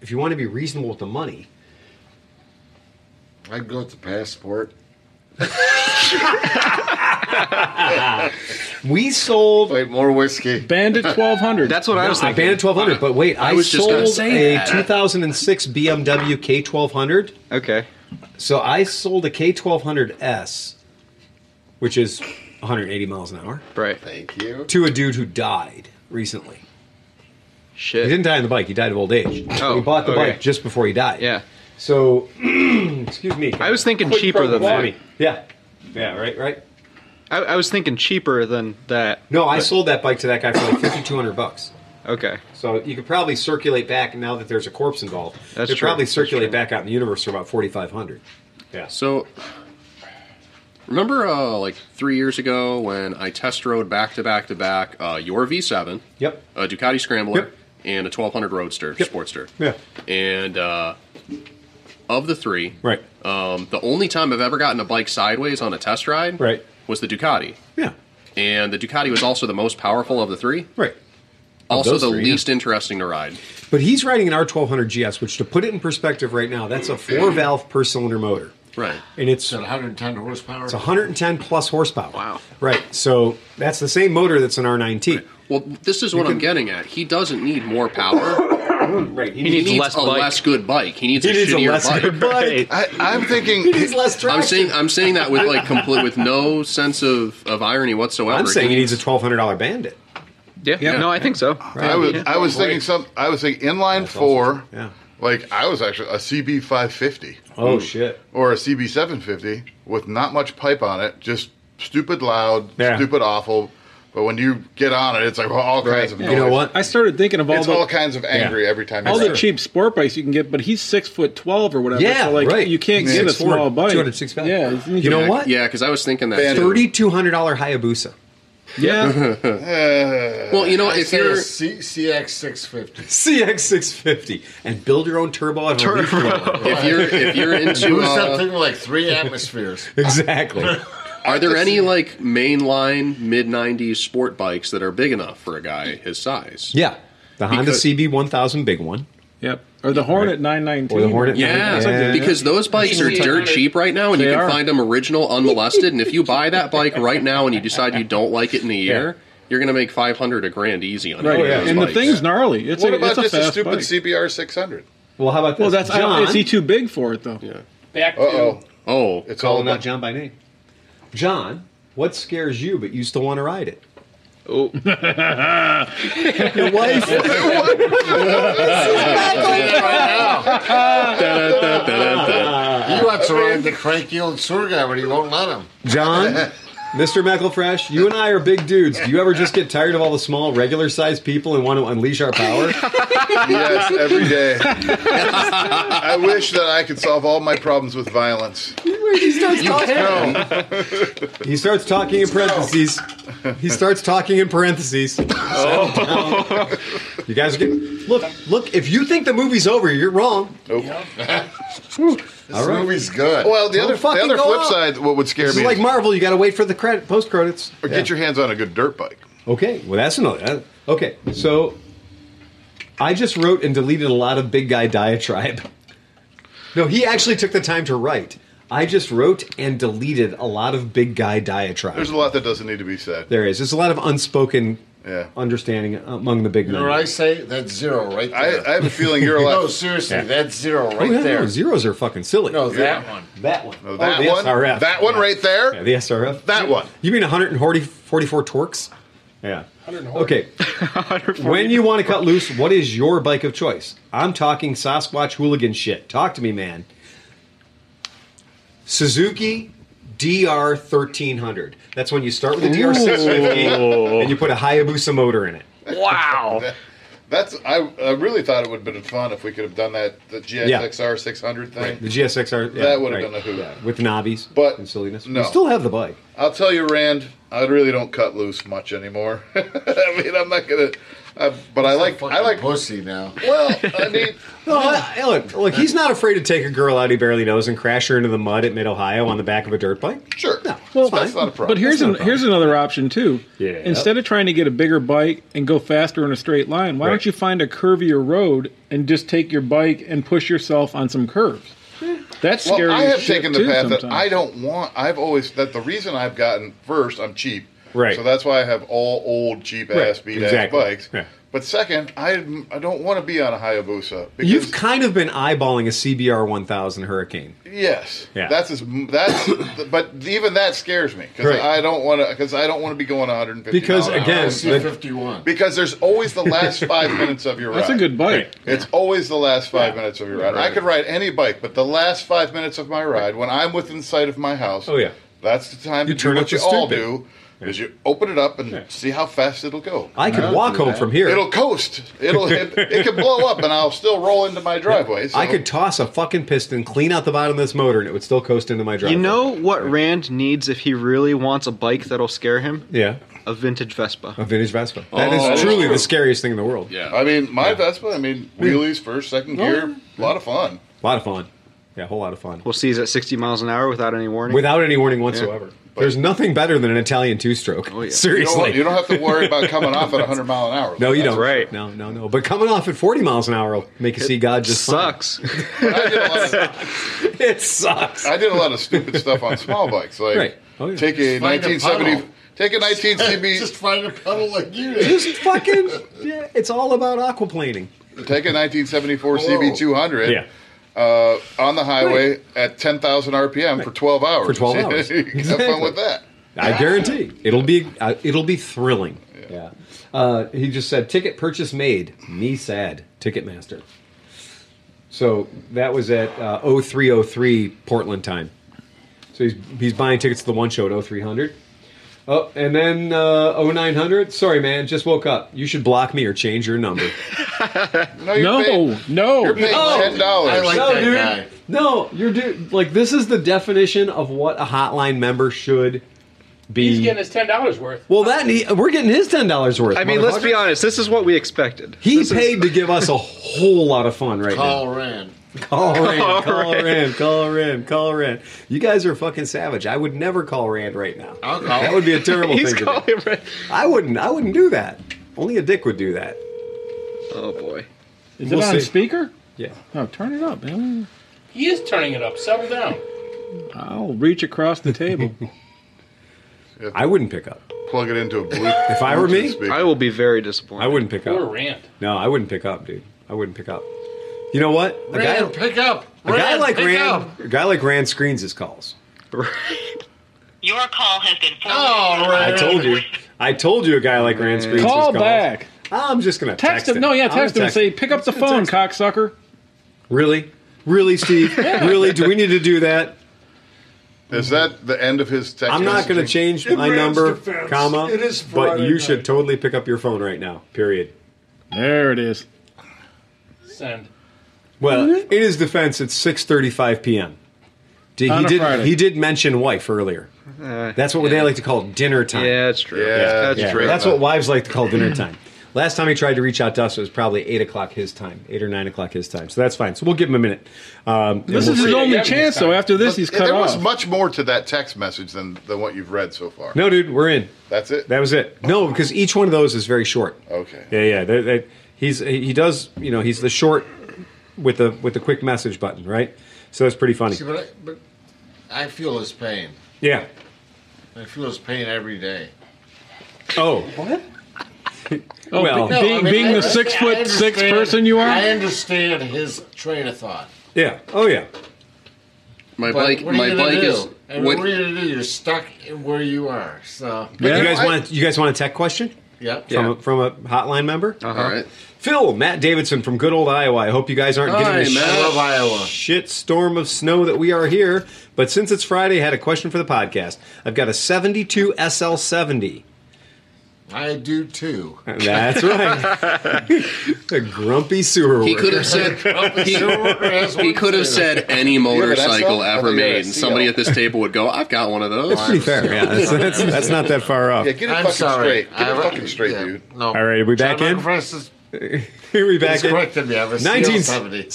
Speaker 1: if you want to be reasonable with the money,
Speaker 8: I'd go with the passport.
Speaker 1: we sold
Speaker 8: wait more whiskey.
Speaker 16: Bandit 1200.
Speaker 7: That's what I was thinking.
Speaker 1: Bandit 1200. But wait, I,
Speaker 7: I was just
Speaker 1: sold
Speaker 7: gonna say
Speaker 1: a
Speaker 7: that.
Speaker 1: 2006 BMW K1200.
Speaker 7: Okay.
Speaker 1: So I sold a K1200S, which is 180 miles an hour,
Speaker 7: Right.
Speaker 8: Thank you.
Speaker 1: to a dude who died recently. Shit. He didn't die on the bike. He died of old age.
Speaker 7: Oh,
Speaker 1: he bought the
Speaker 7: okay.
Speaker 1: bike just before he died.
Speaker 7: Yeah.
Speaker 1: So, excuse me.
Speaker 7: I was thinking cheaper than that.
Speaker 1: Yeah. Yeah, right, right.
Speaker 7: I, I was thinking cheaper than that.
Speaker 1: No, I
Speaker 7: but-
Speaker 1: sold that bike to that guy for like 5200 bucks.
Speaker 7: Okay.
Speaker 1: So you could probably circulate back now that there's a corpse involved.
Speaker 7: That's
Speaker 1: you could
Speaker 7: true.
Speaker 1: probably
Speaker 7: That's
Speaker 1: circulate back out in the universe for about 4500. Yeah.
Speaker 6: So, remember uh, like three years ago when I test rode back to back to back uh, your V7,
Speaker 1: Yep.
Speaker 6: a Ducati Scrambler, and a 1200 Roadster Sportster.
Speaker 1: Yeah.
Speaker 6: And uh, of the three,
Speaker 1: Right.
Speaker 6: um, the only time I've ever gotten a bike sideways on a test ride
Speaker 1: Right.
Speaker 6: was the Ducati.
Speaker 1: Yeah.
Speaker 6: And the Ducati was also the most powerful of the three.
Speaker 1: Right. Of
Speaker 6: Also
Speaker 1: those
Speaker 6: the
Speaker 1: three, yeah.
Speaker 6: least interesting to ride.
Speaker 1: But he's riding an R1200 GS, which to put it in perspective right now, that's a four valve per cylinder motor.
Speaker 6: Right.
Speaker 1: And it's
Speaker 8: At 110 horsepower.
Speaker 1: it's 110 plus horsepower. Wow. Right. So that's the same motor that's an R9T.
Speaker 6: Well, this is what I'm getting at. He doesn't need more power.
Speaker 1: right.
Speaker 6: He,
Speaker 1: He needs
Speaker 6: needs,
Speaker 1: less
Speaker 6: a
Speaker 1: bike.
Speaker 6: less good bike. He needs
Speaker 1: He
Speaker 6: a
Speaker 1: needs a
Speaker 6: shittier
Speaker 1: less
Speaker 6: bike.
Speaker 1: good bike.
Speaker 6: I,
Speaker 2: I'm thinking
Speaker 1: He needs less traction.
Speaker 6: I'm saying uh, I'm saying that with like complete with no sense of, of irony whatsoever.
Speaker 1: I'm saying he needs a $1,200 Bandit.
Speaker 7: Yeah. No, I think so.
Speaker 2: I was I was thinking some I was thinking inline four.
Speaker 1: Yeah.
Speaker 2: Like I was actually a CB five fifty.
Speaker 1: Oh, shit.
Speaker 2: Or a CB seven fifty with not much pipe on it, just stupid loud,
Speaker 3: Yeah.
Speaker 2: stupid awful. But when you get on it, it's like all kinds of noise.
Speaker 3: I started thinking of all
Speaker 2: It's
Speaker 3: the
Speaker 2: all kinds of angry every time. you
Speaker 3: all
Speaker 2: ride
Speaker 3: the
Speaker 2: it.
Speaker 3: cheap sport bikes you can get, but he's six foot twelve or whatever.
Speaker 1: Yeah,
Speaker 3: so like
Speaker 1: right.
Speaker 3: you can't
Speaker 1: Yeah.
Speaker 3: get a
Speaker 1: Six four,
Speaker 3: small bike.
Speaker 1: 206 pound.
Speaker 3: Yeah,
Speaker 1: You know what?
Speaker 6: Yeah, because I was thinking that. too.
Speaker 1: $3,200 Hayabusa.
Speaker 6: Yeah. well, you know,
Speaker 8: I
Speaker 6: if
Speaker 8: say
Speaker 6: you're
Speaker 8: a C- CX650.
Speaker 1: CX650 and build your own turbo out of a leaf blower.
Speaker 6: if you're if you're into
Speaker 8: Boost
Speaker 6: uh,
Speaker 8: that thing to like three atmospheres.
Speaker 1: Exactly.
Speaker 6: Are there any like mainline mid '90s sport bikes that are big enough for a guy his size?
Speaker 1: Yeah. The Honda
Speaker 6: Because-
Speaker 1: CB1000 big one.
Speaker 3: Yep. Or the Hornet nine nineteen.
Speaker 1: Or the Hornet
Speaker 6: Yeah, because those bikes are dirt cheap right now, and
Speaker 3: They
Speaker 6: you can
Speaker 3: are.
Speaker 6: find them original, unmolested. and if you buy that bike right now and you decide you don't like it in a year, you're gonna make five hundred a grand easy on
Speaker 1: Oh,
Speaker 3: Right.
Speaker 6: it.
Speaker 3: And the thing's gnarly. It's
Speaker 2: what
Speaker 3: a,
Speaker 2: about
Speaker 3: it's a
Speaker 2: just a,
Speaker 3: fast
Speaker 2: stupid
Speaker 3: bike.
Speaker 2: CBR six hundred?
Speaker 1: Well, how about this?
Speaker 3: Well, that's I don't-
Speaker 1: John,
Speaker 3: is he too big for it though?
Speaker 6: Yeah.
Speaker 4: Back
Speaker 2: Uh oh.
Speaker 6: Oh,
Speaker 2: It's all
Speaker 1: calling out
Speaker 2: about
Speaker 1: John by name. John, what scares you, but you still want to ride it?
Speaker 7: Oh.
Speaker 1: Your wife.
Speaker 8: He wants to ride the cranky old sewer guy, but he won't let him.
Speaker 1: John, Mr. McElfresh, you and I are big dudes. Do you ever just get tired of all the small, regular sized people and want to unleash our power?
Speaker 2: yes every day. I wish that I could solve all my problems with violence.
Speaker 1: he starts talking. He starts talking in parentheses. He starts talking in parentheses.
Speaker 2: Oh.
Speaker 1: Settle down. You guys are getting look. Look, if you think the movie's over, you're wrong.
Speaker 8: This
Speaker 1: All right.
Speaker 8: movie's good.
Speaker 2: Well, the
Speaker 1: Don't
Speaker 2: other the
Speaker 1: fucking
Speaker 2: other
Speaker 1: go
Speaker 2: flip
Speaker 1: on.
Speaker 2: side, what would scare
Speaker 1: This
Speaker 2: me
Speaker 1: is
Speaker 2: is
Speaker 1: like Marvel. You got to wait for the credit post credits.
Speaker 2: or get your hands on a good dirt bike.
Speaker 1: Okay, well that's another. that- okay, so I just wrote and deleted a lot of big guy diatribe. No, he actually took the time to write. I just wrote and deleted a lot of big guy diatribe.
Speaker 2: There's a lot that doesn't need to be said.
Speaker 1: There is. There's a lot of unspoken
Speaker 2: Yeah.
Speaker 1: understanding among the big
Speaker 8: You
Speaker 1: men.
Speaker 8: know what I say? That's zero right
Speaker 2: I,
Speaker 8: there.
Speaker 2: I have a feeling you're a
Speaker 8: no,
Speaker 2: lot.
Speaker 8: seriously, that's zero
Speaker 1: Oh,
Speaker 8: right
Speaker 1: yeah,
Speaker 8: there.
Speaker 1: No, zeros are fucking silly.
Speaker 8: No, that one.
Speaker 1: that one.
Speaker 2: No, that
Speaker 1: oh, the
Speaker 2: one.
Speaker 1: SRF.
Speaker 2: That one right there.
Speaker 1: Yeah, the SRF.
Speaker 2: That one.
Speaker 1: You mean 144 torques? Yeah. Okay. when you want to cut loose, what is your bike of choice? I'm talking Sasquatch hooligan shit. Talk to me, man. Suzuki DR 1300. That's when you start with a
Speaker 2: Ooh.
Speaker 1: DR 650 and you put a Hayabusa motor in it.
Speaker 2: Wow. That's I, I really thought it would have been fun if we could have done that the GSXR 600 thing.
Speaker 1: The GSXR. yeah,
Speaker 2: that would have
Speaker 1: right.
Speaker 2: been a hoot.
Speaker 1: Yeah, with knobbies
Speaker 2: But
Speaker 1: and silliness.
Speaker 2: no.
Speaker 1: You still have the bike.
Speaker 2: I'll tell you, Rand, I really don't cut loose much anymore. I mean, I'm not gonna. Uh, but I like I like
Speaker 8: pussy now.
Speaker 2: Well, I mean,
Speaker 1: No, I, I- look, look, he's not afraid to take a girl out he barely knows and crash her into the mud at Mid Ohio on the back of a dirt bike.
Speaker 2: Sure.
Speaker 1: No,
Speaker 3: Well,
Speaker 1: that's not a problem.
Speaker 3: But here's
Speaker 1: That's not
Speaker 3: an,
Speaker 1: a problem.
Speaker 3: here's another option too.
Speaker 1: Yeah.
Speaker 3: Instead of trying to get a bigger bike and go faster in a straight line, why don't you find a curvier road and just take your bike and push yourself on some curves? That's
Speaker 2: well,
Speaker 3: scary.
Speaker 2: I
Speaker 3: as
Speaker 2: have
Speaker 3: shit,
Speaker 2: taken the
Speaker 3: too,
Speaker 2: path that
Speaker 3: sometimes.
Speaker 2: I don't want. I've always that the reason I've gotten first, I'm cheap.
Speaker 3: Right.
Speaker 2: So that's why I have all old cheap
Speaker 1: Right,
Speaker 2: ass beat
Speaker 1: exactly.
Speaker 2: ass bikes. But second, I I don't want to be on a Hayabusa. Because,
Speaker 1: You've kind of been eyeballing a CBR 1000 Hurricane.
Speaker 2: Yes.
Speaker 1: Yeah.
Speaker 2: That's as that's but even that scares me because
Speaker 1: Right.
Speaker 2: I don't want to because I don't want to be going 150
Speaker 1: Because,
Speaker 2: mile an hour.
Speaker 1: again, I see the-
Speaker 2: because there's always the last five minutes of your ride.
Speaker 3: That's a good bike.
Speaker 2: It's always the last five minutes of your ride. I
Speaker 3: Right.
Speaker 2: could ride any bike, but the last five minutes of my ride, when I'm within sight of my house,
Speaker 1: Oh, yeah.
Speaker 2: that's the time
Speaker 1: You
Speaker 2: to
Speaker 1: turn
Speaker 2: do
Speaker 1: up
Speaker 2: what you
Speaker 1: the
Speaker 2: all
Speaker 1: stupid.
Speaker 2: do. Is you open it up and see how fast it'll go.
Speaker 1: I could
Speaker 2: don't
Speaker 1: walk
Speaker 2: do
Speaker 1: home
Speaker 2: that.
Speaker 1: from here.
Speaker 2: It'll coast. It'll it, it could blow up, and I'll still roll into my driveway. so-
Speaker 1: I could toss a fucking piston, clean out the bottom of this motor, and it would still coast into my driveway.
Speaker 7: You know what Rand needs if he really wants a bike that'll scare him?
Speaker 1: Yeah.
Speaker 7: A vintage Vespa.
Speaker 1: A vintage Vespa. That is
Speaker 2: Oh, that is
Speaker 1: truly
Speaker 2: true.
Speaker 1: the scariest thing in the world.
Speaker 2: Yeah. I mean, my Vespa. I mean, wheelies first, second
Speaker 1: Oh,
Speaker 2: gear. A lot of fun.
Speaker 1: A lot of fun. Yeah, a whole lot of fun.
Speaker 7: We'll see. He's at 60 miles an hour without any warning.
Speaker 1: Without any warning whatsoever. There's nothing better than an Italian two stroke. Seriously.
Speaker 2: You don't, you don't have to worry about coming off at 100 mile an hour.
Speaker 1: No, you don't. Right. No, no, no. But coming off at 40 miles an hour will make you see God just
Speaker 7: sucks.
Speaker 1: it sucks.
Speaker 2: I did a lot of stupid stuff on small bikes. Like
Speaker 1: Right. Oh,
Speaker 2: take a
Speaker 8: Just find a
Speaker 2: 1970,
Speaker 8: puddle.
Speaker 2: take a 1970,
Speaker 8: Just find a pedal like you.
Speaker 1: Just fucking. Yeah, it's all about aquaplaning.
Speaker 2: take a 1974
Speaker 1: Whoa.
Speaker 2: CB200.
Speaker 1: Yeah.
Speaker 2: Uh, on the highway at 10,000 RPM for 12 hours.
Speaker 1: For 12 hours.
Speaker 2: you can have fun with that.
Speaker 1: I guarantee it'll be uh, it'll be thrilling. Yeah. Uh, he just said ticket purchase made. Me sad. Ticketmaster. So that was at uh, 0303 Portland time. So he's he's buying tickets to the one show at 0300. Oh, and then uh, 0900. Sorry, man, just woke up. You should block me or change your number.
Speaker 2: No, you're paying-
Speaker 3: no.
Speaker 2: You're paying $10.
Speaker 1: no, dude. No, you're dude. Like this is the definition of what a hotline member should be.
Speaker 4: He's getting his ten dollars worth.
Speaker 1: well, that he, we're getting his ten dollars worth.
Speaker 7: I mean, let's
Speaker 1: motherfucker.
Speaker 7: be honest. This is what we expected.
Speaker 1: He paid to give us a whole lot of fun right
Speaker 8: Call
Speaker 1: now.
Speaker 8: Rand.
Speaker 1: Call
Speaker 8: Call
Speaker 1: Rand, call
Speaker 8: Rand.
Speaker 1: Rand, call Rand, call Rand. You guys are fucking savage. I would never call Rand right now.
Speaker 8: I'll call
Speaker 1: That would be a terrible
Speaker 8: He's
Speaker 1: thing to do. I wouldn't. I wouldn't do that. Only a dick would do that.
Speaker 7: Oh boy.
Speaker 3: Is
Speaker 1: We'll
Speaker 3: it on
Speaker 1: see.
Speaker 3: speaker?
Speaker 1: Yeah.
Speaker 3: Oh, turn it up, man.
Speaker 4: He is turning it up. Settle down.
Speaker 3: I'll reach across the table.
Speaker 1: I wouldn't pick up.
Speaker 2: Plug it into a Bluetooth.
Speaker 1: If I were me,
Speaker 7: I will be very disappointed.
Speaker 1: I wouldn't pick
Speaker 4: Poor
Speaker 1: up.
Speaker 4: Rand.
Speaker 1: No, I wouldn't pick up, dude. I wouldn't pick up. You know what? A guy,
Speaker 8: Rand, pick up.
Speaker 1: a guy
Speaker 8: Rand,
Speaker 1: like
Speaker 8: pick
Speaker 1: Rand,
Speaker 8: up.
Speaker 1: a guy like Rand screens his calls.
Speaker 8: Your call has been forwarded. Oh,
Speaker 1: I
Speaker 8: Rand.
Speaker 1: told you. I told you a guy like Rand screens his
Speaker 3: Call
Speaker 1: calls.
Speaker 3: back.
Speaker 1: I'm just gonna
Speaker 3: Text,
Speaker 1: text,
Speaker 3: him. No, yeah,
Speaker 1: I'm gonna
Speaker 3: text him and say, pick up the phone, cocksucker.
Speaker 1: Really? Really, Steve? really? Do we need to do that?
Speaker 2: Is that the end of his text?
Speaker 1: I'm not going
Speaker 2: messaging?
Speaker 1: to change my number, comma. but you should totally pick up your phone right now. Period.
Speaker 3: There it is.
Speaker 4: Send.
Speaker 1: Well,
Speaker 3: Mm-hmm.
Speaker 1: in his defense, it's 6:35 p.m. Did-
Speaker 4: On
Speaker 1: he
Speaker 4: a
Speaker 1: did.
Speaker 4: Friday.
Speaker 1: He did mention wife earlier. That's what they like to call dinner time.
Speaker 7: Uh, Yeah, that's true.
Speaker 1: Yeah,
Speaker 7: that's
Speaker 1: yeah.
Speaker 7: true. Uh,
Speaker 1: That's what wives like to call dinner time. Last time he tried to reach out to us, it was probably eight o'clock his time, eight or nine o'clock his time. So that's fine. So we'll give him a minute. Um, and
Speaker 3: This
Speaker 1: we'll
Speaker 3: is his
Speaker 1: see.
Speaker 3: only chance, though. After this, he's cut
Speaker 2: there
Speaker 3: off.
Speaker 2: was much more to that text message than, than what you've read so far.
Speaker 1: No, dude, we're in.
Speaker 2: That's it.
Speaker 1: That was it. No, because each one of those is very short.
Speaker 2: Okay.
Speaker 1: Yeah, yeah. They- they- he's he does you know he's the short with the with the quick message button, right? So that's pretty funny.
Speaker 8: See, but I, but I feel his pain.
Speaker 1: Yeah.
Speaker 8: I feel his pain every day.
Speaker 1: Oh. What? Oh, Well- be-
Speaker 8: I
Speaker 1: being
Speaker 8: I
Speaker 1: the
Speaker 8: understand-
Speaker 1: six foot
Speaker 8: I
Speaker 1: six
Speaker 8: understand-
Speaker 1: person you are?
Speaker 8: I understand his train of thought.
Speaker 1: Yeah. Oh yeah.
Speaker 6: My
Speaker 8: But
Speaker 6: bike,
Speaker 8: what are
Speaker 6: my
Speaker 8: you gonna
Speaker 6: bike
Speaker 8: do?
Speaker 6: is.
Speaker 8: I mean, what, are you gonna do? You're stuck in where you are. So
Speaker 1: But you guys want you guys want a tech question? Yep. From, Yeah. A, from a hotline member.
Speaker 6: Uh-huh. All right.
Speaker 1: Phil, Matt Davidson from good old Iowa. I hope you guys aren't
Speaker 6: Hi,
Speaker 1: getting the
Speaker 6: Matt. I love
Speaker 1: Iowa. shit storm of snow that we are here. But since it's Friday, I had a question for the podcast. I've got a 72 SL70.
Speaker 8: I do too.
Speaker 1: That's right. a grumpy sewer
Speaker 6: He could
Speaker 1: worker.
Speaker 6: have said he, he could have said any motorcycle ever made, and somebody at this table would go, "I've got one of those."
Speaker 1: That's pretty fair. Yeah, that's, that's, that's not that far off.
Speaker 6: Yeah, get it I'm fucking sorry. straight. Get it I- fucking
Speaker 8: straight, dude. No.
Speaker 1: All right, are we back
Speaker 8: John
Speaker 1: in?
Speaker 8: McPherson's-
Speaker 1: Here we back
Speaker 8: He's
Speaker 1: in.
Speaker 8: corrected me. I have a
Speaker 1: 1972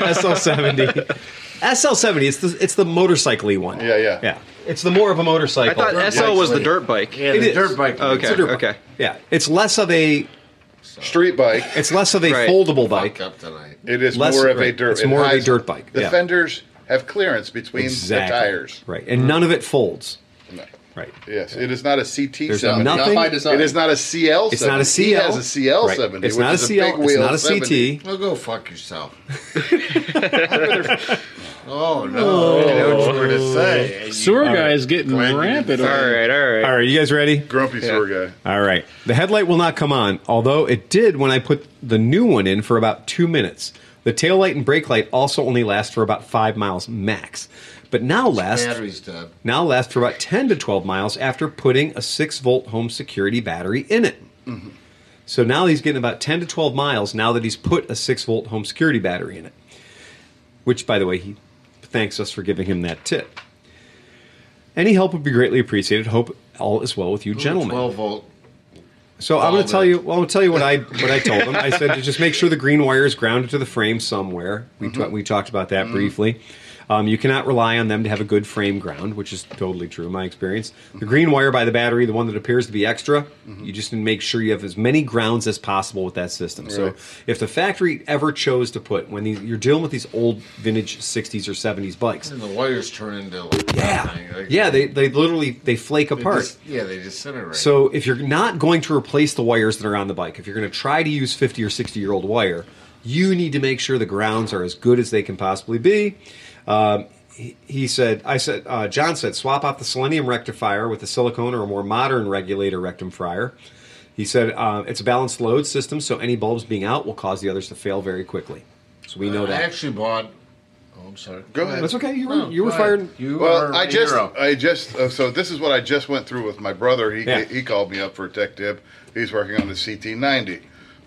Speaker 1: SL70. SL70. It's the it's the motorcycly one. Yeah, yeah, yeah. It's the more of a motorcycle.
Speaker 7: I thought SL was the dirt bike.
Speaker 1: Yeah, the dirt bike.
Speaker 7: Okay,
Speaker 1: It's a dirt bike.
Speaker 7: okay.
Speaker 1: Yeah, it's less of a
Speaker 2: street bike.
Speaker 1: It's less of a
Speaker 2: Right.
Speaker 1: foldable bike.
Speaker 2: It is
Speaker 1: Less-
Speaker 2: more of a
Speaker 1: right.
Speaker 2: dirt.
Speaker 1: It's
Speaker 2: it
Speaker 1: more of a
Speaker 2: hides-
Speaker 1: dirt bike.
Speaker 2: The
Speaker 1: yeah.
Speaker 2: fenders have clearance between
Speaker 1: Exactly.
Speaker 2: the tires.
Speaker 1: Right, and none of it folds. Right.
Speaker 2: Yes, it is not a CT
Speaker 1: There's
Speaker 2: seventy.
Speaker 1: nothing- Not by design.
Speaker 2: It is not a CL.
Speaker 1: It's not a
Speaker 2: 70. He
Speaker 1: CL.
Speaker 2: has a CL
Speaker 1: Right.
Speaker 2: seventy.
Speaker 1: It's
Speaker 2: which
Speaker 1: not a
Speaker 2: is
Speaker 1: CL.
Speaker 2: big
Speaker 1: It's
Speaker 2: wheel
Speaker 1: not a
Speaker 2: 70.
Speaker 1: CT.
Speaker 8: Well, go fuck yourself. oh no! I know what you were to say.
Speaker 16: Sewer
Speaker 1: All
Speaker 16: guy is getting rampant. over there.
Speaker 1: All right, you guys ready?
Speaker 2: Grumpy sewer guy.
Speaker 1: All right. The headlight will not come on, although it did when I put the new one in for about two minutes. The taillight and brake light also only last for about five miles max, but now last
Speaker 8: Battery's dead.
Speaker 1: now last for about ten to twelve miles after putting a six volt home security battery in it.
Speaker 8: Mm-hmm.
Speaker 1: So now he's getting about ten to twelve miles now that he's put a six volt home security battery in it. Which, by the way, he thanks us for giving him that tip. Any help would be greatly appreciated. Hope all is well with you, gentlemen.
Speaker 8: Twelve volt.
Speaker 1: So I'm going to tell you. Well, I'm going to tell you what I what I told him. I said to just make sure the green wire is grounded to the frame somewhere. We ta- we talked about that briefly. Um, you cannot rely on them to have a good frame ground, which is totally true in my experience. The green wire by the battery, the one that appears to be extra, you just need to make sure you have as many grounds as possible with that system. So
Speaker 17: Right.
Speaker 1: if the factory ever chose to put when these, you're dealing with these old vintage '60s or '70s bikes,
Speaker 8: And the wires turn into like yeah,
Speaker 1: yeah, they they literally they flake apart.
Speaker 8: yeah, they disintegrate.
Speaker 1: So if you're not going to replace the wires that are on the bike, if you're going to try to use 50 or 60 year old wire, you need to make sure the grounds are as good as they can possibly be. Um, he, he said, I said, uh, John said, swap out the selenium rectifier with a silicone or a more modern regulator rectum fryer. He said, uh, it's a balanced load system, so any bulbs being out will cause the others to fail very quickly. So we
Speaker 2: Uh,
Speaker 1: know
Speaker 8: I
Speaker 1: that.
Speaker 8: actually bought. Oh, I'm sorry.
Speaker 2: Go ahead.
Speaker 1: That's okay. You were,
Speaker 8: No,
Speaker 1: you were
Speaker 8: go ahead.
Speaker 1: fired.
Speaker 8: You
Speaker 2: well, I just,
Speaker 8: hero.
Speaker 2: I just, uh, so this is what I just went through with my brother. He
Speaker 1: Yeah.
Speaker 2: he called me up for a tech tip. He's working on the CT90,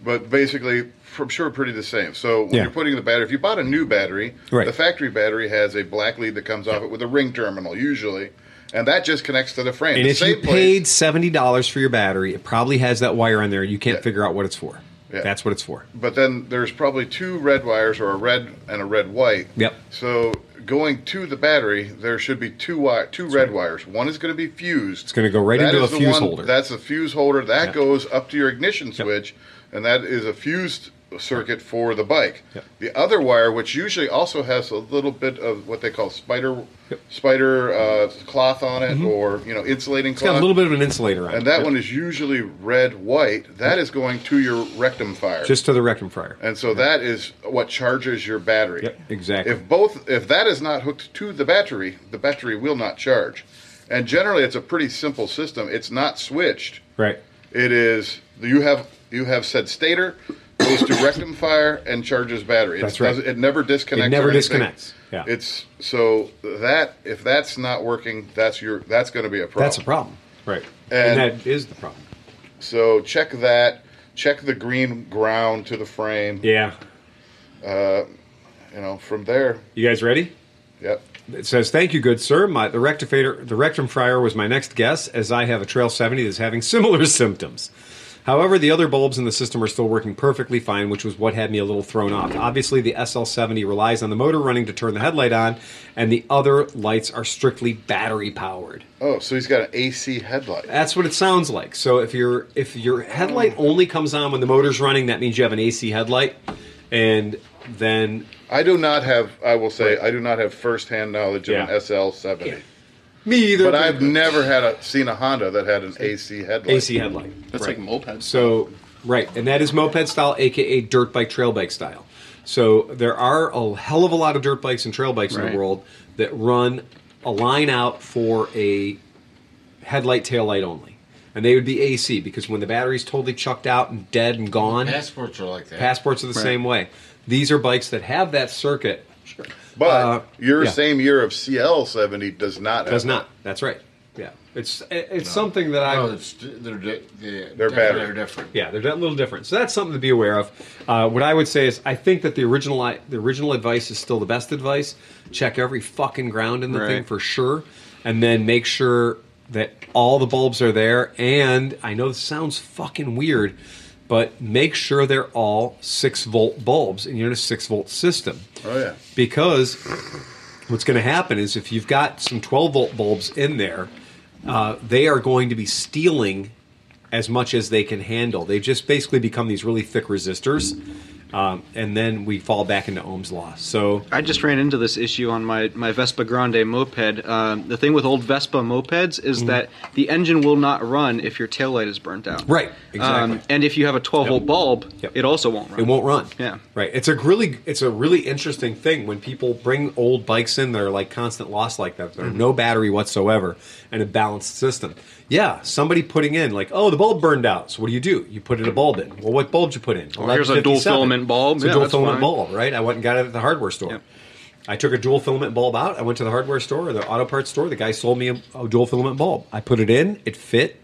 Speaker 2: but basically, I'm sure pretty the same. So when
Speaker 1: Yeah.
Speaker 2: you're putting the battery, if you bought a new battery,
Speaker 1: Right.
Speaker 2: the factory battery has a black lead that comes off it with a ring terminal usually, and that just connects to the frame.
Speaker 1: And
Speaker 2: the
Speaker 1: if you
Speaker 2: place-
Speaker 1: paid seventy dollars for your battery, it probably has that wire on there. You can't figure out what it's for.
Speaker 2: Yeah.
Speaker 1: That's what it's for.
Speaker 2: but then there's probably two red wires or a red and a red white.
Speaker 1: Yep.
Speaker 2: So going to the battery, there should be two wi- two red wires. One is going to be fused.
Speaker 1: It's going to go right
Speaker 2: That
Speaker 1: into a
Speaker 2: is the
Speaker 1: fuse
Speaker 2: one-
Speaker 1: holder.
Speaker 2: That's a fuse holder that
Speaker 1: Yep.
Speaker 2: goes up to your ignition switch, and that is a fused circuit for the bike. The other wire, which usually also has a little bit of what they call spider spider uh, cloth on it, or you know
Speaker 1: Mm-hmm.
Speaker 2: insulating
Speaker 1: it's
Speaker 2: cloth.
Speaker 1: got a little bit of an insulator on it.
Speaker 2: and that
Speaker 1: Yep.
Speaker 2: one is usually red white. That is going to your rectum fire.
Speaker 1: just to the rectum fryer.
Speaker 2: And so that is what charges your battery.
Speaker 1: Exactly.
Speaker 2: If both if that is not hooked to the battery, the battery will not charge. And generally it's a pretty simple system. It's not switched.
Speaker 1: Right.
Speaker 2: It is you have you have said stator goes to rectum fire and charges battery. It
Speaker 1: That's right.
Speaker 2: doesn't- It never disconnects.
Speaker 1: It never
Speaker 2: or anything.
Speaker 1: disconnects. Yeah.
Speaker 2: It's so that if that's not working, that's your that's going to be a problem.
Speaker 1: That's a problem. Right.
Speaker 2: And-
Speaker 1: And, that is the problem.
Speaker 2: So check that. Check the green ground to the frame.
Speaker 1: Yeah.
Speaker 2: Uh, you know, from there.
Speaker 1: You guys ready?
Speaker 2: Yep.
Speaker 1: It says, "Thank you, good sir. My, the rectifier, the rectum fryer was my next guess, as I have a Trail 70 that's having similar symptoms. However, the other bulbs in the system are still working perfectly fine, which was what had me a little thrown off. Obviously, the SL70 relies on the motor running to turn the headlight on, and the other lights are strictly battery powered.
Speaker 2: Oh, so he's got an AC headlight.
Speaker 1: That's what it sounds like. So if your if your headlight only comes on when the motor's running, that means you have an AC headlight, and then
Speaker 2: I do not have. I will say I do not have first-hand knowledge of
Speaker 1: Yeah.
Speaker 2: an SL seventy.
Speaker 1: Me either.
Speaker 2: But I've never had a seen a Honda that had an AC headlight.
Speaker 1: AC headlight.
Speaker 6: That's like moped.
Speaker 1: So right, and that is moped style, aka dirt bike, trail bike style. So there are a hell of a lot of dirt bikes and trail bikes in
Speaker 6: Right.
Speaker 1: the world that run a line out for a headlight tail light only. and they would be AC because when the battery's totally chucked out and dead and gone,
Speaker 8: Passports are like that.
Speaker 1: passports are the
Speaker 8: Right.
Speaker 1: same way. These are bikes that have that circuit. Sure.
Speaker 2: But your
Speaker 1: uh, yeah.
Speaker 2: same year of CL seventy does not
Speaker 1: Does
Speaker 2: have
Speaker 1: not. That's right. Yeah, it's it- it's something that I.
Speaker 8: They're, di- they're,
Speaker 1: They're better.
Speaker 8: They're different.
Speaker 1: Yeah, they're a little different. So that's something to be aware of. Uh, what I would say is, I think that the original i- the original advice is still the best advice. Check every fucking ground in the thing
Speaker 17: Right.
Speaker 1: for sure, and then make sure that all the bulbs are there. And I know this sounds fucking weird, but make sure they're all six volt bulbs, and you're in a six volt system
Speaker 2: Oh yeah.
Speaker 1: because what's going to happen is if you've got some 12 volt bulbs in there, uh, they are going to be stealing as much as they can handle. They've just basically become these really thick resistors, um, and then we fall back into Ohm's law. So
Speaker 7: I just ran into this issue on my, my Vespa Grande moped. Um, the thing with old Vespa mopeds is
Speaker 1: Mhm.
Speaker 7: that the engine will not run if your taillight is burnt out.
Speaker 1: Right, exactly.
Speaker 7: and if you have a 12 volt bulb, it also won't run.
Speaker 1: It won't run.
Speaker 7: Yeah.
Speaker 1: Right. It's a really it's a really interesting thing when people bring old bikes in that are like constant loss like that. There are
Speaker 7: Mm-hmm.
Speaker 17: Mhm.
Speaker 1: no battery whatsoever and a balanced system. Yeah, somebody putting in like, oh, the bulb burned out. So what do you do? You put in a bulb in. Well, what bulb you put in?
Speaker 7: Well, here's a dual
Speaker 1: 1157.
Speaker 7: filament bulb.
Speaker 1: It's a
Speaker 7: Yeah,
Speaker 1: dual
Speaker 7: that's
Speaker 1: filament
Speaker 7: fine.
Speaker 1: bulb, right? I went and got it at the hardware store. I took a dual filament bulb out. I went to the hardware store, or the auto parts store. The guy sold me a, a dual filament bulb. I put it in. It fit.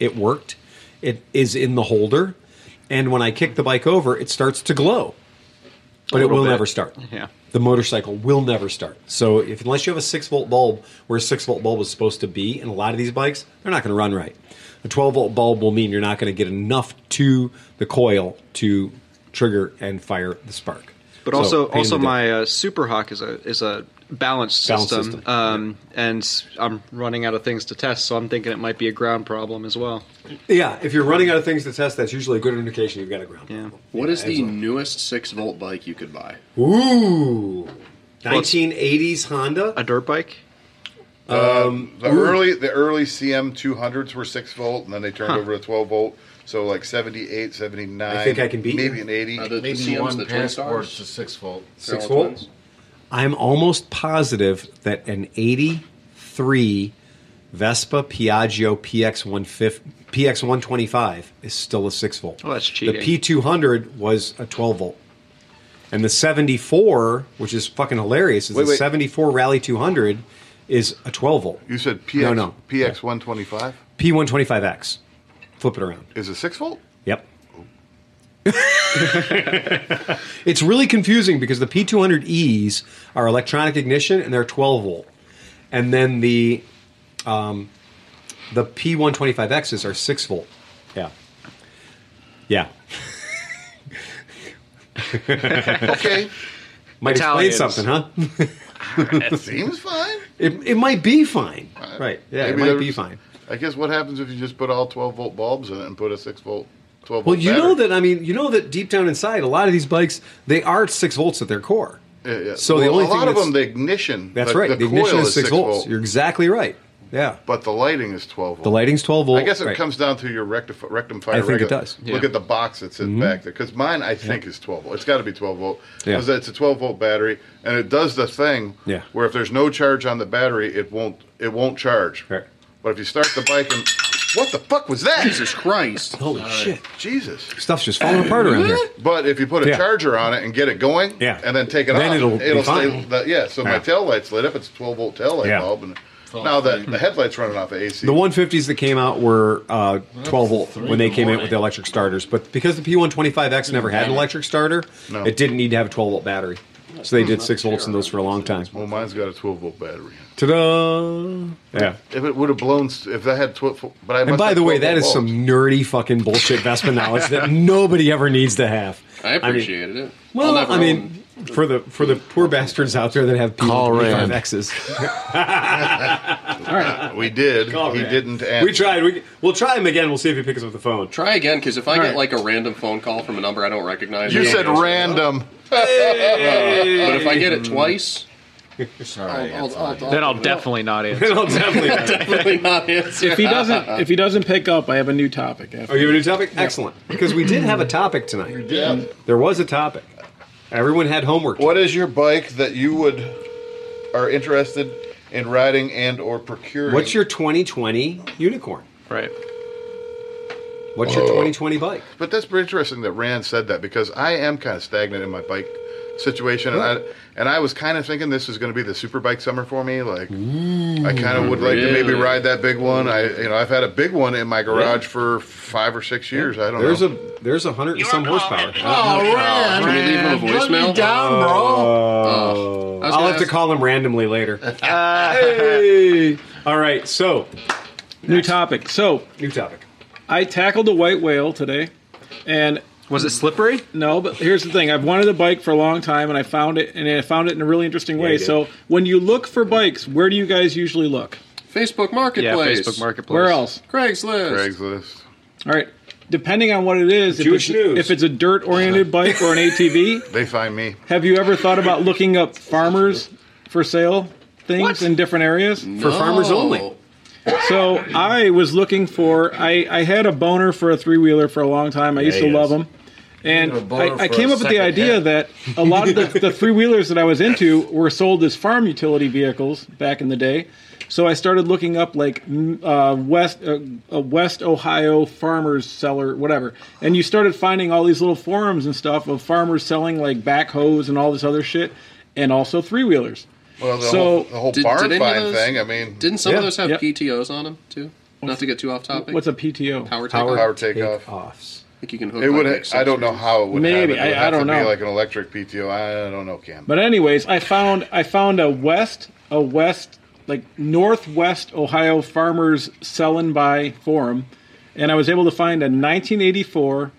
Speaker 1: It worked. It is in the holder. And when I kick the bike over, it starts to glow, but
Speaker 7: A
Speaker 1: it
Speaker 7: little
Speaker 1: will
Speaker 7: bit.
Speaker 1: never start.
Speaker 7: Yeah.
Speaker 1: The motorcycle will never start. So if unless you have a six volt bulb where a six volt bulb is supposed to be, in a lot of these bikes, they're not going to run right. A twelve volt bulb will mean you're not going to get enough to the coil to trigger and fire the spark.
Speaker 7: But
Speaker 1: So,
Speaker 7: also,
Speaker 1: pain in
Speaker 7: also
Speaker 1: the dick.
Speaker 7: my uh, Super Hawk is a is a balanced
Speaker 1: Balanced
Speaker 7: system,
Speaker 1: system,
Speaker 7: Um, and s- I'm running out of things to test, so I'm thinking it might be a ground problem as well.
Speaker 1: Yeah, if you're running out of things to test, that's usually a good indication you've got a ground.
Speaker 7: Yeah.
Speaker 6: What is the
Speaker 1: absolutely.
Speaker 6: newest six volt bike you could buy?
Speaker 1: Ooh, 1980s Honda,
Speaker 7: a dirt bike.
Speaker 2: Um,
Speaker 1: Um,
Speaker 2: the
Speaker 1: ooh.
Speaker 2: early the early CM 200s were 6 volt and then they turned
Speaker 1: Huh.
Speaker 2: over to 12 volt. So like 78, 79.
Speaker 1: I think I can beat
Speaker 2: maybe
Speaker 1: you.
Speaker 2: an 80.
Speaker 6: Are the- the
Speaker 8: Maybe
Speaker 6: CMs
Speaker 8: one
Speaker 6: the twin
Speaker 8: passport's
Speaker 6: stars?
Speaker 8: a six volt.
Speaker 1: Six volt. I'm almost positive that an 83 Vespa Piaggio PX 150 PX 125 is still a 6 volt.
Speaker 7: Oh, that's
Speaker 1: The
Speaker 7: cheating.
Speaker 1: P200 was a 12 volt. And the 74, which is fucking hilarious, is
Speaker 2: Wait,
Speaker 1: the
Speaker 2: wait.
Speaker 1: 74 Rally 200 is a 12 volt.
Speaker 2: You said PX
Speaker 1: No, no.
Speaker 2: PX 125
Speaker 1: P125X. Flip it around.
Speaker 2: is a 6 volt?
Speaker 1: Yep. it's really confusing because the P200Es are electronic ignition and they're 12 volt, and then the um, the P125Xs are 6 volt. Yeah. Yeah.
Speaker 2: Okay.
Speaker 1: Might
Speaker 2: Italians.
Speaker 1: explain something, huh?
Speaker 2: It seems fine.
Speaker 1: It, it might be fine. Right. Yeah,
Speaker 2: Maybe
Speaker 1: it might
Speaker 2: they're
Speaker 1: be
Speaker 2: just-
Speaker 1: fine.
Speaker 2: I guess what happens if you just put all 12 volt bulbs in it and put a 6 volt 12
Speaker 1: Well,
Speaker 2: volt
Speaker 1: you
Speaker 2: battery?
Speaker 1: know that I mean, you know that deep down inside, a lot of these bikes they are six volts at their core.
Speaker 2: Yeah, yeah.
Speaker 1: So the
Speaker 2: Well,
Speaker 1: only
Speaker 2: a lot
Speaker 1: thing
Speaker 2: of
Speaker 1: that's-
Speaker 2: them, the ignition.
Speaker 1: That's
Speaker 2: the,
Speaker 1: right. The, ignition is six, volts.
Speaker 2: volt,
Speaker 1: You're exactly right. Yeah.
Speaker 2: but the lighting is 12 volt.
Speaker 1: The lighting's 12 volt.
Speaker 2: I guess it
Speaker 1: right.
Speaker 2: comes down to your rectif- rectum fire.
Speaker 1: I think it
Speaker 2: regulator.
Speaker 1: does.
Speaker 2: Look
Speaker 1: Yeah.
Speaker 2: at the box that's in
Speaker 1: Mhm.
Speaker 2: back there because mine I think is 12 volt. It's got to be 12 volt
Speaker 1: Yeah.
Speaker 2: because it's a 12 volt battery and it does the thing
Speaker 1: Yeah.
Speaker 2: where if there's no charge on the battery, it won't it won't charge. But if you start the bike and what the fuck was that? Jesus
Speaker 6: Christ!
Speaker 1: Holy shit!
Speaker 2: Jesus!
Speaker 1: Stuff's just falling apart around here.
Speaker 2: But if you put a
Speaker 1: Yeah.
Speaker 2: charger on it and get it going,
Speaker 1: Yeah.
Speaker 2: and then take it
Speaker 1: Then
Speaker 2: off,
Speaker 1: it'll be
Speaker 2: stay.
Speaker 1: fine.
Speaker 2: the- yeah, so my
Speaker 1: Yeah.
Speaker 2: tail light's lit up. It's a 12 volt tail light
Speaker 1: Yeah.
Speaker 2: bulb, and now the the headlight's running off of AC.
Speaker 1: The 150s that came out were uh, 12 volt
Speaker 2: three
Speaker 1: when they
Speaker 2: in the
Speaker 1: came in
Speaker 2: morning.
Speaker 1: with the electric starters, but because the P125X never had an electric starter,
Speaker 2: No.
Speaker 1: it didn't need to have a 12 volt battery. So they did six volts in those for a long time.
Speaker 2: Well, mine's got a 12 volt battery.
Speaker 1: Ta-da! Yeah.
Speaker 2: If it would have blown, s- if I had 12, fo- but I.
Speaker 1: And
Speaker 2: must
Speaker 1: by
Speaker 2: have
Speaker 1: the way,
Speaker 2: 12
Speaker 1: that is
Speaker 2: volts.
Speaker 1: some nerdy fucking bullshit Vespa knowledge that nobody ever needs to have.
Speaker 6: I
Speaker 1: mean-
Speaker 6: appreciated it. I'll
Speaker 1: Well,
Speaker 6: never
Speaker 1: I
Speaker 6: own-
Speaker 1: mean, for the for the poor bastards out there that have P125Xs.
Speaker 2: All right. We did.
Speaker 1: Call
Speaker 2: he
Speaker 1: Rand.
Speaker 2: didn't answer.
Speaker 1: We tried. We, we'll try him again. We'll see if he picks up the phone.
Speaker 6: Try again, because if
Speaker 1: All
Speaker 6: I get
Speaker 1: right.
Speaker 6: like a random phone call from a number I don't recognize,
Speaker 2: You
Speaker 6: I don't
Speaker 2: said
Speaker 6: answer.
Speaker 2: random.
Speaker 6: but if I get it twice,
Speaker 8: Sorry,
Speaker 6: I'll-
Speaker 8: it's
Speaker 6: I'll-
Speaker 8: fine.
Speaker 6: I'll-
Speaker 7: Then I'll
Speaker 3: definitely
Speaker 7: not
Speaker 3: answer. Then I'll definitely not answer.
Speaker 6: Definitely not answer.
Speaker 3: If he doesn't, if he doesn't pick up, I have a new topic. After
Speaker 1: Oh, you have a new topic? Excellent. Because we did have a topic tonight. There was a topic. Everyone had homework.
Speaker 2: What is your bike that you would are interested in riding and or procuring?
Speaker 1: What's your 2020 unicorn?
Speaker 7: Right.
Speaker 1: What's your
Speaker 6: Oh.
Speaker 2: Whoa.
Speaker 1: 2020 bike?
Speaker 2: But that's pretty interesting that Rand said that because I am kind of stagnant in my bike situation, and I and I was kind of thinking this is going to be the super bike summer for me. Like I kind of would like to maybe
Speaker 1: really?
Speaker 2: ride that big one. I you know I've had a big one in my garage for five or six years. I don't
Speaker 1: There's
Speaker 2: know.
Speaker 1: a there's a hundred and some horsepower.
Speaker 2: Oh, Rand.
Speaker 6: Should we leave him a
Speaker 1: Put me
Speaker 6: voicemail?
Speaker 1: down, bro.
Speaker 6: Oh. I was
Speaker 1: Uh, I'll
Speaker 6: gonna
Speaker 1: have to
Speaker 6: ask-
Speaker 1: call him randomly later. hey. All right, so
Speaker 3: new topic. So
Speaker 1: new topic.
Speaker 3: I tackled a white whale today, and
Speaker 7: was it slippery?
Speaker 3: No, but here's the thing: I've wanted a bike for a long time, and I found it, and I found it in a really interesting
Speaker 7: you
Speaker 3: way.
Speaker 7: did.
Speaker 3: So when you look for bikes, where do you guys usually look?
Speaker 6: Facebook Marketplace.
Speaker 3: Facebook Marketplace. Where else?
Speaker 6: Craigslist.
Speaker 2: Craigslist.
Speaker 3: All right. Depending on what it is, if
Speaker 2: Jewish
Speaker 3: it's, if it's a dirt-oriented bike or an ATV,
Speaker 2: they find me.
Speaker 3: Have you ever thought about looking up farmers for sale things in different areas
Speaker 2: For farmers
Speaker 6: Oh.
Speaker 2: only.
Speaker 3: So I was looking for. I, I had a boner for a three-wheeler for a long time. I
Speaker 7: Yeah,
Speaker 3: used to
Speaker 7: he
Speaker 3: love
Speaker 7: is.
Speaker 3: them, and
Speaker 7: You had a boner
Speaker 3: I, I
Speaker 7: for
Speaker 3: came
Speaker 7: a
Speaker 3: up with the
Speaker 7: second
Speaker 3: idea
Speaker 7: head.
Speaker 3: that a lot of the, the three-wheelers that I was into were sold as farm utility vehicles back in the day. So I started looking up like mm, uh, West uh, uh, West Ohio farmers seller whatever, and you started finding all these little forums and stuff of farmers selling like backhoes and all this other shit, and also three-wheelers.
Speaker 2: Well, the
Speaker 3: So-
Speaker 2: whole, the whole
Speaker 3: Did-
Speaker 2: barn
Speaker 3: did any of
Speaker 2: find
Speaker 3: those-
Speaker 2: thing. I mean,
Speaker 6: Didn't some
Speaker 3: Yeah.
Speaker 6: of those have
Speaker 3: Yep.
Speaker 6: PTOs on them too? Not to get too off topic.
Speaker 3: What's a PTO?
Speaker 6: power takeoff?
Speaker 2: Power, takeoff.
Speaker 1: Offs.
Speaker 6: I think you can hook
Speaker 2: It
Speaker 6: like
Speaker 2: would.
Speaker 6: an
Speaker 2: I don't know
Speaker 6: accessory.
Speaker 2: how it would.
Speaker 3: Maybe.
Speaker 2: happen. It would
Speaker 3: I- I
Speaker 2: have
Speaker 3: don't
Speaker 2: to
Speaker 3: know.
Speaker 2: Be like an electric PTO. I don't know, Cam.
Speaker 3: But anyways, I found I found a west a west like northwest Ohio farmers selling by forum, and I was able to find a 1984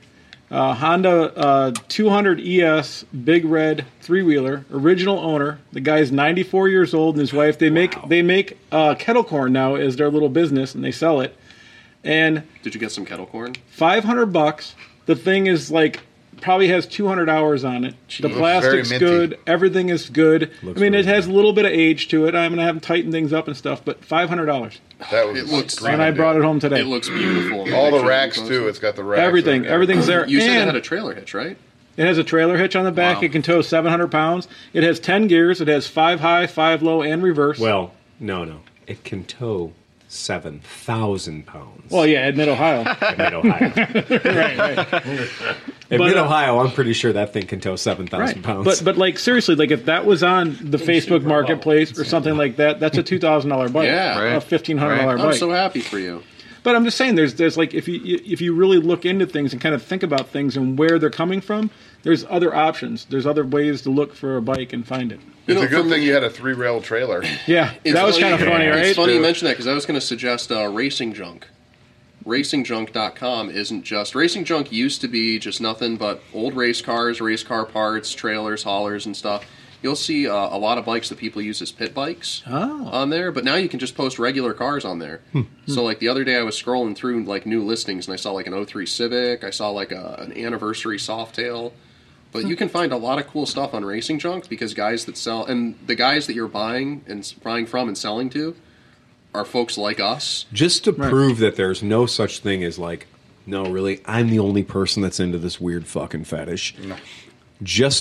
Speaker 3: uh, Honda uh, 200 ES big red three wheeler, original owner. The guy's 94 years old and his wife. They make they make uh, kettle corn now as their little business, and they sell it. And
Speaker 6: Did you get some kettle corn?
Speaker 3: five hundred bucks. The thing is like probably has two hundred hours on it. The
Speaker 6: Jeez.
Speaker 3: plastic's
Speaker 6: Very minty.
Speaker 3: good. Everything is good. I mean, it has a little bit of age to it. I'm gonna have to tighten things up and stuff. But five hundred dollars.
Speaker 2: That was.
Speaker 6: It looks.
Speaker 3: And I brought it home today.
Speaker 6: It looks beautiful.
Speaker 2: All the
Speaker 6: Actually,
Speaker 2: racks
Speaker 6: close.
Speaker 2: too. It's got the racks.
Speaker 3: Everything- everything's there.
Speaker 6: You said it
Speaker 3: And-
Speaker 6: had a trailer hitch, right?
Speaker 3: It has a trailer hitch on the back.
Speaker 6: Wow.
Speaker 3: It can tow seven hundred pounds. It has ten gears. It has five high, five low, and reverse.
Speaker 1: Well, no, no. It can tow seven thousand pounds.
Speaker 3: well, Oh, yeah, at Mid Ohio.
Speaker 1: Mid Ohio.
Speaker 3: right, right.
Speaker 1: In
Speaker 3: But,
Speaker 1: mid
Speaker 3: uh,
Speaker 1: Ohio, I'm pretty sure that thing can tow seven thousand pounds.
Speaker 3: But but like seriously, like if that was on the Facebook Marketplace or something like that, that's a two thousand dollar bike.
Speaker 6: Yeah.
Speaker 3: a fifteen hundred dollar
Speaker 6: I'm
Speaker 3: bike.
Speaker 6: so happy for you.
Speaker 3: But I'm just saying, there's there's like if you if you really look into things and kind of think about things and where they're coming from, there's other options. There's other ways to look for a bike and find it.
Speaker 2: It's a good thing you had a three rail trailer.
Speaker 3: Yeah,
Speaker 6: It's
Speaker 3: that was
Speaker 6: funny-
Speaker 3: kind of funny, right?
Speaker 6: It's funny you mention that because I was going to suggest uh, Racing Junk. RacingJunk.com isn't just Racing Junk used to be just nothing but old race cars, race car parts, trailers, haulers, and stuff. You'll see uh, a lot of bikes that people use as pit bikes
Speaker 3: Oh. Hmm.
Speaker 6: on there, but now you can just post regular cars on there. so like the other day, I was scrolling through like new listings and I saw like an 03 Civic, I saw like a, an anniversary Softail. But you can find a lot of cool stuff on Racing Junk because guys that sell and the guys that you're buying and s- buying from and selling to are folks like us.
Speaker 1: just to prove that there's no such thing as like, no, really, I'm the only person that's into this weird fucking fetish.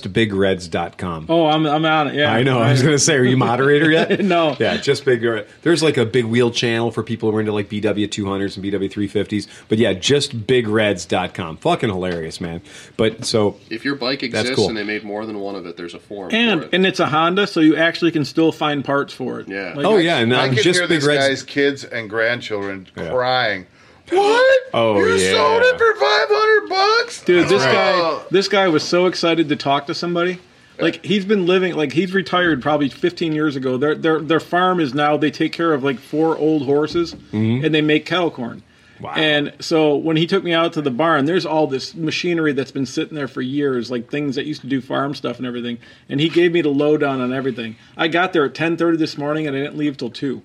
Speaker 1: Justbigreds.com.
Speaker 3: Oh, I'm I'm on it. Yeah,
Speaker 1: I know. I was going to say, are you moderator yet?
Speaker 3: no.
Speaker 1: Yeah, just big. There's like a big wheel channel for people who are into like BW 200s and BW 350s. But yeah, just bigreds.com. Fucking hilarious, man. But so
Speaker 6: If your bike
Speaker 1: That's
Speaker 6: exists
Speaker 1: cool.
Speaker 6: and they made more than one of it, there's a forum.
Speaker 3: And and it's a Honda, so you actually can still find parts for it.
Speaker 6: Yeah.
Speaker 1: Oh,
Speaker 3: Like-
Speaker 2: I can hear these guys' kids and grandchildren crying. What?
Speaker 1: Oh,
Speaker 2: you
Speaker 1: yeah.
Speaker 2: sold it for five hundred bucks,
Speaker 3: Dude, this
Speaker 2: Right.
Speaker 3: guy this guy was so excited to talk to somebody. Like he's been living like he's retired probably 15 years ago. Their their their farm is now they take care of like four old horses
Speaker 2: Mm-hmm.
Speaker 1: Mhm.
Speaker 3: and they make kettle corn. Wow. And so when he took me out to the barn, there's all this machinery that's been sitting there for years, like things that used to do farm stuff and everything. And he gave me the lowdown on everything. I got there at 10:30 this morning and I didn't leave till 2.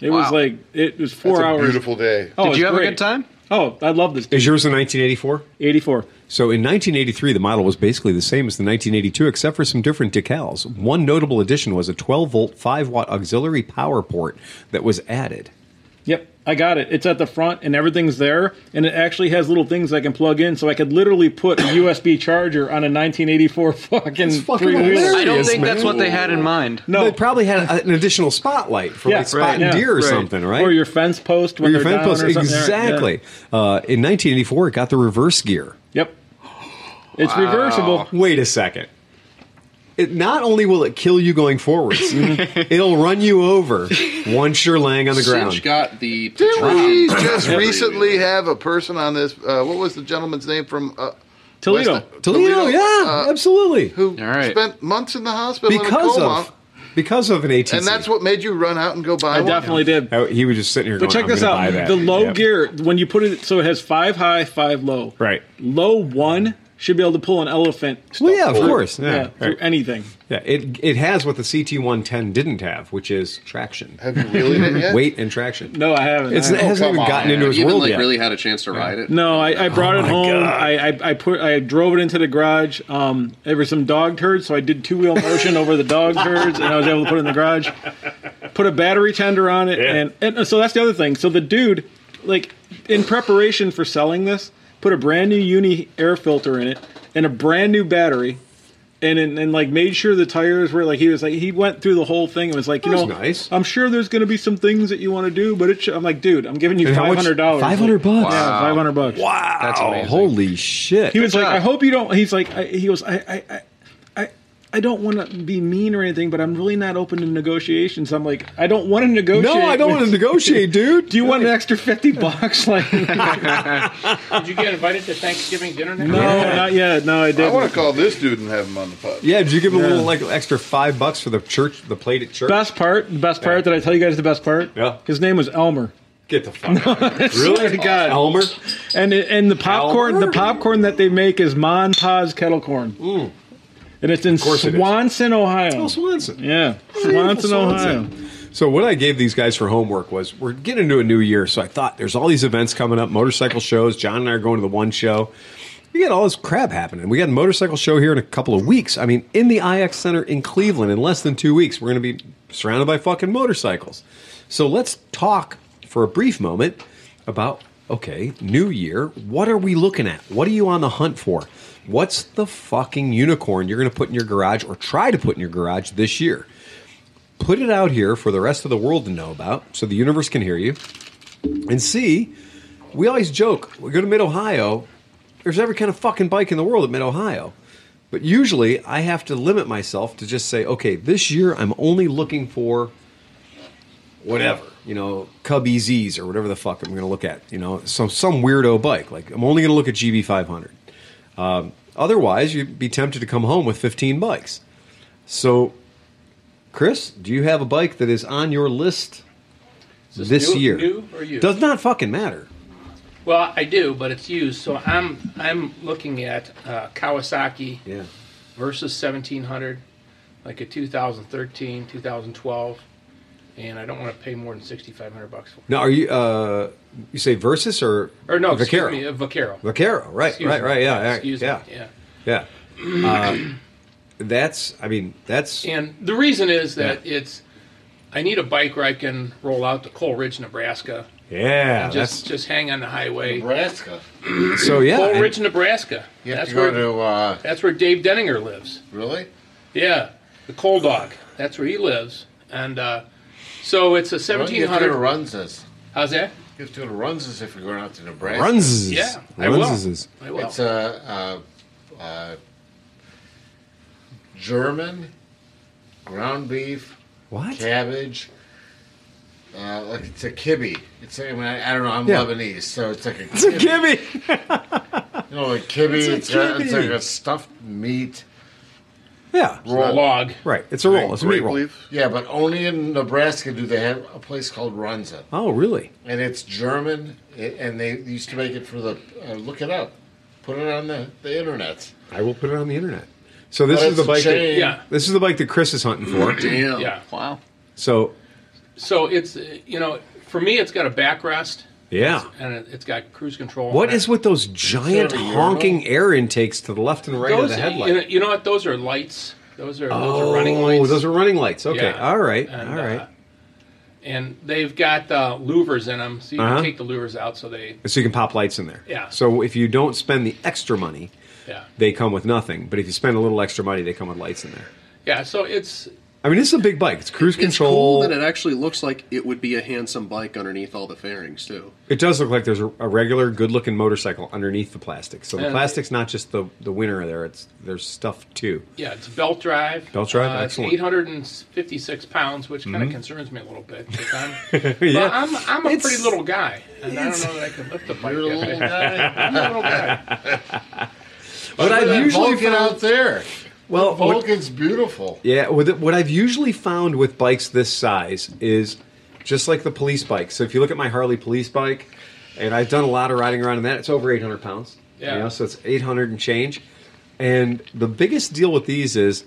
Speaker 3: It was
Speaker 2: Wow.
Speaker 3: like it was 4
Speaker 2: That's a
Speaker 3: hours.
Speaker 2: beautiful day.
Speaker 3: Oh,
Speaker 2: Did
Speaker 3: it's
Speaker 2: you have a
Speaker 3: great.
Speaker 2: good time?
Speaker 3: Oh, I love this.
Speaker 1: Is yours in 1984?
Speaker 3: 84.
Speaker 1: So in 1983, the model was basically the same as the 1982, except for some different decals. One notable addition was a 12 volt, 5 watt auxiliary power port that was added.
Speaker 3: Yep, I got it. It's at the front and everything's there, and it actually has little things I can plug in, so I could literally put a USB charger on a 1984 fucking,
Speaker 1: fucking
Speaker 3: three wheeler.
Speaker 1: hilarious, I don't think man. that's what they
Speaker 7: had in mind.
Speaker 3: No,
Speaker 1: they probably had a- an additional spotlight for like spotting deer or something, right?
Speaker 3: Or your fence post
Speaker 1: Or
Speaker 3: when
Speaker 1: your
Speaker 3: they're
Speaker 1: fence
Speaker 3: down
Speaker 1: post.
Speaker 3: or something, right?
Speaker 1: Exactly.
Speaker 3: Yeah.
Speaker 1: Uh, in 1984, it got the reverse gear.
Speaker 3: Yep. It's reversible.
Speaker 1: Wait a second. It not only will it kill you going forwards, it'll run you over once you're laying on the ground.
Speaker 6: Sinch got the
Speaker 2: Did we just
Speaker 6: Every
Speaker 2: recently have a person on this? Uh, what was the gentleman's name from uh,
Speaker 1: Toledo.
Speaker 2: West-
Speaker 1: Toledo, yeah, absolutely.
Speaker 2: uh, Who
Speaker 1: right.
Speaker 2: spent months in the hospital
Speaker 1: Because
Speaker 2: in a coma,
Speaker 1: of because of an ATC.
Speaker 2: and that's what made you run out and go buy
Speaker 3: I
Speaker 2: one.
Speaker 3: definitely did.
Speaker 1: Oh, he was just sitting here.
Speaker 3: But check
Speaker 1: going, "I'm
Speaker 3: this
Speaker 1: gonna
Speaker 3: out:
Speaker 1: buy that."
Speaker 3: the low
Speaker 1: Yep.
Speaker 3: gear when you put it, so it has five high, five low.
Speaker 1: Right.
Speaker 3: Low one should be able to pull an elephant.
Speaker 1: Well, yeah, of
Speaker 3: through-
Speaker 1: course, yeah,
Speaker 3: through
Speaker 1: right.
Speaker 3: anything.
Speaker 1: Yeah, it it has what the CT110 didn't have, which is traction. Have
Speaker 2: you wielded it yet?
Speaker 1: Weight and traction.
Speaker 3: No, I haven't.
Speaker 1: It's, it hasn't even gotten into his
Speaker 6: even
Speaker 1: world
Speaker 6: like
Speaker 1: yet.
Speaker 6: really had a chance to ride it.
Speaker 3: No, I, I brought
Speaker 1: Oh
Speaker 3: it
Speaker 1: my
Speaker 3: home.
Speaker 1: God.
Speaker 3: I, I I put I drove it into the garage. Um, there were some dog turds, so I did two wheel motion over the dog turds, and I was able to put it in the garage. Put a battery tender on it, and, and so that's the other thing. So the dude, like in preparation for selling this, put a brand new uni air filter in it and a brand new battery. And, and, and like made sure the tires were like he was like he went through the whole thing and was like you
Speaker 1: That
Speaker 3: know
Speaker 1: was nice.
Speaker 3: I'm sure there's gonna be some things that you want to do but it should, I'm like dude I'm giving you
Speaker 1: And how
Speaker 3: five
Speaker 1: much-
Speaker 3: hundred dollars
Speaker 1: 500 bucks?
Speaker 3: yeah
Speaker 1: Wow.
Speaker 3: five hundred bucks
Speaker 1: Wow! Holy shit!
Speaker 3: he was like, I hope you don't. He's like, I, he goes, I, I, I, I, I don't want to be mean or anything, but I'm really not open to negotiations. I'm like, I don't want to negotiate.
Speaker 1: No, I don't
Speaker 3: with-
Speaker 1: want to negotiate, dude.
Speaker 3: Do you want an extra fifty bucks? Like,
Speaker 4: Did you get invited to Thanksgiving dinner?
Speaker 3: no, not yet. No, I didn't.
Speaker 2: I want to call this dude and have him on the pod.
Speaker 1: Yeah, did you give him
Speaker 3: Yeah.
Speaker 1: a little like extra five bucks for the church, the plate at church?
Speaker 3: Best part, the best part. Did I tell you guys the best part? Yeah. His name was Elmer.
Speaker 1: Get the fuck out of here.
Speaker 3: Swear to
Speaker 1: Really?
Speaker 3: God.
Speaker 1: Elmer?
Speaker 3: And it, and the popcorn,
Speaker 1: Elmer?
Speaker 3: the popcorn that they make is Mon Pa's kettle corn. Ooh. And it's in
Speaker 1: course it is.
Speaker 3: Swanson, Ohio.
Speaker 1: Oh, Swanson.
Speaker 3: Yeah. Swanson, Ohio.
Speaker 1: So what I gave these guys for homework was we're getting into a new year, so I thought there's all these events coming up, motorcycle shows. John and I are going to the one show. We got all this crap happening. We got a motorcycle show here in a couple of weeks. I mean, in the IX Center in Cleveland, in less than two weeks, we're going to be surrounded by fucking motorcycles. So let's talk for a brief moment about okay, new year. What are we looking at? What are you on the hunt for? What's the fucking unicorn you're going to put in your garage or try to put in your garage this year? put it out here for the rest of the world to know about so the universe can hear you and see we always joke we go to mid ohio there's every kind of fucking bike in the world at mid ohio but usually i have to limit myself to just say okay this year i'm only looking for whatever you know cub ez's or whatever the fuck i'm gonna look at you know some some weirdo bike like i'm only gonna look at gb500 um, otherwise you'd be tempted to come home with 15 bikes so Chris, do you have a bike that is on your list this,
Speaker 4: Is this new-
Speaker 1: year?
Speaker 4: new or used?
Speaker 1: Does not fucking matter.
Speaker 4: Well, I do, but it's used. So I'm I'm looking at uh, Kawasaki
Speaker 1: Yeah.
Speaker 4: versus 1700, like a 2013, 2012, and I don't want to pay more than 6500 bucks for. it.
Speaker 1: Now, are you uh you say Versus or
Speaker 4: Or no, excuse
Speaker 1: Vaquero?
Speaker 4: me, a Vaquero.
Speaker 1: Vaquero, right,
Speaker 4: Er, Excuse
Speaker 1: right,
Speaker 4: me.
Speaker 1: right, yeah, yeah,
Speaker 4: Excuse
Speaker 1: yeah,
Speaker 4: me. Yeah.
Speaker 1: yeah. Uh, that's, I mean, that's
Speaker 4: And the reason is that it's I need a bike where I can roll out to Coal Ridge, Nebraska.
Speaker 1: Yeah,
Speaker 4: and
Speaker 1: that's-
Speaker 4: just just hang on the highway.
Speaker 2: Nebraska.
Speaker 1: So, yeah,
Speaker 4: Coal
Speaker 1: and-
Speaker 4: Ridge, Nebraska.
Speaker 2: You have
Speaker 4: that's
Speaker 2: to go
Speaker 4: where
Speaker 2: to. Uh,
Speaker 4: that's where Dave Denninger lives.
Speaker 2: really?
Speaker 4: Yeah, the Coal Dog. That's where he lives, and uh, so it's a seventeen
Speaker 8: Give
Speaker 4: hundred.
Speaker 8: to runs us.
Speaker 4: How's that?
Speaker 8: Give to the runs us if you're going out to Nebraska.
Speaker 1: Runses.
Speaker 4: Yeah,
Speaker 1: I will. Runses.
Speaker 4: I will.
Speaker 8: It's a, a, a German ground beef,
Speaker 1: what
Speaker 8: cabbage. Uh, like it's a kibbe. It's a, I, mean, I, I don't know. I'm
Speaker 1: Yeah.
Speaker 8: Lebanese, so it's like a
Speaker 1: It's a kibbe.
Speaker 8: you know, like kibbe.
Speaker 1: It's a
Speaker 8: It's, got- it's like
Speaker 1: kibbe.
Speaker 8: a stuffed meat
Speaker 1: yeah,
Speaker 8: roll.
Speaker 1: right? It's a roll. It's a meat roll.
Speaker 8: Yeah, but only in Nebraska do they have a place called Runza.
Speaker 1: Oh, really?
Speaker 8: and it's German, a- and they used to make it for the uh, look it up, put it on the, the internet.
Speaker 1: I will put it on the internet. So this is the
Speaker 8: That's
Speaker 1: bike. That,
Speaker 8: shame. Yeah.
Speaker 1: This is the bike that Chris is hunting for.
Speaker 4: Yeah. Wow.
Speaker 1: So
Speaker 4: So it's uh, you know for me it's got a backrest
Speaker 1: yeah.
Speaker 4: and it- it's got cruise control.
Speaker 1: What
Speaker 4: on it.
Speaker 1: is with those giant
Speaker 4: Sure, you're
Speaker 1: honking air intakes to the left and right of
Speaker 4: those?
Speaker 1: the
Speaker 4: You know,
Speaker 1: headlight?
Speaker 4: you know what? Those are lights. Those are those
Speaker 1: Oh,
Speaker 4: are running lights.
Speaker 1: those are running lights. Okay,
Speaker 4: Yeah.
Speaker 1: all right,
Speaker 4: And,
Speaker 1: all right.
Speaker 4: uh, and they've got uh, louvers in them, so you
Speaker 1: Uh-huh.
Speaker 4: can take the louvers out. So they,
Speaker 1: So you can pop lights in there.
Speaker 4: Yeah.
Speaker 1: So if you don't spend the extra money,
Speaker 4: yeah,
Speaker 1: they come with nothing. But if you spend a little extra money, they come with lights in there.
Speaker 4: yeah. So it's
Speaker 1: I mean, this is a big bike. It's cruise
Speaker 6: It's
Speaker 1: control.
Speaker 6: cool that it actually looks like it would be a handsome bike underneath all the fairings too.
Speaker 1: It does look like there's a, a regular, good-looking motorcycle underneath the plastic. So the
Speaker 4: And-
Speaker 1: plastic's not just the the winner there. It's there's stuff too.
Speaker 4: yeah, it's belt drive.
Speaker 1: Belt drive,
Speaker 4: Uh,
Speaker 1: excellent.
Speaker 4: It's 856 pounds, which kind of
Speaker 1: Mhm.
Speaker 4: concerns me a little bit. 'cause I'm,
Speaker 1: Yeah.
Speaker 4: but I'm, I'm a
Speaker 1: It's-
Speaker 4: pretty little guy, and I don't know that I can lift a bike. that big. I'm a little guy.
Speaker 1: What
Speaker 8: Look at
Speaker 1: I've
Speaker 8: that
Speaker 1: usually
Speaker 8: Vulcan
Speaker 1: found-
Speaker 8: out there.
Speaker 1: Well, what-
Speaker 8: Vulcan's beautiful.
Speaker 1: Yeah, with it, what I've usually found with bikes this size is just like the police bike. So if you look at my Harley police bike, and I've done a lot of riding around in that, it's over 800 pounds.
Speaker 4: Yeah.
Speaker 1: You know, so it's 800 and change. And the biggest deal with these is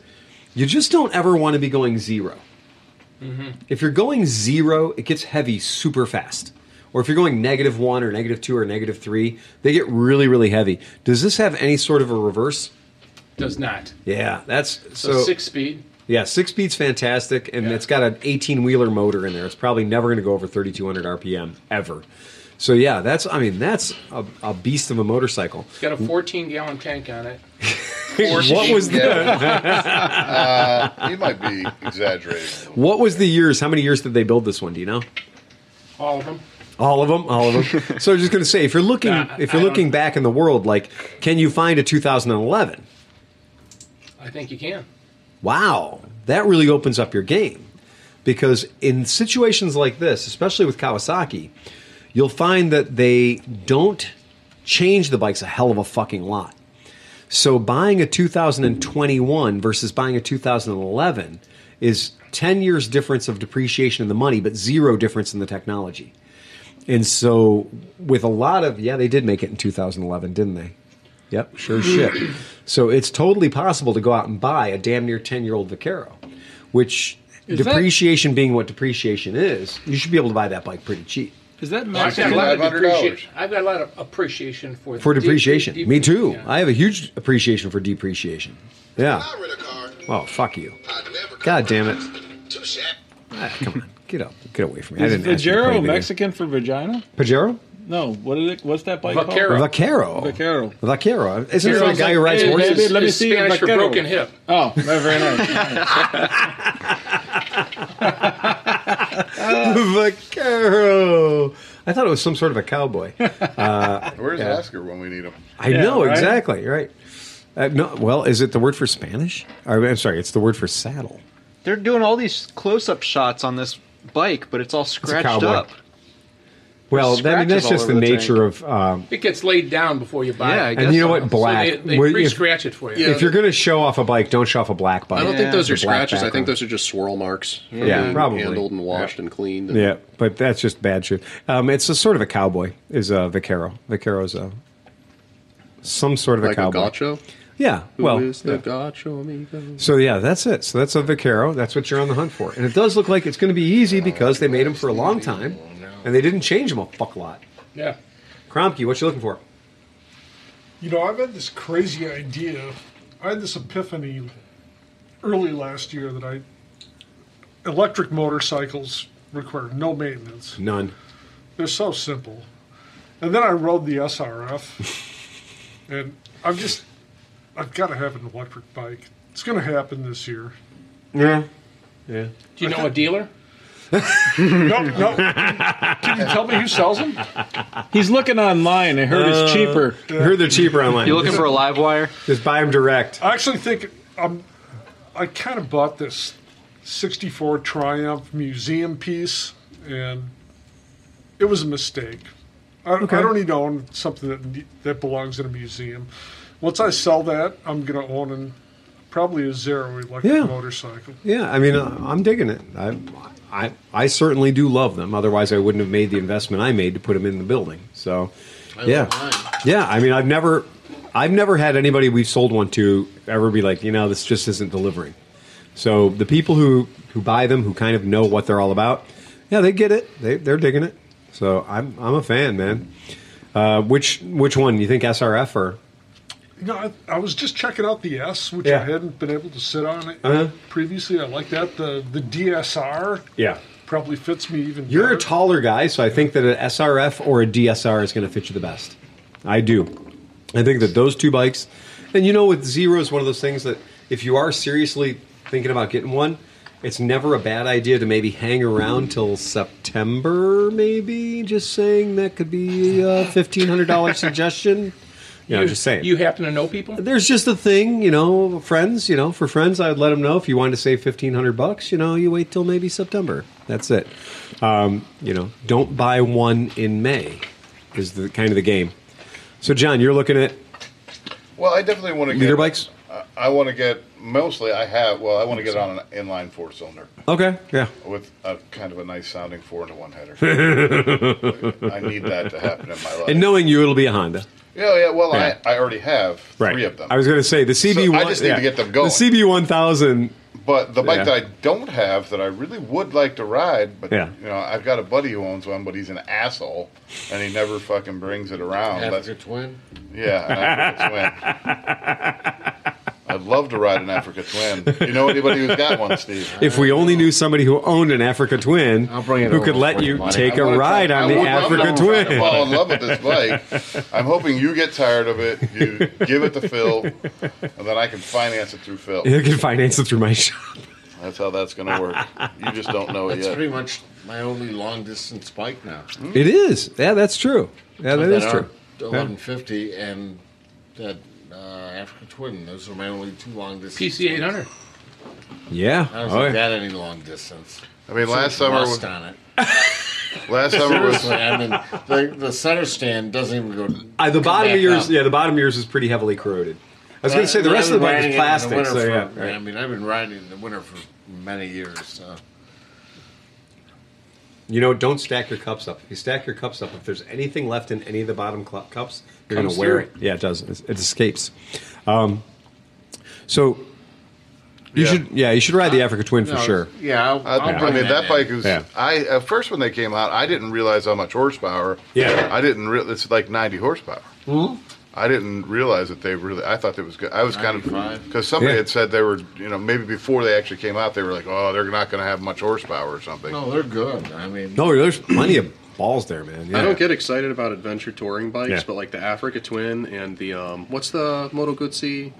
Speaker 1: you just don't ever want to be going zero.
Speaker 4: Mhm.
Speaker 1: If you're going zero, it gets heavy super fast. Or if you're going negative one or negative two or negative three, they get really, really heavy. Does this have any sort of a reverse?
Speaker 4: Does not.
Speaker 1: Yeah, that's
Speaker 4: So,
Speaker 1: so.
Speaker 4: six speed.
Speaker 1: Yeah, six speed's fantastic, and it's got an 18 wheeler motor in there. It's probably never going to go over 3,200 RPM ever. So yeah, that's I mean that's a, a beast of a motorcycle.
Speaker 4: It's got a 14 gallon tank on it.
Speaker 1: what was the
Speaker 2: Uh, you might be exaggerating.
Speaker 1: what was the years? How many years did they build this one? Do you know?
Speaker 4: All of them.
Speaker 1: All of them, all of them. so I was just going to say, if you're looking, if you're looking back in the world, like, can you find a 2011?
Speaker 4: I think you can.
Speaker 1: Wow, that really opens up your game. Because in situations like this, especially with Kawasaki, you'll find that they don't change the bikes a hell of a fucking lot. So buying a 2021 versus buying a 2011 is 10 years difference of depreciation in the money, but zero difference in the technology. And so with a lot of, yeah, they did make it in 2011, didn't they? Yep, sure as
Speaker 3: Mm.
Speaker 1: shit. So it's totally possible to go out and buy a damn near 10 year old Vaquero, which
Speaker 3: Is that-
Speaker 1: depreciation being what depreciation is, you should be able to buy that bike pretty cheap.
Speaker 3: Is that
Speaker 4: I've
Speaker 3: max?
Speaker 4: got, a lot of
Speaker 3: $500.
Speaker 4: depreciation. I've got a lot of appreciation for
Speaker 1: For
Speaker 4: the de-
Speaker 1: depreciation.
Speaker 4: de-
Speaker 1: Me too. I have a huge appreciation for depreciation. Yeah. Oh, fuck you. God damn it. Ah, come on. Get up. Get away from me. I
Speaker 3: Is
Speaker 1: didn't ask you to play
Speaker 3: Pajero
Speaker 1: video.
Speaker 3: Mexican for vagina?
Speaker 1: Pajero?
Speaker 3: No. What is it? What's that bike
Speaker 1: Vaquero.
Speaker 3: called?
Speaker 1: Vaquero.
Speaker 3: Vaquero.
Speaker 1: Vaquero. Isn't there a guy who rides
Speaker 3: Hey,
Speaker 1: horses?
Speaker 3: baby, let me see your vaquero. Oh, very
Speaker 1: Vaquero. I thought it was some sort of a cowboy. Uh,
Speaker 2: Where's
Speaker 1: yeah.
Speaker 2: Oscar when we need him?
Speaker 1: I know exactly right. Uh, no, well, is it the word for Spanish? Or, I'm sorry, it's the word for saddle.
Speaker 7: They're doing all these close-up shots on this bike, but it's all scratched
Speaker 1: cowboy.
Speaker 7: up.
Speaker 1: Well, that- I mean,
Speaker 7: Scratches
Speaker 1: that's
Speaker 7: all
Speaker 1: just
Speaker 7: over
Speaker 1: the
Speaker 7: the
Speaker 1: nature of. Um,
Speaker 4: It gets laid down before you buy
Speaker 1: Yeah, I
Speaker 4: it.
Speaker 1: guess And you know so. what? Black.
Speaker 4: So they they
Speaker 1: Well, if-
Speaker 4: pre-scratch it for you.
Speaker 1: if you're going to show off a bike, don't show off a black bike.
Speaker 6: I don't think those
Speaker 1: The
Speaker 6: are
Speaker 1: black
Speaker 6: scratches. I think
Speaker 1: background.
Speaker 6: those are just swirl marks. from
Speaker 1: Yeah,
Speaker 6: being
Speaker 1: probably.
Speaker 6: Handled and washed and cleaned. and-
Speaker 1: Yeah, but that's just bad shit. Um, it's a sort of a cowboy. Is a vaquero. Vaquero's a some sort of a
Speaker 6: Like a
Speaker 1: cowboy.
Speaker 6: gaucho?
Speaker 1: Yeah.
Speaker 6: Who
Speaker 1: well,
Speaker 6: is the
Speaker 1: yeah.
Speaker 6: gaucho amigo?
Speaker 1: So yeah, that's it. So that's a vaquero. That's what you're on the hunt for, and it does look like it's going to be easy because they made them for a long time, and they didn't change them a fuck lot.
Speaker 5: Yeah.
Speaker 1: Kromke, what you looking for?
Speaker 5: You know, I've had this crazy idea. I had this epiphany early last year that I electric motorcycles require no maintenance.
Speaker 1: None.
Speaker 5: They're so simple. And then I rode the SRF, and I'm just, I've got to have an electric bike. It's going to happen this year.
Speaker 1: Yeah. Yeah.
Speaker 4: Do you know a dealer?
Speaker 5: no, no. Can you tell me who sells them?
Speaker 3: He's looking online. I heard it's
Speaker 1: Uh,
Speaker 3: cheaper.
Speaker 1: I heard they're cheaper online.
Speaker 3: You looking
Speaker 1: Just-
Speaker 3: for a live wire?
Speaker 1: Just buy them direct.
Speaker 5: I actually think um, I kind of bought this 64 Triumph museum piece, and it was a mistake. I, I don't need to own something that ne- that belongs in a museum. Once I sell that, I'm going to own an, probably a zero electric
Speaker 1: Yeah.
Speaker 5: motorcycle.
Speaker 1: Yeah, I mean, uh, I'm digging it. I, I, I certainly do love them. Otherwise, I wouldn't have made the investment I made to put them in the building. So,
Speaker 5: I love
Speaker 1: yeah,
Speaker 5: mine.
Speaker 1: yeah. I mean, I've never, I've never had anybody we've sold one to ever be like, you know, this just isn't delivering. So the people who who buy them, who kind of know what they're all about, yeah, they get it. They they're digging it. So I'm I'm a fan, man. Uh, which which one you think SRF or
Speaker 5: You know, I, I was just checking out the S, which I hadn't been able to sit on it
Speaker 1: Uh-huh.
Speaker 5: previously. I like that. The the DSR.
Speaker 1: yeah
Speaker 5: probably fits me even.
Speaker 1: You're a taller guy, so I think that an SRF or a DSR is going to fit you the best. I do. I think that those two bikes, and you know, with Zero is one of those things that if you are seriously thinking about getting one, it's never a bad idea to maybe hang around till September, maybe. Just saying that could be a $1,500 suggestion. You know,
Speaker 4: You-
Speaker 1: just saying.
Speaker 4: You happen to know people?
Speaker 1: There's just a thing, you know, friends, you know, for friends, I would let them know if you wanted to save 1500 bucks, you know, you wait till maybe September. That's it. Um, you know, don't buy one in May is the kind of the game. So John, you're looking at
Speaker 2: Well, I definitely want to get
Speaker 1: leader bikes?
Speaker 2: I, I want to get mostly. I have. Well, I want to get on an inline four cylinder
Speaker 1: Okay. Yeah.
Speaker 2: with a kind of a nice sounding four into one header.
Speaker 1: I
Speaker 2: I need that to happen in my life.
Speaker 1: And knowing you, it'll be a Honda.
Speaker 2: yeah, yeah. Well,
Speaker 1: Yeah.
Speaker 2: I, I already have
Speaker 1: Right.
Speaker 2: three of them.
Speaker 1: I was going to say the CB1
Speaker 2: So I just need to get them going.
Speaker 1: The CB1000
Speaker 2: But the bike
Speaker 1: Yeah.
Speaker 2: that I don't have that I really would like to ride, but
Speaker 1: Yeah.
Speaker 2: you know, I've got a buddy who owns one, but he's an asshole and he never fucking brings it around.
Speaker 18: Africa
Speaker 2: That's-
Speaker 18: Twin?
Speaker 2: Yeah, an Africa Twin. I'd love to ride an Africa Twin. You know anybody who's got one, Steve?
Speaker 1: If we only knew somebody who owned an Africa Twin
Speaker 2: it
Speaker 1: who
Speaker 2: over
Speaker 1: could let
Speaker 2: for you,
Speaker 1: you
Speaker 2: buddy.
Speaker 1: take
Speaker 2: I
Speaker 1: a
Speaker 2: wanna try-
Speaker 1: ride on
Speaker 2: I
Speaker 1: the
Speaker 2: would love to
Speaker 1: Africa
Speaker 2: try to
Speaker 1: Twin.
Speaker 2: fall in love with this bike. I'm hoping you get tired of it. You give it to Phil, and then I can finance it through Phil.
Speaker 1: You can finance it through my shop.
Speaker 2: That's how that's going to work. You just don't know it
Speaker 18: That's
Speaker 2: yet.
Speaker 18: pretty
Speaker 2: much my only long distance bike now.
Speaker 1: It is. Yeah, that's true. Yeah, that is true. Yeah.
Speaker 18: Eleven fifty and that uh, Africa Twin. Those are my only two long distance.
Speaker 4: PC 800.
Speaker 1: Yeah.
Speaker 18: I don't
Speaker 1: Oh,
Speaker 18: think
Speaker 1: yeah.
Speaker 18: that any long distance.
Speaker 2: I mean,
Speaker 18: So
Speaker 2: last
Speaker 18: much
Speaker 2: summer
Speaker 18: rust
Speaker 2: wa-
Speaker 18: on it.
Speaker 2: Last summer was-
Speaker 18: Seriously, I mean, the, the center stand doesn't even go.
Speaker 1: Uh, the
Speaker 18: come
Speaker 1: bottom of
Speaker 18: back
Speaker 1: yours,
Speaker 18: up.
Speaker 1: yeah, the bottom of yours is pretty heavily corroded. I was
Speaker 18: Well,
Speaker 1: going to say the
Speaker 18: I've
Speaker 1: rest of the
Speaker 18: been
Speaker 1: bike
Speaker 18: riding it
Speaker 1: is
Speaker 18: in the
Speaker 1: plastic.
Speaker 18: winter
Speaker 1: So
Speaker 18: for-
Speaker 1: yeah, right.
Speaker 18: I mean, I've been riding in the winter for many years. So.
Speaker 1: You know, don't stack your cups up. If you stack your cups up, if there's anything left in any of the bottom cl- cups, you're going
Speaker 18: Comes
Speaker 1: to wear it.
Speaker 18: through.
Speaker 1: Yeah, it does. It, it escapes. Um, so you should, yeah, you should ride the Africa Twin for
Speaker 2: No,
Speaker 1: sure.
Speaker 18: Yeah, I'll,
Speaker 2: I,
Speaker 1: I'll
Speaker 2: I
Speaker 1: bring
Speaker 2: mean
Speaker 1: that
Speaker 2: that
Speaker 1: in.
Speaker 2: bike is.
Speaker 1: Yeah.
Speaker 2: I at first when they came out, I didn't realize how much horsepower.
Speaker 1: Yeah,
Speaker 2: I didn't. Re- it's like ninety horsepower.
Speaker 1: Mhm.
Speaker 2: I didn't realize that they really. I thought that was good. I was kind of
Speaker 18: 95.
Speaker 2: because somebody
Speaker 18: Yeah.
Speaker 2: had said they were. You know, maybe before they actually came out, they were like, "Oh, they're not going to have much horsepower or something."
Speaker 18: No, they're good. I mean,
Speaker 1: No, there's plenty of balls there, man. Yeah.
Speaker 6: I don't get excited about adventure touring bikes,
Speaker 1: Yeah.
Speaker 6: but like the Africa Twin and the um, what's the Moto Guzzi?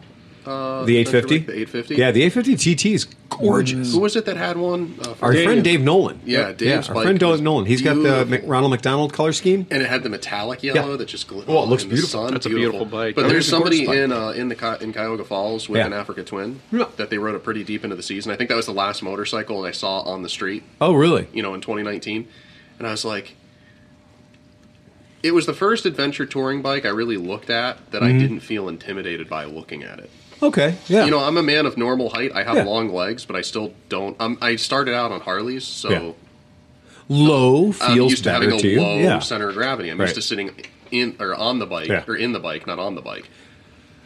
Speaker 6: Uh,
Speaker 1: the
Speaker 6: adventure
Speaker 1: 850.
Speaker 6: bike? The 850.
Speaker 1: Yeah, the 850 TT is gorgeous.
Speaker 6: Who was it that had one? Uh,
Speaker 1: Our friend Dave Nolan.
Speaker 6: Yeah, Dave's
Speaker 1: yeah, our
Speaker 6: bike
Speaker 1: friend
Speaker 6: was
Speaker 1: Dave Nolan. He's got the Mc- Ronald McDonald color scheme.
Speaker 6: and it had the metallic yellow that just glittered.
Speaker 1: Oh, it looks
Speaker 6: in
Speaker 1: beautiful.
Speaker 6: The sun.
Speaker 1: That's a beautiful bike.
Speaker 6: But
Speaker 1: That
Speaker 6: there's
Speaker 1: is a gorgeous
Speaker 6: somebody
Speaker 1: bike.
Speaker 6: in uh, in the Ki- in Cuyahoga Falls with
Speaker 1: Yeah.
Speaker 6: an Africa Twin that they rode it pretty deep into the season. I think that was the last motorcycle I saw on the street.
Speaker 1: Oh, really?
Speaker 6: You know, in 2019, and I was like. It was the first adventure touring bike I really looked at that I
Speaker 1: Mhm.
Speaker 6: didn't feel intimidated by looking at it.
Speaker 1: Okay, yeah.
Speaker 6: You know, I'm a man of normal height. I have
Speaker 1: Yeah.
Speaker 6: long legs, but I still don't. Um, I started out on Harleys, so
Speaker 1: Yeah. Low feels
Speaker 6: I'm um, used to
Speaker 1: better
Speaker 6: having a
Speaker 1: to you.
Speaker 6: low
Speaker 1: yeah.
Speaker 6: center of gravity. I'm
Speaker 1: Right.
Speaker 6: used to sitting in or on the bike
Speaker 1: Yeah.
Speaker 6: or in the bike, not on the bike.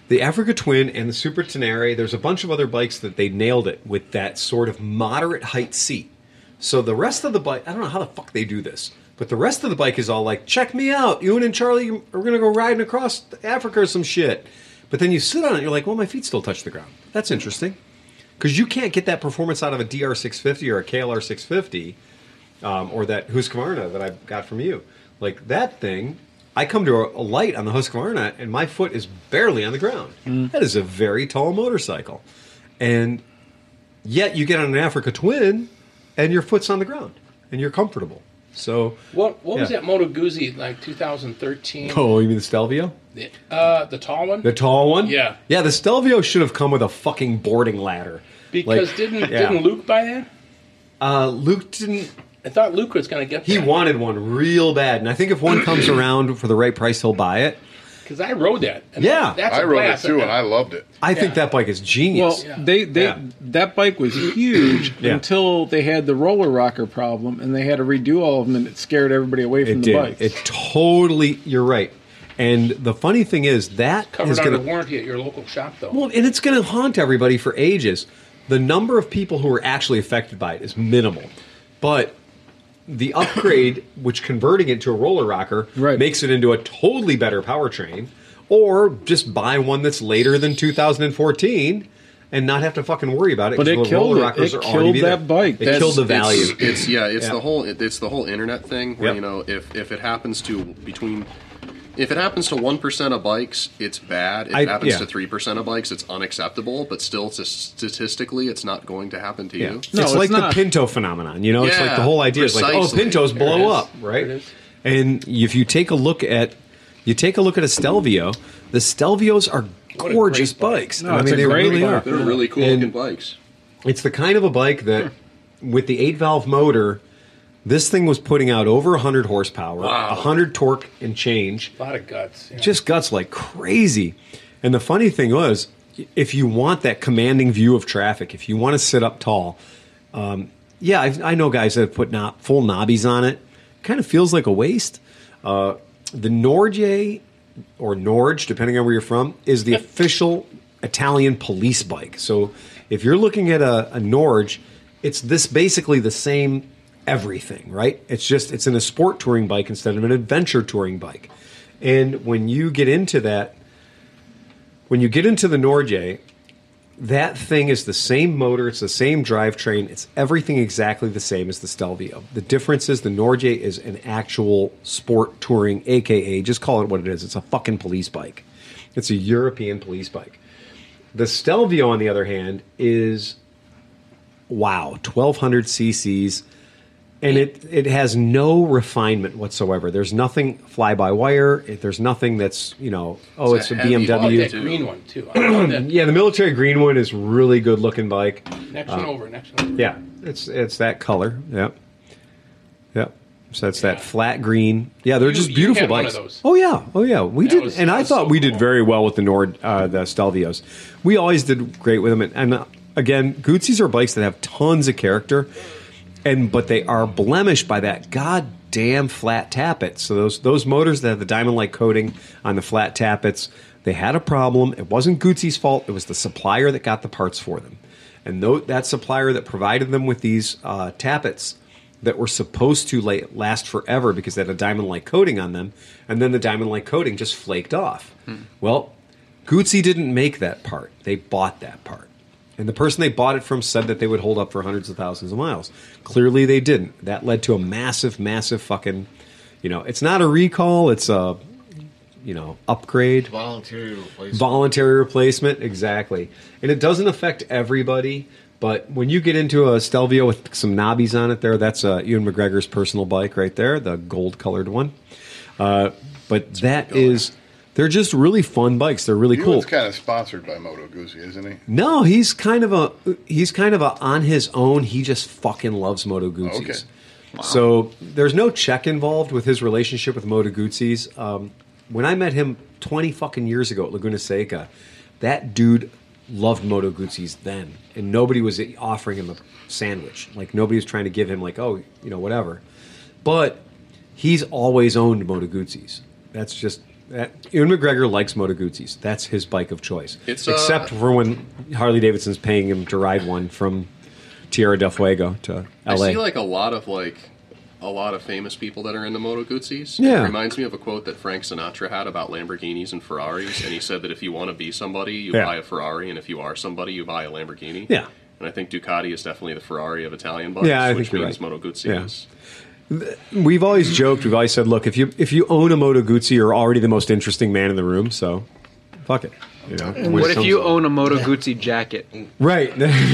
Speaker 1: The Africa Twin and the Super Tenere, there's a bunch of other bikes that they nailed it with that sort of moderate height seat. So the rest of the bike, I don't know how the fuck they do this, but the rest of the bike is all like, check me out. Ewan and Charlie are going to go riding across Africa or some shit. But then you sit on it, you're like, well, my feet still touch the ground. That's interesting. Because you can't get that performance out of a DR650 or a KLR650 um, or that Husqvarna that I got from you. Like that thing, I come to a, a light on the Husqvarna and my foot is barely on the ground. That is a very tall motorcycle. And yet you get on an Africa Twin and your foot's on the ground and you're comfortable. So,
Speaker 4: What what was
Speaker 1: Yeah.
Speaker 4: that Moto Guzzi like 2013?
Speaker 1: oh, you mean the Stelvio?
Speaker 4: The, uh, the tall one.
Speaker 1: The tall one?
Speaker 4: Yeah.
Speaker 1: Yeah, the Stelvio should have come with a fucking boarding ladder.
Speaker 4: Because
Speaker 1: Like,
Speaker 4: didn't
Speaker 1: yeah.
Speaker 4: didn't Luke buy that?
Speaker 1: Uh, Luke didn't.
Speaker 4: I thought Luke was going to get
Speaker 1: He
Speaker 4: that
Speaker 1: wanted one real bad. And I think if one comes around for the right price, he'll buy it.
Speaker 4: because I rode that. And
Speaker 1: Yeah.
Speaker 4: that's
Speaker 2: I
Speaker 4: a
Speaker 2: rode it
Speaker 4: blast.
Speaker 2: too, and I loved it.
Speaker 1: I think that bike is genius.
Speaker 3: Well, they, they that bike was huge
Speaker 1: Yeah.
Speaker 3: until they had the roller rocker problem, and they had to redo all of them, and it scared everybody away from
Speaker 1: it
Speaker 3: the
Speaker 1: did.
Speaker 3: bike.
Speaker 1: It totally. You're right. And the funny thing is that is
Speaker 4: covered under
Speaker 1: gonna
Speaker 4: warranty at your local shop though.
Speaker 1: well, and it's going to haunt everybody for ages. The number of people who are actually affected by it is minimal, but the upgrade, which converting it to a roller rocker, makes it into a totally better powertrain, or just buy one that's later than 2014 and not have to fucking worry about it.
Speaker 16: But
Speaker 1: 'cause
Speaker 16: it
Speaker 1: the
Speaker 16: killed
Speaker 1: roller
Speaker 16: it.
Speaker 1: rockers
Speaker 16: It
Speaker 1: are already
Speaker 16: killed that
Speaker 1: there.
Speaker 16: bike.
Speaker 1: It killed the
Speaker 6: That's-
Speaker 1: value.
Speaker 6: It's, it's- yeah, it's
Speaker 1: Yeah.
Speaker 6: the whole it, it's the whole internet thing where
Speaker 1: Yep.
Speaker 6: you know if if it happens to between if it happens to one percent of bikes, it's bad. If
Speaker 1: I-
Speaker 6: it happens
Speaker 1: yeah.
Speaker 6: to three percent of bikes, it's unacceptable. But still, s- statistically, it's not going to happen to
Speaker 1: Yeah.
Speaker 6: you.
Speaker 1: it's like the Pinto phenomenon. You know, it's like
Speaker 6: Yeah,
Speaker 1: the whole idea is
Speaker 6: precisely.
Speaker 1: like, oh, Pintos
Speaker 6: There it
Speaker 1: blow
Speaker 6: is.
Speaker 1: up, right? And if you take a look at you take a look at a Stelvio, the Stelvios are gorgeous bikes. I mean, they really are.
Speaker 6: They're really cool
Speaker 1: And
Speaker 6: looking bikes.
Speaker 1: It's the kind of a bike that,
Speaker 4: Hmm.
Speaker 1: with the eight valve motor, this thing was putting out over 100 horsepower,
Speaker 4: Wow.
Speaker 1: 100 torque and change.
Speaker 4: A lot of guts. yeah.
Speaker 1: Just guts like crazy. And the funny thing was, if you want that commanding view of traffic, if you want to sit up tall, um, yeah, I've, I know guys that have put not, full knobbies on it. Kind of feels like a waste. Uh, the Norge or Norge, depending on where you're from, is the official Italian police bike. So if you're looking at a, a Norge, it's this basically the same everything, right? It's just it's in a sport touring bike instead of an adventure touring bike. And when you get into that, when you get into the Norge, that thing is the same motor, it's the same drivetrain, it's everything exactly the same as the Stelvio. The difference is the Norge is an actual sport touring, aka just call it what it is. It's a fucking police bike. It's a European police bike. The Stelvio, on the other hand, is wow, twelve hundred CCs, and it it has no refinement whatsoever. There's nothing fly by wire. There's nothing that's you know oh it's,
Speaker 4: a
Speaker 1: a
Speaker 4: heavy
Speaker 1: BMW.
Speaker 4: bike, that green one too. I love that.
Speaker 1: yeah, the military green one is really good looking bike.
Speaker 4: Next
Speaker 1: Uh,
Speaker 4: one over. Next one. Over.
Speaker 1: Yeah, it's it's that color. Yep, yep. So that's that flat green. Yeah, they're
Speaker 4: You-
Speaker 1: just
Speaker 4: you
Speaker 1: beautiful
Speaker 4: had one
Speaker 1: bikes.
Speaker 4: of those.
Speaker 1: Oh yeah, oh yeah. We
Speaker 4: That
Speaker 1: did,
Speaker 4: was-
Speaker 1: and
Speaker 4: that
Speaker 1: I
Speaker 4: was
Speaker 1: thought
Speaker 4: so
Speaker 1: we did very well with the Nord, uh, the Stelvios. We always did great with them. And, and uh, again, Guzzi's are bikes that have tons of character, and but they are blemished by that goddamn flat tappet. So those those motors that have the diamond like coating on the flat tappets, they had a problem. It wasn't Guzzi's fault. It was the supplier that got the parts for them, and tho- that supplier that provided them with these uh, tappets that were supposed to la- last forever because they had a diamond like coating on them, and then the diamond like coating just flaked off. Well, Gucci didn't make that part, they bought that part. And the person they bought it from said that they would hold up for hundreds of thousands of miles. Clearly, they didn't. That led to a massive, massive fucking, you know, it's not a recall, it's a, you know, upgrade.
Speaker 8: Voluntary replacement.
Speaker 1: Voluntary replacement, exactly. And it doesn't affect everybody, but when you get into a Stelvio with some knobbies on it there, that's uh, Ewan McGregor's personal bike right there, the gold colored one. Uh, but that is, they're just really fun bikes. They're really cool.
Speaker 2: Ewan's kind of sponsored by Moto Guzzi, isn't he?
Speaker 1: No, he's kind of a he's kind of a on his own. He just fucking loves Moto Guzzi's.
Speaker 2: Okay.
Speaker 1: So there's no check involved with his relationship with Moto Guzzi's. Um, when I met him 20 fucking years ago at Laguna Seca, that dude loved Moto Guzzi's then, and nobody was offering him a sandwich. Like nobody was trying to give him like, oh, you know, whatever. But he's always owned Moto Guzzi's. That's just that. Ewan McGregor likes Moto Guzzi's. That's his bike of choice.
Speaker 6: It's, uh,
Speaker 1: except for when Harley Davidson's paying him to ride one from Tierra del Fuego to
Speaker 6: I
Speaker 1: L.A.
Speaker 6: see like a lot of like a lot of famous people that are into Moto Guzzis.
Speaker 1: Yeah.
Speaker 6: It reminds me of a quote that Frank Sinatra had about Lamborghinis and Ferraris, and he said that if you want to be somebody, you
Speaker 1: Yeah.
Speaker 6: buy a Ferrari, and if you are somebody, you buy a Lamborghini.
Speaker 1: Yeah.
Speaker 6: And I think Ducati is definitely the Ferrari of Italian bikes,
Speaker 1: Yeah, I
Speaker 6: which
Speaker 1: think you're
Speaker 6: means
Speaker 1: right.
Speaker 6: Moto Guzzi
Speaker 1: Yeah.
Speaker 6: is.
Speaker 1: We've always joked. We've always said, look, if you if you own a Moto Guzzi, you're already the most interesting man in the room. So, fuck it. You know, when it
Speaker 7: What if
Speaker 1: comes-
Speaker 7: you own a Moto Guzzi jacket?
Speaker 1: right?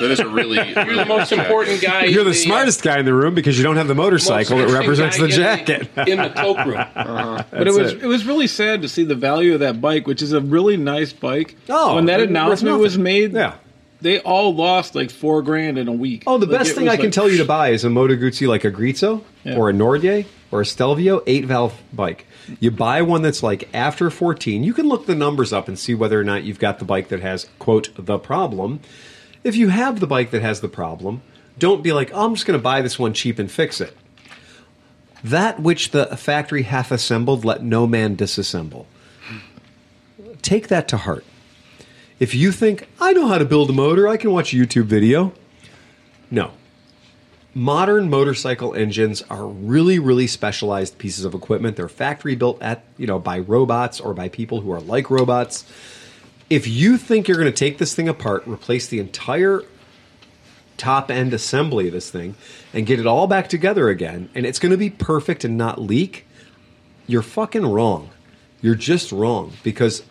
Speaker 6: That is a really,
Speaker 4: You're the most important guy.
Speaker 1: You're the,
Speaker 3: uh,
Speaker 4: in uh,
Speaker 1: smartest guy in the room because you don't have the motorcycle that
Speaker 4: interesting
Speaker 1: represents
Speaker 4: guy
Speaker 1: the
Speaker 4: in the-
Speaker 1: jacket Uh-huh.
Speaker 4: in the cloakroom.
Speaker 3: But it
Speaker 1: That's
Speaker 3: was it. was really sad to see the value of that bike, which is a really nice bike.
Speaker 1: Oh,
Speaker 3: when that
Speaker 1: worth
Speaker 3: announcement
Speaker 1: nothing.
Speaker 3: was made,
Speaker 1: yeah.
Speaker 3: they all lost like four grand in a week.
Speaker 1: Oh, the
Speaker 3: Like,
Speaker 1: best
Speaker 3: it
Speaker 1: thing
Speaker 3: was
Speaker 1: I can
Speaker 3: like-
Speaker 1: tell you to buy is a Moto Guzzi like a Grizzo
Speaker 3: Yeah.
Speaker 1: or a Nordier or a Stelvio eight valve bike. You buy one that's like after 14. You can look the numbers up and see whether or not you've got the bike that has, quote, the problem. If you have the bike that has the problem, don't be like, oh, I'm just going to buy this one cheap and fix it. That which the factory hath assembled, let no man disassemble. Take that to heart. If you think, I know how to build a motor, I can watch a YouTube video. No. Modern motorcycle engines are really, really specialized pieces of equipment. They're factory built at, you know, by robots or by people who are like robots. If you think you're going to take this thing apart, replace the entire top end assembly of this thing, and get it all back together again, and it's going to be perfect and not leak, you're fucking wrong. You're just wrong because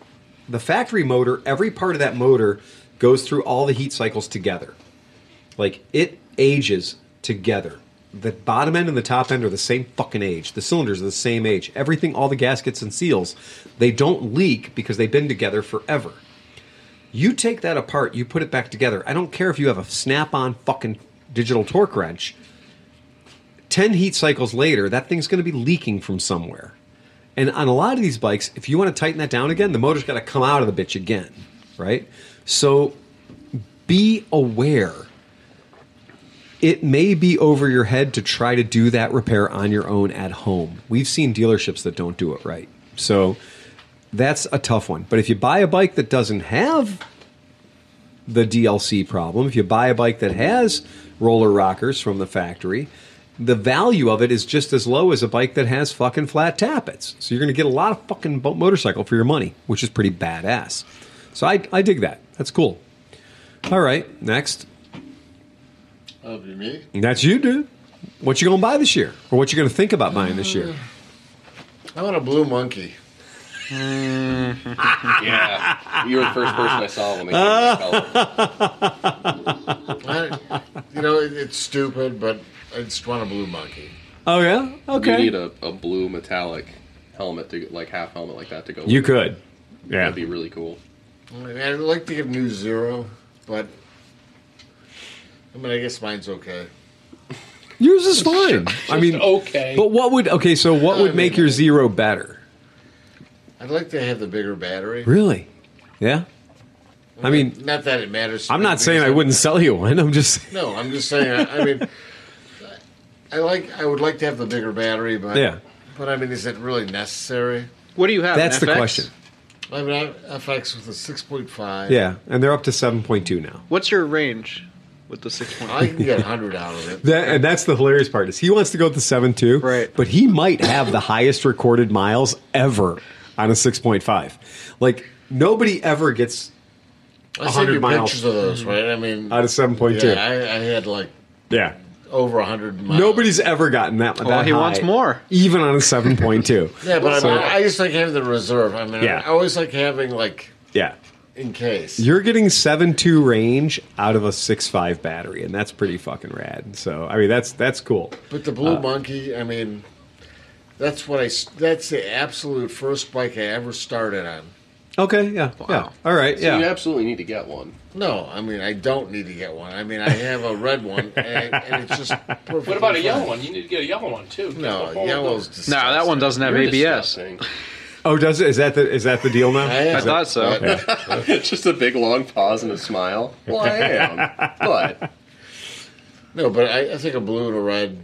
Speaker 1: the factory motor, every part of that motor goes through all the heat cycles together. Like it ages together. The bottom end and the top end are the same fucking age. The cylinders are the same age. Everything, all the gaskets and seals, they don't leak because they've been together forever. You take that apart, you put it back together. I don't care if you have a snap on fucking digital torque wrench. 10 heat cycles later, that thing's going to be leaking from somewhere. And on a lot of these bikes, if you want to tighten that down again, the motor's got to come out of the bitch again, right? So be aware. It may be over your head to try to do that repair on your own at home. We've seen dealerships that don't do it right. So that's a tough one. But if you buy a bike that doesn't have the DLC problem, if you buy a bike that has roller rockers from the factory, the value of it is just as low as a bike that has fucking flat tappets. So you're going to get a lot of fucking bo- motorcycle for your money, which is pretty badass. So I, I dig that. That's cool. All right, next.
Speaker 8: That'll be me.
Speaker 1: That's you, dude. What you going to buy this year? Or what you going to think about buying this
Speaker 6: Uh,
Speaker 1: year?
Speaker 8: I want a blue monkey.
Speaker 6: yeah, you were the first person I saw when they came
Speaker 1: Uh,
Speaker 8: I, you know, it, it's stupid, but I just want a blue monkey.
Speaker 1: Oh yeah. Okay.
Speaker 6: You need a, a blue metallic helmet to like half helmet like that to go.
Speaker 1: You
Speaker 6: with
Speaker 1: could.
Speaker 6: it.
Speaker 1: Yeah.
Speaker 6: that'd be really cool.
Speaker 8: I mean, I'd like to give New Zero, but I mean, I guess mine's okay.
Speaker 1: Yours is fine. I mean,
Speaker 8: okay.
Speaker 1: But what would okay? So what would make your zero better?
Speaker 8: I'd like to have the bigger battery.
Speaker 1: Really? Yeah. I mean,
Speaker 8: Not that it matters. to
Speaker 1: I'm
Speaker 8: me
Speaker 1: not saying I
Speaker 8: because
Speaker 1: wouldn't sell you one. I'm just
Speaker 8: No, I'm just saying. I, I mean, I like. I would like to have the bigger battery, but
Speaker 1: Yeah.
Speaker 8: But I mean, is it really necessary?
Speaker 7: What do you have?
Speaker 1: that's the question.
Speaker 8: I mean, I, FX with a six point five.
Speaker 1: Yeah, and they're up to seven point two now.
Speaker 7: What's your range with the six point?
Speaker 8: I can get hundred out of it.
Speaker 1: That, and that's the hilarious part is he wants to go with the seven two, right? But he might have the highest recorded miles ever on a six point five. Like nobody ever gets
Speaker 8: I sent
Speaker 1: 100
Speaker 8: you
Speaker 1: miles. Mm-hmm.
Speaker 8: pictures of those, right? I mean,
Speaker 1: Out of 7.2.
Speaker 8: Yeah, I, I had like
Speaker 1: yeah.
Speaker 8: over hundred miles.
Speaker 1: Nobody's ever gotten that.
Speaker 8: Well,
Speaker 1: that
Speaker 8: he wants
Speaker 1: high,
Speaker 8: more.
Speaker 1: even on a seven point two.
Speaker 8: Yeah, but
Speaker 1: So-
Speaker 8: I, mean, I just like having the reserve. I mean,
Speaker 1: Yeah.
Speaker 8: I always like having like
Speaker 1: yeah.
Speaker 8: in case.
Speaker 1: You're getting seven two range out of a six five battery, and that's pretty fucking rad. So I mean, that's that's cool.
Speaker 8: But the Blue
Speaker 1: Uh,
Speaker 8: Monkey, I mean, that's what I. s- That's the absolute first bike I ever started on.
Speaker 1: Okay, yeah, yeah. All right,
Speaker 6: So
Speaker 1: yeah.
Speaker 6: you absolutely need to get one.
Speaker 8: No, I mean I don't need to get one. I mean I have a red one, and, and it's just perfect.
Speaker 4: What about a yellow one? You need to get a yellow one too.
Speaker 8: No, yellow's disgusting.
Speaker 7: No, that one doesn't have
Speaker 4: You're
Speaker 7: ABS.
Speaker 1: Oh, does it? Is that the is that the deal now?
Speaker 8: I
Speaker 1: Is that- Okay.
Speaker 6: Just a big long pause and a smile. Well, I am, but
Speaker 8: No, but I, I think a blue and a red.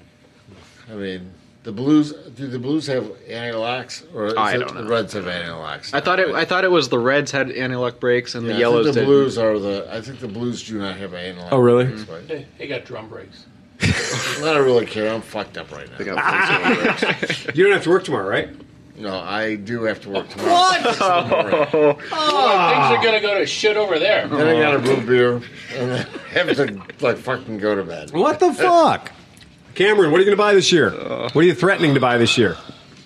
Speaker 8: I mean, the blues. Do the blues have anti-locks, or is
Speaker 7: I
Speaker 8: it
Speaker 7: don't
Speaker 8: the reds have anti-locks?
Speaker 7: I thought it. I thought it was the reds had anti-lock brakes and
Speaker 8: Yeah,
Speaker 7: the yellows
Speaker 8: I think the
Speaker 7: did.
Speaker 8: blues are the. I think the blues do not have anti-lock.
Speaker 7: Oh, really?
Speaker 8: brakes, right?
Speaker 4: They, they got drum brakes.
Speaker 8: I don't really care. I'm fucked up right now.
Speaker 1: you don't have to work tomorrow, right?
Speaker 8: No, I do have to work tomorrow.
Speaker 4: What? things are gonna go to shit over there.
Speaker 8: Then I got a blue beer and then have to like fucking go to bed.
Speaker 1: What the fuck, Cameron? What are you going to buy this year? What are you threatening to buy this year?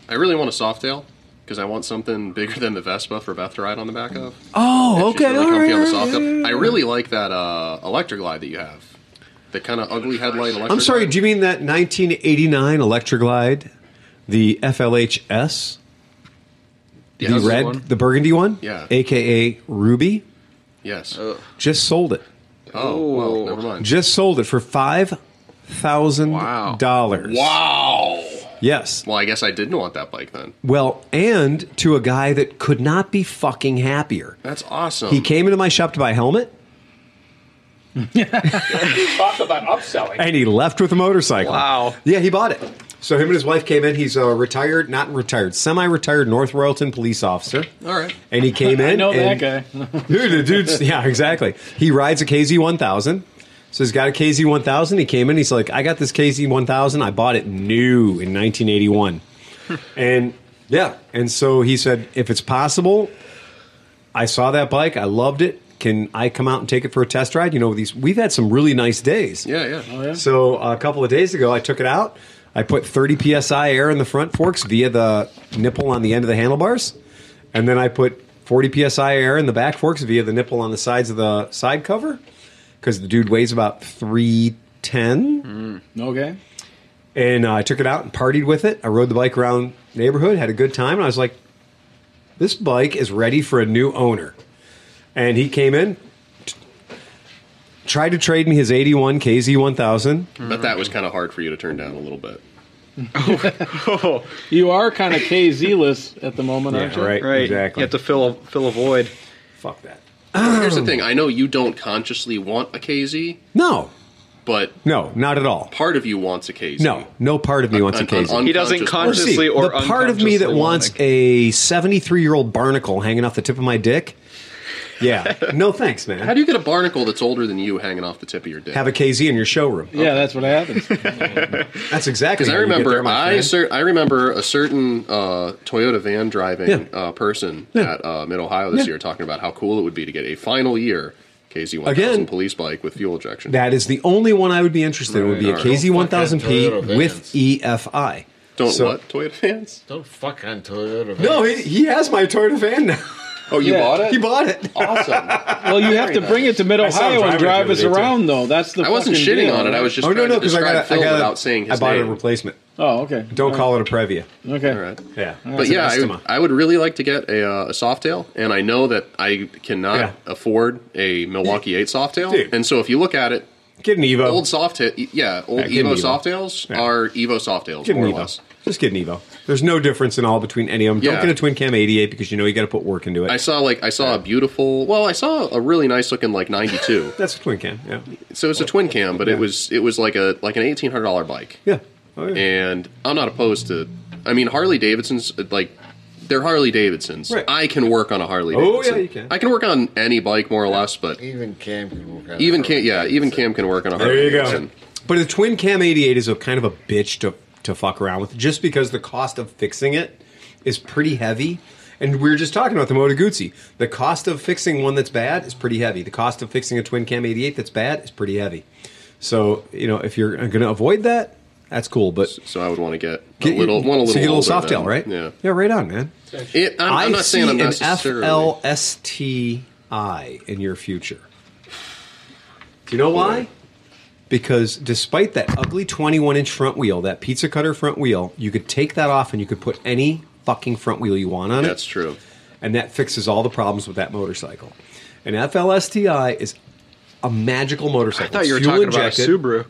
Speaker 6: I really want a softail because I want something bigger than the Vespa for Beth to ride on the back of.
Speaker 1: Oh,
Speaker 6: She's
Speaker 1: okay.
Speaker 6: really
Speaker 1: all right,
Speaker 6: comfy on
Speaker 1: all
Speaker 6: the
Speaker 1: right,
Speaker 6: soft
Speaker 1: all
Speaker 6: tail.
Speaker 1: right.
Speaker 6: I really like that uh, Electroglide that you have. The kind of ugly headlight Electroglide.
Speaker 1: I'm sorry. Do you mean that 1989 Electroglide, the FLHS,
Speaker 6: Yeah,
Speaker 1: the
Speaker 6: that's the
Speaker 1: red,
Speaker 6: one.
Speaker 1: the burgundy one,
Speaker 6: Yeah.
Speaker 1: aka Ruby,
Speaker 6: Yes.
Speaker 1: just sold it.
Speaker 6: Oh, well, never mind.
Speaker 1: Just sold it for five thousand dollars.
Speaker 6: Wow.
Speaker 1: Yes.
Speaker 6: Well, I guess I didn't want that bike then.
Speaker 1: Well, and to a guy that could not be fucking happier.
Speaker 6: That's awesome.
Speaker 1: He came into my shop to buy a helmet,
Speaker 4: Talk about upselling.
Speaker 1: and he left with a motorcycle.
Speaker 4: Wow.
Speaker 1: Yeah, he bought it. So him and his wife came in. He's a retired, not retired, semi-retired North Royalton police officer.
Speaker 6: All right.
Speaker 1: And he came in.
Speaker 16: I know
Speaker 1: and,
Speaker 16: that guy.
Speaker 1: dude, the dude's yeah, exactly. He rides a KZ one thousand. So he's got a KZ one thousand. He came in. He's like, I got this KZ one thousand. I bought it new in nineteen eighty one, and yeah. And so he said, if it's possible, I saw that bike. I loved it. Can I come out and take it for a test ride? You know, these we've had some really nice days.
Speaker 6: Yeah, yeah. Oh, yeah.
Speaker 1: So uh, a couple of days ago, I took it out. I put 30 psi air in the front forks via the nipple on the end of the handlebars, and then I put 40 psi air in the back forks via the nipple on the sides of the side cover because the dude weighs about 310.
Speaker 3: Okay.
Speaker 1: And uh, I took it out and partied with it. I rode the bike around neighborhood, had a good time, and I was like, "This bike is ready for a new owner." And he came in, t- tried to trade me his '81 KZ 1000.
Speaker 6: But that was kind of hard for you to turn down a little bit.
Speaker 3: you are kind of KZ-less at the moment, aren't you?
Speaker 7: You have to fill a, fill a void.
Speaker 1: Fuck that.
Speaker 6: Here's the thing. I know you don't consciously want a KZ,
Speaker 1: No,
Speaker 6: but
Speaker 1: no, not at all.
Speaker 6: part of you wants a KZ.
Speaker 1: No, no part of me wants a
Speaker 6: Un- un-
Speaker 1: KZ.
Speaker 6: He doesn't consciously
Speaker 1: Well,
Speaker 6: or
Speaker 1: the part of me that
Speaker 6: unconsciously
Speaker 1: wants a 73 year old barnacle hanging off the tip of my dick. Yeah, no thanks, man.
Speaker 6: How do you get a barnacle that's older than you hanging off the tip of your dick?
Speaker 1: Have a KZ in your showroom.
Speaker 3: Yeah, that's what happens.
Speaker 1: That's exactly
Speaker 6: Because I
Speaker 1: how you get
Speaker 6: remember,
Speaker 1: there, my
Speaker 6: I
Speaker 1: friend.
Speaker 6: cer- I remember a certain uh, Toyota van driving
Speaker 1: Yeah.
Speaker 6: uh, person
Speaker 1: Yeah.
Speaker 6: at uh, Mid Ohio this
Speaker 1: Yeah.
Speaker 6: year talking about how cool it would be to get a final year KZ one
Speaker 1: Again.
Speaker 6: thousand police bike with fuel injection.
Speaker 1: That is the only one I would be interested in. Would be a
Speaker 6: Right.
Speaker 1: KZ
Speaker 6: Don't fuck with Toyota
Speaker 1: 1000P
Speaker 6: vans.
Speaker 1: with EFI.
Speaker 6: Don't
Speaker 1: So-
Speaker 6: what Toyota fans?
Speaker 8: Don't fuck on Toyota.
Speaker 1: No, he, he has my Toyota van now.
Speaker 6: Oh, you
Speaker 3: Yeah. bought it?
Speaker 1: He bought it.
Speaker 6: Awesome.
Speaker 3: Well, you have to bring it to Mid
Speaker 1: I saw him
Speaker 3: Ohio and
Speaker 1: driving
Speaker 3: drive
Speaker 1: the
Speaker 3: us
Speaker 1: other day, too.
Speaker 3: around, though. That's the.
Speaker 6: I wasn't
Speaker 3: fucking
Speaker 6: shitting
Speaker 3: deal.
Speaker 6: on it. I was just
Speaker 1: oh no
Speaker 6: trying
Speaker 1: no
Speaker 6: to
Speaker 1: because I
Speaker 6: describe
Speaker 1: got a, I
Speaker 6: Phil
Speaker 1: got a-
Speaker 6: without saying his
Speaker 1: I bought
Speaker 6: name.
Speaker 1: a replacement.
Speaker 3: Oh okay.
Speaker 1: Don't call it a Previa.
Speaker 3: Okay.
Speaker 1: Yeah,
Speaker 6: But
Speaker 1: It's an
Speaker 6: yeah,
Speaker 1: Estima.
Speaker 6: I, I would really like to get a, uh, a softail, and I know that I cannot
Speaker 1: Yeah.
Speaker 6: afford a Milwaukee 8 softail.
Speaker 1: Dude.
Speaker 6: And so if you look at it,
Speaker 1: get an Evo.
Speaker 6: Old soft yeah, old
Speaker 1: Yeah, get an
Speaker 6: Evo
Speaker 1: Evo.
Speaker 6: softails are Evo softails,
Speaker 1: Get an
Speaker 6: more or
Speaker 1: Evo.
Speaker 6: less.
Speaker 1: Just get an Evo. There's no difference in all between any of them.
Speaker 6: Yeah.
Speaker 1: Don't get a twin cam 88 because you know you got to put work into it.
Speaker 6: I saw like I saw a beautiful. Well, I saw a really nice looking like ninety two.
Speaker 1: That's a twin cam. Yeah.
Speaker 6: so it's a twin cam, but it was it was like a like an eighteen hundred dollar bike.
Speaker 1: Yeah. Oh, yeah.
Speaker 6: And I'm not opposed to. I mean, Harley Davidsons uh, like they're Harley Davidsons.
Speaker 1: Right.
Speaker 6: I can work on a Harley.
Speaker 1: Oh,
Speaker 6: Davidson.
Speaker 1: yeah, you can.
Speaker 6: I can work on any bike more or less, but
Speaker 8: Even Cam can work out.
Speaker 6: even Cam, yeah, even Cam can work on a Harley.
Speaker 1: There you go.
Speaker 6: Davidson.
Speaker 1: But the twin cam 88 is a kind of a bitch to to fuck around with, just because the cost of fixing it is pretty heavy. And we were just talking about the Moto Guzzi. The cost of fixing one that's bad is pretty heavy. The cost of fixing a twin cam 88 that's bad is pretty heavy. So you know if you're going to avoid that, that's cool. But
Speaker 6: So I would want to get,
Speaker 1: Get
Speaker 6: a
Speaker 1: your-
Speaker 6: little, one a
Speaker 1: so you
Speaker 6: little,
Speaker 1: get a little
Speaker 6: older
Speaker 1: soft
Speaker 6: then.
Speaker 1: tail, right?
Speaker 6: Yeah.
Speaker 1: yeah, right on, man.
Speaker 6: It, I'm, I'm not saying I'm
Speaker 1: an
Speaker 6: necessarily.
Speaker 1: FLSTI in your future. Do you know why? Because despite that ugly 21 inch front wheel, that pizza cutter front wheel, you could take that off and you could put any fucking front wheel you want on
Speaker 6: That's
Speaker 1: it.
Speaker 6: true.
Speaker 1: And that fixes all the problems with that motorcycle. An FLSTI is a magical motorcycle.
Speaker 7: I thought you were
Speaker 1: It's fuel
Speaker 7: talking
Speaker 1: injected.
Speaker 7: about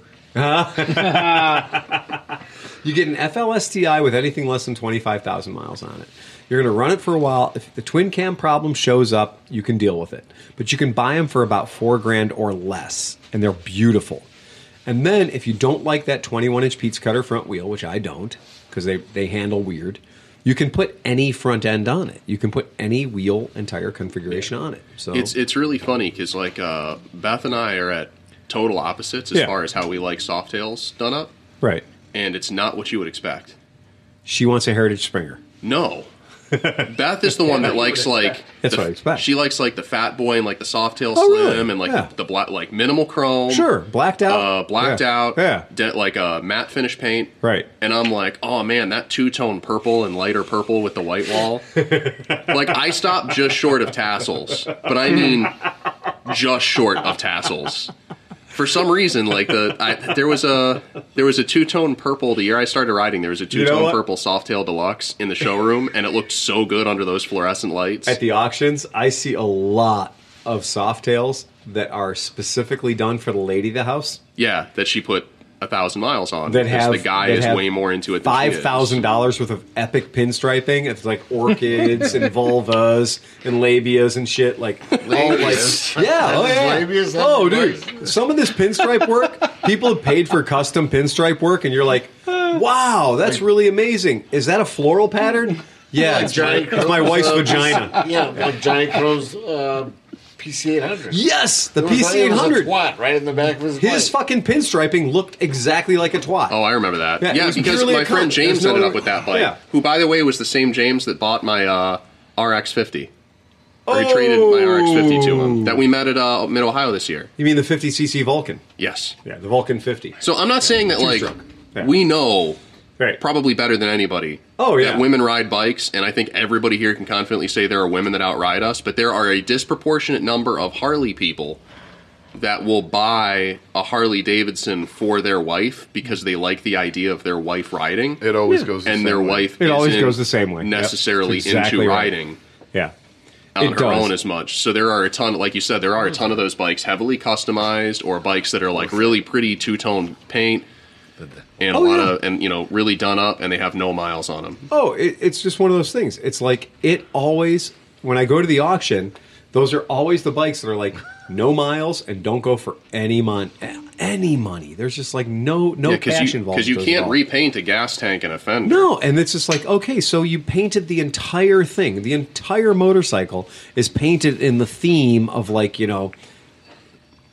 Speaker 7: a Subaru.
Speaker 1: You get an FLSTI with anything less than 25,000 miles on it. You're going to run it for a while. If the twin cam problem shows up, you can deal with it. But you can buy them for about four grand or less, and they're beautiful. And then if you don't like that 21 inch pizza cutter front wheel, which I don't because they, they handle weird, you can put any front end on it. You can put any wheel and tire configuration on it. So
Speaker 6: It's it's really funny because like uh, Beth and I are at total opposites as
Speaker 1: Yeah.
Speaker 6: far as how we like softails done up,
Speaker 1: right.
Speaker 6: and it's not what you would expect.
Speaker 1: She wants a Heritage Springer.
Speaker 6: No, Beth is the one that likes like
Speaker 1: That's
Speaker 6: the-
Speaker 1: what I expect.
Speaker 6: She likes like the fat boy and like the softtail
Speaker 1: Oh,
Speaker 6: slim
Speaker 1: really?
Speaker 6: and like
Speaker 1: Yeah.
Speaker 6: the, the black like minimal chrome.
Speaker 1: Sure, blacked out.
Speaker 6: Uh, blacked
Speaker 1: Yeah.
Speaker 6: out,
Speaker 1: Yeah.
Speaker 6: de- like a matte finish paint,
Speaker 1: Right.
Speaker 6: And I'm like, oh man, that two tone purple and lighter purple with the white wall. like I stopped just short of tassels, but I mean just short of tassels. For some reason, like the I, there was a there was a two tone purple the year I started riding. There was a two
Speaker 1: You know
Speaker 6: tone
Speaker 1: what?
Speaker 6: purple Softail Deluxe in the showroom, and it looked so good under those fluorescent lights.
Speaker 1: At the auctions, I see a lot of softails that are specifically done for the lady of the house.
Speaker 6: yeah, that she put a thousand miles on.
Speaker 1: That
Speaker 6: because
Speaker 1: have
Speaker 6: the guy
Speaker 1: that
Speaker 6: is
Speaker 1: have
Speaker 6: way more into it. than she is.
Speaker 1: Five thousand dollars worth of epic pinstriping. It's like orchids and vulvas and labias and shit. Like, all
Speaker 8: Labias?
Speaker 1: like yeah, oh yeah.
Speaker 8: Labias on
Speaker 1: oh
Speaker 8: the
Speaker 1: dude, some of this pinstripe work, people have paid for custom pinstripe work, and you're like, wow, that's really amazing. Is that a floral pattern? Yeah, it's
Speaker 8: Johnny
Speaker 1: it's my wife's
Speaker 8: Crowe's, uh,
Speaker 1: vagina.
Speaker 8: Yeah, like Johnny Crow's uh, PC800.
Speaker 1: Yes, the
Speaker 8: It was like- it was a
Speaker 1: PC800.
Speaker 8: twat right in the back of his.
Speaker 1: His
Speaker 8: bike.
Speaker 1: fucking pinstriping looked exactly like a twat.
Speaker 6: Oh, I remember that.
Speaker 1: Yeah,
Speaker 6: Yeah,
Speaker 1: it was
Speaker 6: because
Speaker 1: purely a
Speaker 6: my friend
Speaker 1: con- there's
Speaker 6: James
Speaker 1: no
Speaker 6: ended up
Speaker 1: other-
Speaker 6: with that bike,
Speaker 1: Yeah.
Speaker 6: who, by the way, was the same James that bought my uh, RX 50. or he traded my
Speaker 1: Oh.
Speaker 6: RX-50 to him that we met at uh, Mid Ohio this year.
Speaker 1: You mean the 50cc Vulcan?
Speaker 6: Yes.
Speaker 1: Yeah, the Vulcan 50.
Speaker 6: So I'm not saying that like
Speaker 1: Two-stroke. Yeah.
Speaker 6: we know probably better than anybody.
Speaker 1: Oh, yeah.
Speaker 6: that women ride bikes, and I think everybody here can confidently say there are women that outride us. But there are a disproportionate number of Harley people that will buy a Harley Davidson for their wife because they like the idea of their wife riding.
Speaker 2: It always Yeah. goes the
Speaker 6: and
Speaker 2: same
Speaker 6: their
Speaker 2: way.
Speaker 6: wife.
Speaker 1: It always
Speaker 6: isn't
Speaker 1: goes the same way. Yep.
Speaker 6: Necessarily
Speaker 1: That's exactly
Speaker 6: into
Speaker 1: right.
Speaker 6: riding
Speaker 1: Yeah.
Speaker 6: on
Speaker 1: It
Speaker 6: her
Speaker 1: does.
Speaker 6: own as much. So there are a ton, like you said, there are a ton of those bikes heavily customized or bikes that are like really pretty two tone paint and
Speaker 1: Oh,
Speaker 6: a lot
Speaker 1: yeah.
Speaker 6: of and you know really done up and they have no miles on them.
Speaker 1: Oh, it, it's just one of those things. It's like it always when I go to the auction, those are always the bikes that are like no miles and don't go for any mon any money. There's just like no no cash
Speaker 6: you,
Speaker 1: involved.
Speaker 6: because you
Speaker 1: with those
Speaker 6: can't
Speaker 1: at all.
Speaker 6: repaint a gas tank and a fender.
Speaker 1: No, and it's just like okay, so you painted the entire thing. The entire motorcycle is painted in the theme of like you know.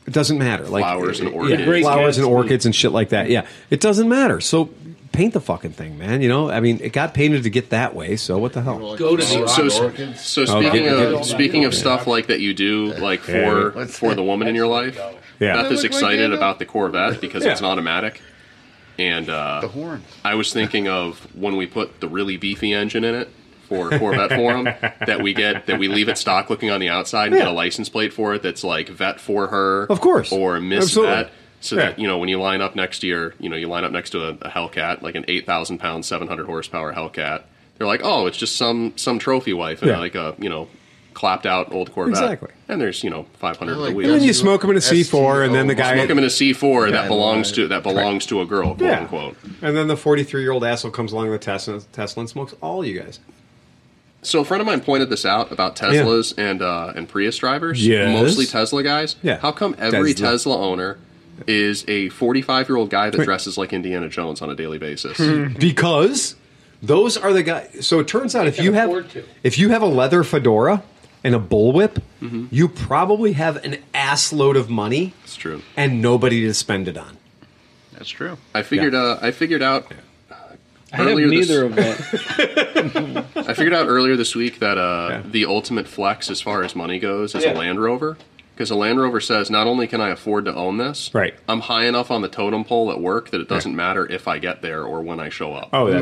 Speaker 1: It doesn't matter. Like
Speaker 6: Flowers and
Speaker 1: yeah,
Speaker 6: orchids. Great
Speaker 1: flowers and
Speaker 6: Gatsby.
Speaker 1: orchids and shit like that. Yeah, it doesn't matter. So paint the fucking thing, man. You know, I mean, it got painted to get that way. So what the hell?
Speaker 6: Go to the so, so, so
Speaker 1: Oh,
Speaker 6: speaking
Speaker 1: get-
Speaker 6: of
Speaker 1: get-
Speaker 6: speaking of
Speaker 1: yeah.
Speaker 6: stuff like that you do like for
Speaker 1: Yeah.
Speaker 6: for the woman in your life.
Speaker 1: Yeah.
Speaker 6: Beth is
Speaker 1: Look like
Speaker 6: excited
Speaker 1: Daniel.
Speaker 6: about the Corvette because it's an automatic. And uh, the
Speaker 2: horn.
Speaker 6: I was thinking of when we put the really beefy engine in it for Corvette Forum that we get that we leave it stock looking on the outside and get
Speaker 1: Yeah.
Speaker 6: a license plate for it that's like vet for her,
Speaker 1: Of course.
Speaker 6: or miss
Speaker 1: Absolutely.
Speaker 6: vet. So that you know, when you line up next to your, you know, you line up next to a, a Hellcat, like an eight thousand pound, seven hundred horsepower Hellcat. They're like, oh, it's just some some trophy wife and
Speaker 1: Yeah.
Speaker 6: like a you know clapped out old Corvette.
Speaker 1: Exactly.
Speaker 6: And there's you know five hundred
Speaker 1: And
Speaker 6: the wheel.
Speaker 1: then you smoke them in a C4, and then the guy
Speaker 6: smoke them in a C four
Speaker 1: Yeah,
Speaker 6: that belongs
Speaker 1: right.
Speaker 6: to that belongs to a girl, quote
Speaker 1: Yeah.
Speaker 6: unquote.
Speaker 1: And then the 43 year old asshole comes along with a Tesla, Tesla and smokes all you guys.
Speaker 6: So a friend of mine pointed this out about Teslas and uh, and Prius drivers,
Speaker 1: Yes.
Speaker 6: mostly Tesla guys.
Speaker 1: Yeah.
Speaker 6: How come every
Speaker 1: Tesla.
Speaker 6: Tesla, owner is a 45 year old guy that
Speaker 1: Right. Hmm.
Speaker 6: dresses like Indiana Jones on a daily basis?
Speaker 1: because those are the guys. So it turns out if you have if you have a leather fedora and a bullwhip, you probably have an ass load of money. It's
Speaker 6: true,
Speaker 1: and nobody to spend it on.
Speaker 6: That's true. I figured. Uh, I figured out.
Speaker 16: I have neither of that.
Speaker 6: I figured out earlier this week that uh, the ultimate flex, as far as money goes, is
Speaker 16: Yeah.
Speaker 6: a Land Rover. Because a Land Rover says, not only can I afford to own this,
Speaker 1: right?
Speaker 6: I'm high enough on the totem pole at work that it doesn't matter if I get there or when I show up.
Speaker 7: Mm. Oh, I
Speaker 6: Yeah.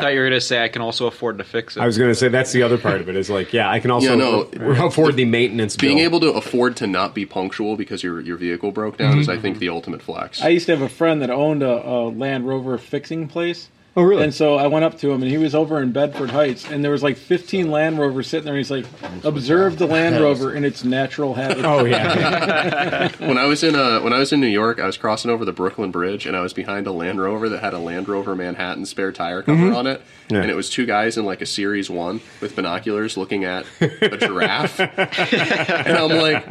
Speaker 7: thought you were going to say I can also afford to fix it.
Speaker 1: I was going to say that's the other part of it is like yeah, I can also
Speaker 6: Yeah, no,
Speaker 1: afford- afford the maintenance
Speaker 6: Being
Speaker 1: bill.
Speaker 6: able to afford to not be punctual because your your vehicle broke down is, I think,
Speaker 1: Mm-hmm.
Speaker 6: the ultimate flex.
Speaker 3: I used to have a friend that owned a, a Land Rover fixing place.
Speaker 1: Oh, really?
Speaker 3: And so I went up to him, and he was over in Bedford Heights, and there was like 15 Land Rovers sitting there. And he's like, "Observe the Land Rover in its natural habitat."
Speaker 1: Oh yeah.
Speaker 6: when I was in uh, when I was in New York, I was crossing over the Brooklyn Bridge, and I was behind a Land Rover that had a Land Rover Manhattan spare tire cover
Speaker 1: Mhm.
Speaker 6: on it,
Speaker 1: Yeah.
Speaker 6: and it was two guys in like a Series One with binoculars looking at a giraffe, and I'm like,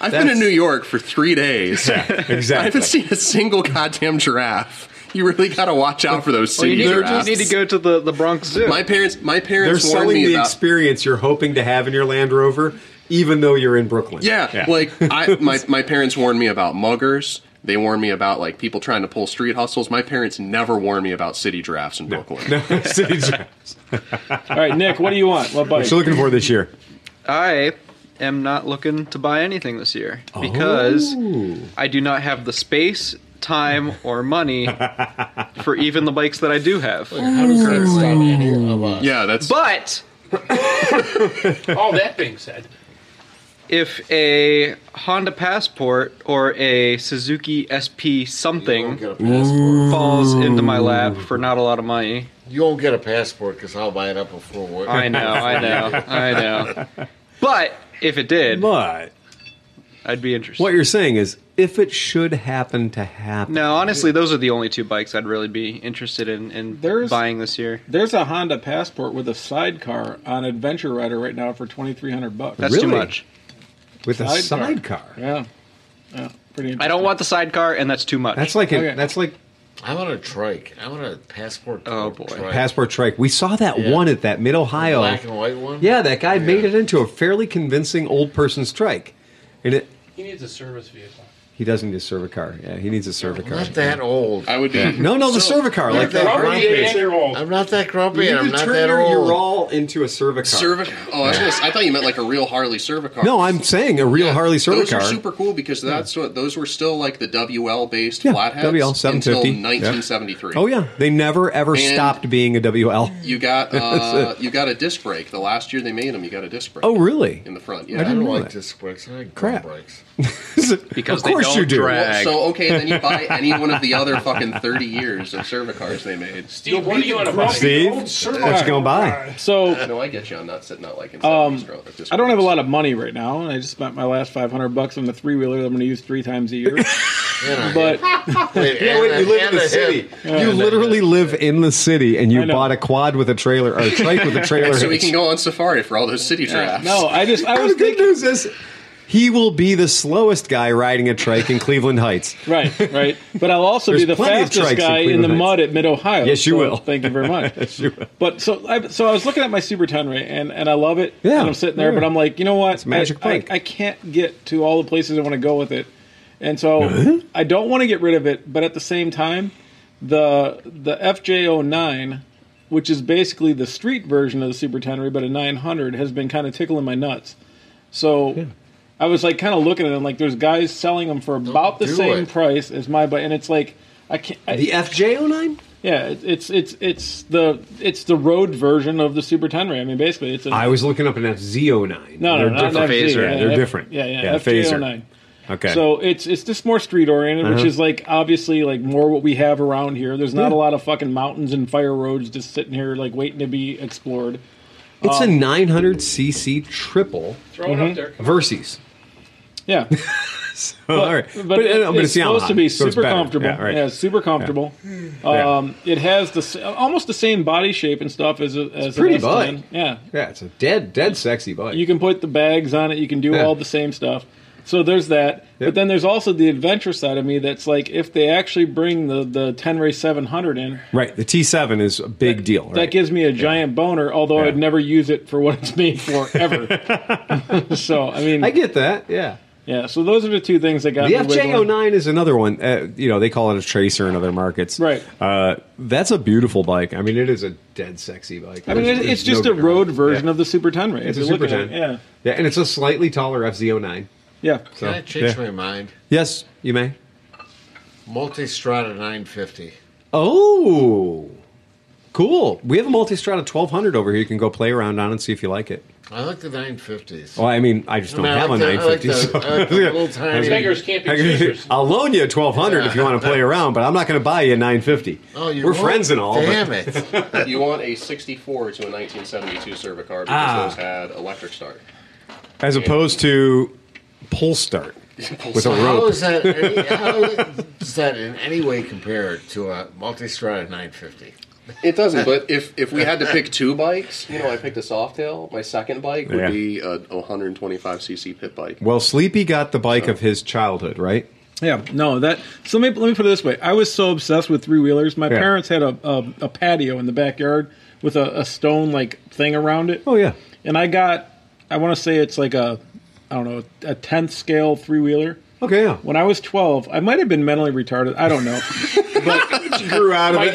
Speaker 6: I've been in New York for three days,
Speaker 1: exactly.
Speaker 6: I haven't seen a single goddamn giraffe. You really got to watch out for those
Speaker 7: Or
Speaker 6: city
Speaker 7: you need, you
Speaker 6: giraffes.
Speaker 7: need to go to the, the Bronx Zoo.
Speaker 6: My parents, my
Speaker 1: They're
Speaker 6: parents warned
Speaker 1: selling
Speaker 6: me
Speaker 1: the
Speaker 6: about
Speaker 1: experience you're hoping to have in your Land Rover, even though you're in Brooklyn.
Speaker 6: Yeah, like I, my my parents warned me about muggers. They warned me about like people trying to pull street hustles. My parents never warned me about city drafts in Brooklyn.
Speaker 1: city
Speaker 3: All right, Nick, what do you want? What bike?
Speaker 1: What you looking for this year?
Speaker 7: I am not looking to buy anything this year
Speaker 1: Oh.
Speaker 7: because I do not have the space, time, or money for even the bikes that I do have.
Speaker 6: Yeah, that's.
Speaker 7: But
Speaker 4: All that being said,
Speaker 7: if a Honda Passport or a Suzuki SP something Mm. falls into my lap for not a lot of money,
Speaker 8: You won't get a passport because I'll buy it up before work.
Speaker 7: I know, I know, I know. But if it did,
Speaker 1: but
Speaker 7: I'd be interested.
Speaker 1: What you're saying is, if it should happen to happen,
Speaker 7: No, honestly, those are the only two bikes I'd really be interested in, in buying this year.
Speaker 3: There's a Honda Passport with a sidecar on Adventure Rider right now for 2,300 bucks.
Speaker 7: That's too Really? much.
Speaker 1: with a
Speaker 3: Sidecar.
Speaker 1: sidecar,
Speaker 3: Yeah. Yeah. Pretty
Speaker 7: I don't want the sidecar, and that's too much.
Speaker 1: That's like an- Okay. that's like.
Speaker 8: I want a trike. I want a passport.
Speaker 7: Oh boy.
Speaker 1: passport trike. We saw that
Speaker 8: Yeah.
Speaker 1: one at that Mid Ohio
Speaker 8: Black and white one.
Speaker 1: Yeah, that guy made it into a fairly convincing old person's trike, and it
Speaker 4: he needs a service vehicle.
Speaker 1: He does need a Cervicar. Yeah, he needs a Cervicar.
Speaker 8: Not that old.
Speaker 6: I would
Speaker 1: Yeah. No, no, the Cervicar, like the
Speaker 8: I'm not that grumpy.
Speaker 1: You
Speaker 8: and I'm
Speaker 1: need to
Speaker 8: not
Speaker 1: turn
Speaker 8: that
Speaker 1: your
Speaker 8: old.
Speaker 1: Ural into a Cervicar.
Speaker 6: Cervic. Oh, I, was gonna say, I thought you meant like a real Harley Cervicar.
Speaker 1: No, I'm saying a real Harley
Speaker 6: Those
Speaker 1: Cervicar.
Speaker 6: were super cool because that's what those were still like the WL based
Speaker 1: Yeah,
Speaker 6: flatheads
Speaker 1: WL 750.
Speaker 6: until 1973.
Speaker 1: Oh yeah, they never ever
Speaker 6: And-
Speaker 1: stopped being a WL.
Speaker 6: You got uh,
Speaker 1: That's
Speaker 6: you got a disc brake. The last year they made them, you got a disc brake.
Speaker 1: Oh, really?
Speaker 6: In the
Speaker 1: I
Speaker 6: front, yeah.
Speaker 1: didn't I don't know like that.
Speaker 8: disc brakes. I like
Speaker 1: Crap.
Speaker 8: brakes.
Speaker 1: Because Of they course don't you do. drag.
Speaker 6: Well, so okay, then you buy any one of the other fucking thirty years of Cervicars they made.
Speaker 4: Steve, what are you gonna buy?
Speaker 1: Steve, what you gonna buy?
Speaker 3: So
Speaker 6: no, I get you. I'm not sitting out like in
Speaker 3: Um,
Speaker 6: just
Speaker 3: I don't have a lot of money right now, and I just spent my last 500 bucks on the three wheeler I'm going to use three times a year. but
Speaker 1: Yeah, wait, you live in the city. You literally live in the city, and you bought a quad with a trailer or a trike with a trailer.
Speaker 6: so we
Speaker 1: hitch.
Speaker 6: can go on safari for all those city drafts.
Speaker 3: no, I just I was
Speaker 1: the good news is he will be the slowest guy riding a trike in Cleveland Heights.
Speaker 3: right, right. But I'll also be the
Speaker 1: There's plenty of trikes
Speaker 3: fastest
Speaker 1: in
Speaker 3: guy in
Speaker 1: Cleveland
Speaker 3: the
Speaker 1: Heights.
Speaker 3: mud at Mid Ohio.
Speaker 1: Yes, you
Speaker 3: so
Speaker 1: will.
Speaker 3: Thank you very much. But so I so I was looking at my Super Tenere and and I love it.
Speaker 1: Yeah,
Speaker 3: And I'm sitting there,
Speaker 1: yeah.
Speaker 3: but I'm like, you know what? It's
Speaker 1: magic
Speaker 3: I, I,
Speaker 1: bike.
Speaker 3: I can't get to all the places I want to go with it, and so I don't want to get rid of it. But at the same time, the the FJ09. Which is basically the street version of the Super Tenere, but a 900 has been kind of tickling my nuts. So I was like kind of looking at them, like there's guys selling them for about the
Speaker 1: do
Speaker 3: same
Speaker 1: it.
Speaker 3: price as my bike, and it's like I can't. I,
Speaker 1: The FJ09.
Speaker 3: Yeah, it- it's it's it's the it's the road version of the Super Tenere. I mean, basically, it's. A,
Speaker 1: I was looking up an FZ09.
Speaker 3: no, no,
Speaker 1: they're
Speaker 3: not
Speaker 1: different.
Speaker 3: FJ,
Speaker 1: Yeah, they're
Speaker 3: F-
Speaker 1: different.
Speaker 3: Yeah, yeah,
Speaker 1: phaser.
Speaker 3: FJ09.
Speaker 1: Okay.
Speaker 3: So it's it's just more street oriented, which
Speaker 1: Uh-huh.
Speaker 3: is like obviously like more what we have around here. There's not
Speaker 1: Yeah.
Speaker 3: a lot of fucking mountains and fire roads just sitting here like waiting to be explored.
Speaker 1: it's a
Speaker 3: Um, Mm-hmm.
Speaker 1: 900cc triple
Speaker 3: Throw it up there, come
Speaker 1: Versys.
Speaker 3: yeah.
Speaker 1: So, all right.
Speaker 3: but,
Speaker 1: But, uh,
Speaker 3: it-
Speaker 1: I'm going
Speaker 3: it's
Speaker 1: see
Speaker 3: supposed to be
Speaker 1: so it's
Speaker 3: super
Speaker 1: better.
Speaker 3: comfortable. Yeah,
Speaker 1: Yeah, right.
Speaker 3: super comfortable.
Speaker 1: Yeah.
Speaker 3: Um, It has the s- almost the same body shape and stuff as a as an
Speaker 1: pretty
Speaker 3: S10.
Speaker 1: bike.
Speaker 3: Yeah,
Speaker 1: yeah, it's a dead, dead sexy bike.
Speaker 3: you can put the bags on it. You can do
Speaker 1: Yeah.
Speaker 3: all the same stuff. So there's that. But then there's also the adventure side of me that's like if they actually bring the the Tenray 700 in,
Speaker 1: Right. The T7 is a big deal. Right?
Speaker 3: that gives me a giant boner. Although
Speaker 1: Yeah.
Speaker 3: I'd never use it for what it's made for ever. so I mean,
Speaker 1: I get that. Yeah.
Speaker 3: yeah. So those are the two things that got
Speaker 1: The
Speaker 3: me wiggling.
Speaker 1: FJ09 is another one. Uh, you know, they call it a tracer in other markets. Right. Uh, that's a beautiful bike. I mean, it is a dead sexy bike.
Speaker 3: I mean,
Speaker 1: There's-
Speaker 3: it's, it's
Speaker 1: there's
Speaker 3: just
Speaker 1: no
Speaker 3: a
Speaker 1: getting around
Speaker 3: road
Speaker 1: it.
Speaker 3: version
Speaker 1: Yeah.
Speaker 3: of the Super Tenere. if
Speaker 1: It's a
Speaker 3: you
Speaker 1: Super
Speaker 3: look at it.
Speaker 1: 10. Yeah, and it's a slightly taller FZ09.
Speaker 3: Yeah.
Speaker 8: Can
Speaker 1: So,
Speaker 8: I change
Speaker 1: yeah.
Speaker 8: my mind?
Speaker 1: Yes, you may.
Speaker 8: Multistrada 950.
Speaker 1: Oh, cool. We have a Multistrada 1200 over here. You can go play around on and see if you like it.
Speaker 8: I like the 950s.
Speaker 1: Well, I mean, I just
Speaker 8: I
Speaker 1: don't
Speaker 8: mean, I
Speaker 1: have a
Speaker 8: like the- I like
Speaker 1: 950.
Speaker 8: the- I like the
Speaker 1: so-
Speaker 8: little tiny- Beggars can't be choosers.
Speaker 1: I'll loan you a 1200 if you want to play around, but I'm not going to buy you a 950.
Speaker 6: Oh, you
Speaker 1: We're
Speaker 6: won't?
Speaker 1: friends and all. but-
Speaker 6: Damn it. you want a 64 to a 1972 Cervicar because
Speaker 1: Ah.
Speaker 6: those had electric start.
Speaker 1: As opposed to pull start with a
Speaker 8: So How
Speaker 1: rope.
Speaker 8: is that? Any, how is that in any way compared to a Multistrada 950?
Speaker 6: It doesn't, but if, if we had to pick two bikes, you know, I picked a Softail. My second bike would
Speaker 1: Yeah.
Speaker 6: be a 125cc pit bike.
Speaker 1: Well, Sleepy got the bike of his childhood, right?
Speaker 3: Yeah, no, that. So let me let me put it this way: I was so obsessed with three wheelers. My
Speaker 1: Yeah.
Speaker 3: parents had a, a a patio in the backyard with a, a stone like thing around it.
Speaker 1: Oh yeah,
Speaker 3: and I got. I want to say it's like a, I don't know, a tenth scale three wheeler.
Speaker 1: Okay, yeah.
Speaker 3: When I was twelve, I might have been mentally retarded. I don't know.
Speaker 1: but grew out
Speaker 3: of it.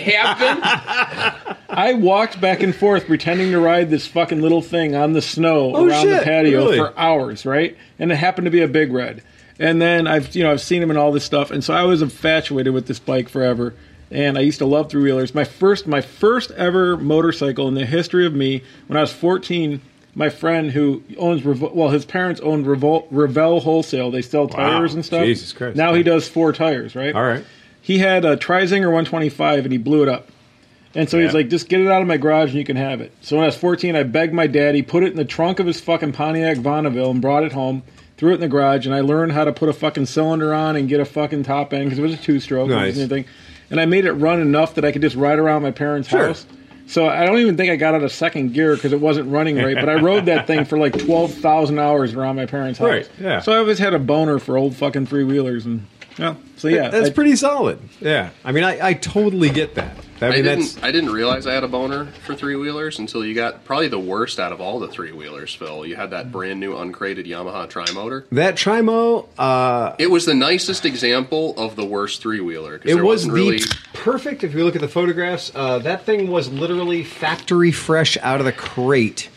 Speaker 3: I walked back and forth pretending to ride this fucking little thing on the snow
Speaker 1: Oh,
Speaker 3: around the
Speaker 1: shit,
Speaker 3: patio
Speaker 1: really?
Speaker 3: for hours, right? And it happened to be a big red. And then I've you know I've seen him in all this stuff, and so I was infatuated with this bike forever. And I used to love three wheelers. My first my first ever motorcycle in the history of me when I was 14. My friend who owns Revo- well, his parents owned Revol- Revell Wholesale. They sell tires and stuff.
Speaker 1: Jesus Christ.
Speaker 3: Now he does four tires, right?
Speaker 1: All right.
Speaker 3: He had a Trizinger 125 and he blew it up. And so
Speaker 1: Yeah.
Speaker 3: he's like, just get it out of my garage and you can have it. So when I was 14, I begged my dad. He put it in the trunk of his fucking Pontiac Bonneville and brought it home, threw it in the garage, and I learned how to put a fucking cylinder on and get a fucking top end because it was a two stroke
Speaker 1: Nice.
Speaker 3: and everything. And I made it run enough that I could just ride around my parents'
Speaker 1: Sure.
Speaker 3: house. So I don't even think I got out of second gear because it wasn't running right. But I rode that thing for like 12,000 hours around my parents' house.
Speaker 1: Right, yeah.
Speaker 3: So I always had a boner for old fucking three wheelers. And, yeah. So yeah.
Speaker 1: that's
Speaker 3: I-
Speaker 1: pretty solid. Yeah, I mean, I, I totally get that.
Speaker 6: I,
Speaker 1: mean, that's
Speaker 6: didn't. I didn't realize I had a boner for three wheelers until you got probably the worst out of all the three wheelers. Phil, you had that brand new uncrated Yamaha Trimotor.
Speaker 1: that Trimo. Uh,
Speaker 6: It was the nicest example of the worst three wheeler.
Speaker 1: it was the perfect. If you look at the photographs, uh, that thing was literally factory fresh out of the crate.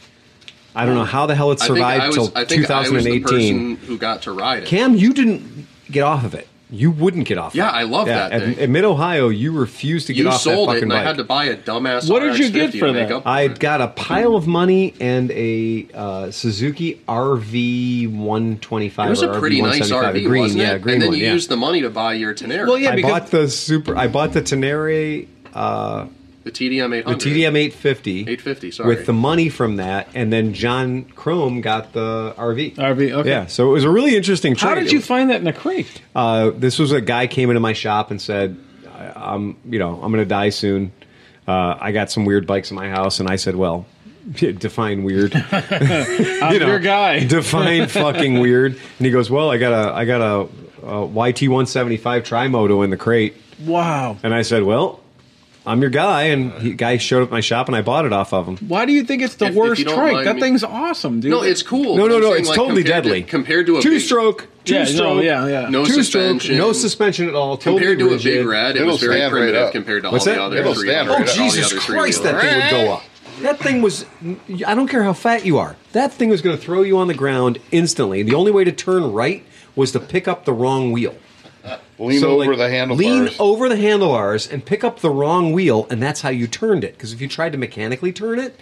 Speaker 1: I don't know how the hell it survived till
Speaker 6: I think I was the
Speaker 1: 2018.
Speaker 6: person who got to ride it.
Speaker 1: Cam, you didn't get off of it. You wouldn't get off.
Speaker 6: Yeah,
Speaker 1: of it.
Speaker 6: I love that
Speaker 1: At,
Speaker 6: thing.
Speaker 1: at Mid Ohio, you refused to get
Speaker 6: you
Speaker 1: off that
Speaker 6: sold
Speaker 1: fucking
Speaker 6: it, and
Speaker 1: bike.
Speaker 6: I had to buy a dumbass. RX50 to make up
Speaker 1: I got a pile of money and a uh, Suzuki RV 125.
Speaker 6: It was
Speaker 1: or
Speaker 6: a pretty nice
Speaker 1: 175, a
Speaker 6: RV,
Speaker 1: green,
Speaker 6: wasn't it?
Speaker 1: yeah, a green
Speaker 6: and then
Speaker 1: one,
Speaker 6: you
Speaker 1: yeah.
Speaker 6: used the money to buy your Tenere.
Speaker 1: I bought the super. I bought the Tenere, uh,
Speaker 6: the TDM
Speaker 1: the
Speaker 6: 800.
Speaker 1: TDM 850,
Speaker 6: 850, sorry.
Speaker 1: with the money from that, and then John Chrome got the RV.
Speaker 16: RV, okay.
Speaker 1: Yeah, so it was a really interesting trade.
Speaker 16: How did
Speaker 1: It
Speaker 16: you
Speaker 1: was-
Speaker 16: find that in a crate?
Speaker 1: uh, this was a guy came into my shop and said, I, "I'm, you know, I'm going to die soon. Uh, I got some weird bikes in my house," and I said, "Well, define weird.
Speaker 16: I'm your guy.
Speaker 1: define fucking weird." And he goes, "Well, I got a, I got a, a YT 175 Trimoto in the crate."
Speaker 16: Wow.
Speaker 1: And I said, "Well, I'm your guy." And he, guy showed up at my shop, and I bought it off of him.
Speaker 16: Why do you think it's the
Speaker 6: If- if you
Speaker 16: worst
Speaker 6: don't
Speaker 16: trike?
Speaker 6: mind
Speaker 16: That
Speaker 6: me-
Speaker 16: thing's awesome, dude.
Speaker 6: No, it's cool.
Speaker 1: No,
Speaker 6: but
Speaker 1: no,
Speaker 6: I'm
Speaker 1: no,
Speaker 6: saying,
Speaker 1: it's
Speaker 6: like,
Speaker 1: totally
Speaker 6: compared to-
Speaker 1: deadly.
Speaker 6: compared to a
Speaker 1: two
Speaker 6: big-
Speaker 1: stroke, two
Speaker 6: Yeah, no,
Speaker 1: stroke,
Speaker 6: yeah, yeah. No
Speaker 1: two stroke,
Speaker 6: suspension.
Speaker 1: no suspension at all. Totally
Speaker 6: Compared to a
Speaker 1: rigid.
Speaker 6: big red, it was very primitive compared to
Speaker 1: What's
Speaker 6: all
Speaker 1: that?
Speaker 6: the other three. all
Speaker 1: oh
Speaker 6: the
Speaker 1: Jesus
Speaker 6: other three
Speaker 1: Christ! That
Speaker 6: wheelers.
Speaker 1: thing would go up. That thing was. I don't care how fat you are. That thing was going to throw you on the ground instantly. The only way to turn right was to pick up the wrong wheel.
Speaker 2: Lean
Speaker 1: So,
Speaker 2: over
Speaker 1: like,
Speaker 2: the handlebars.
Speaker 1: Lean over the handlebars and pick up the wrong wheel, and that's how you turned it. Because if you tried to mechanically turn it,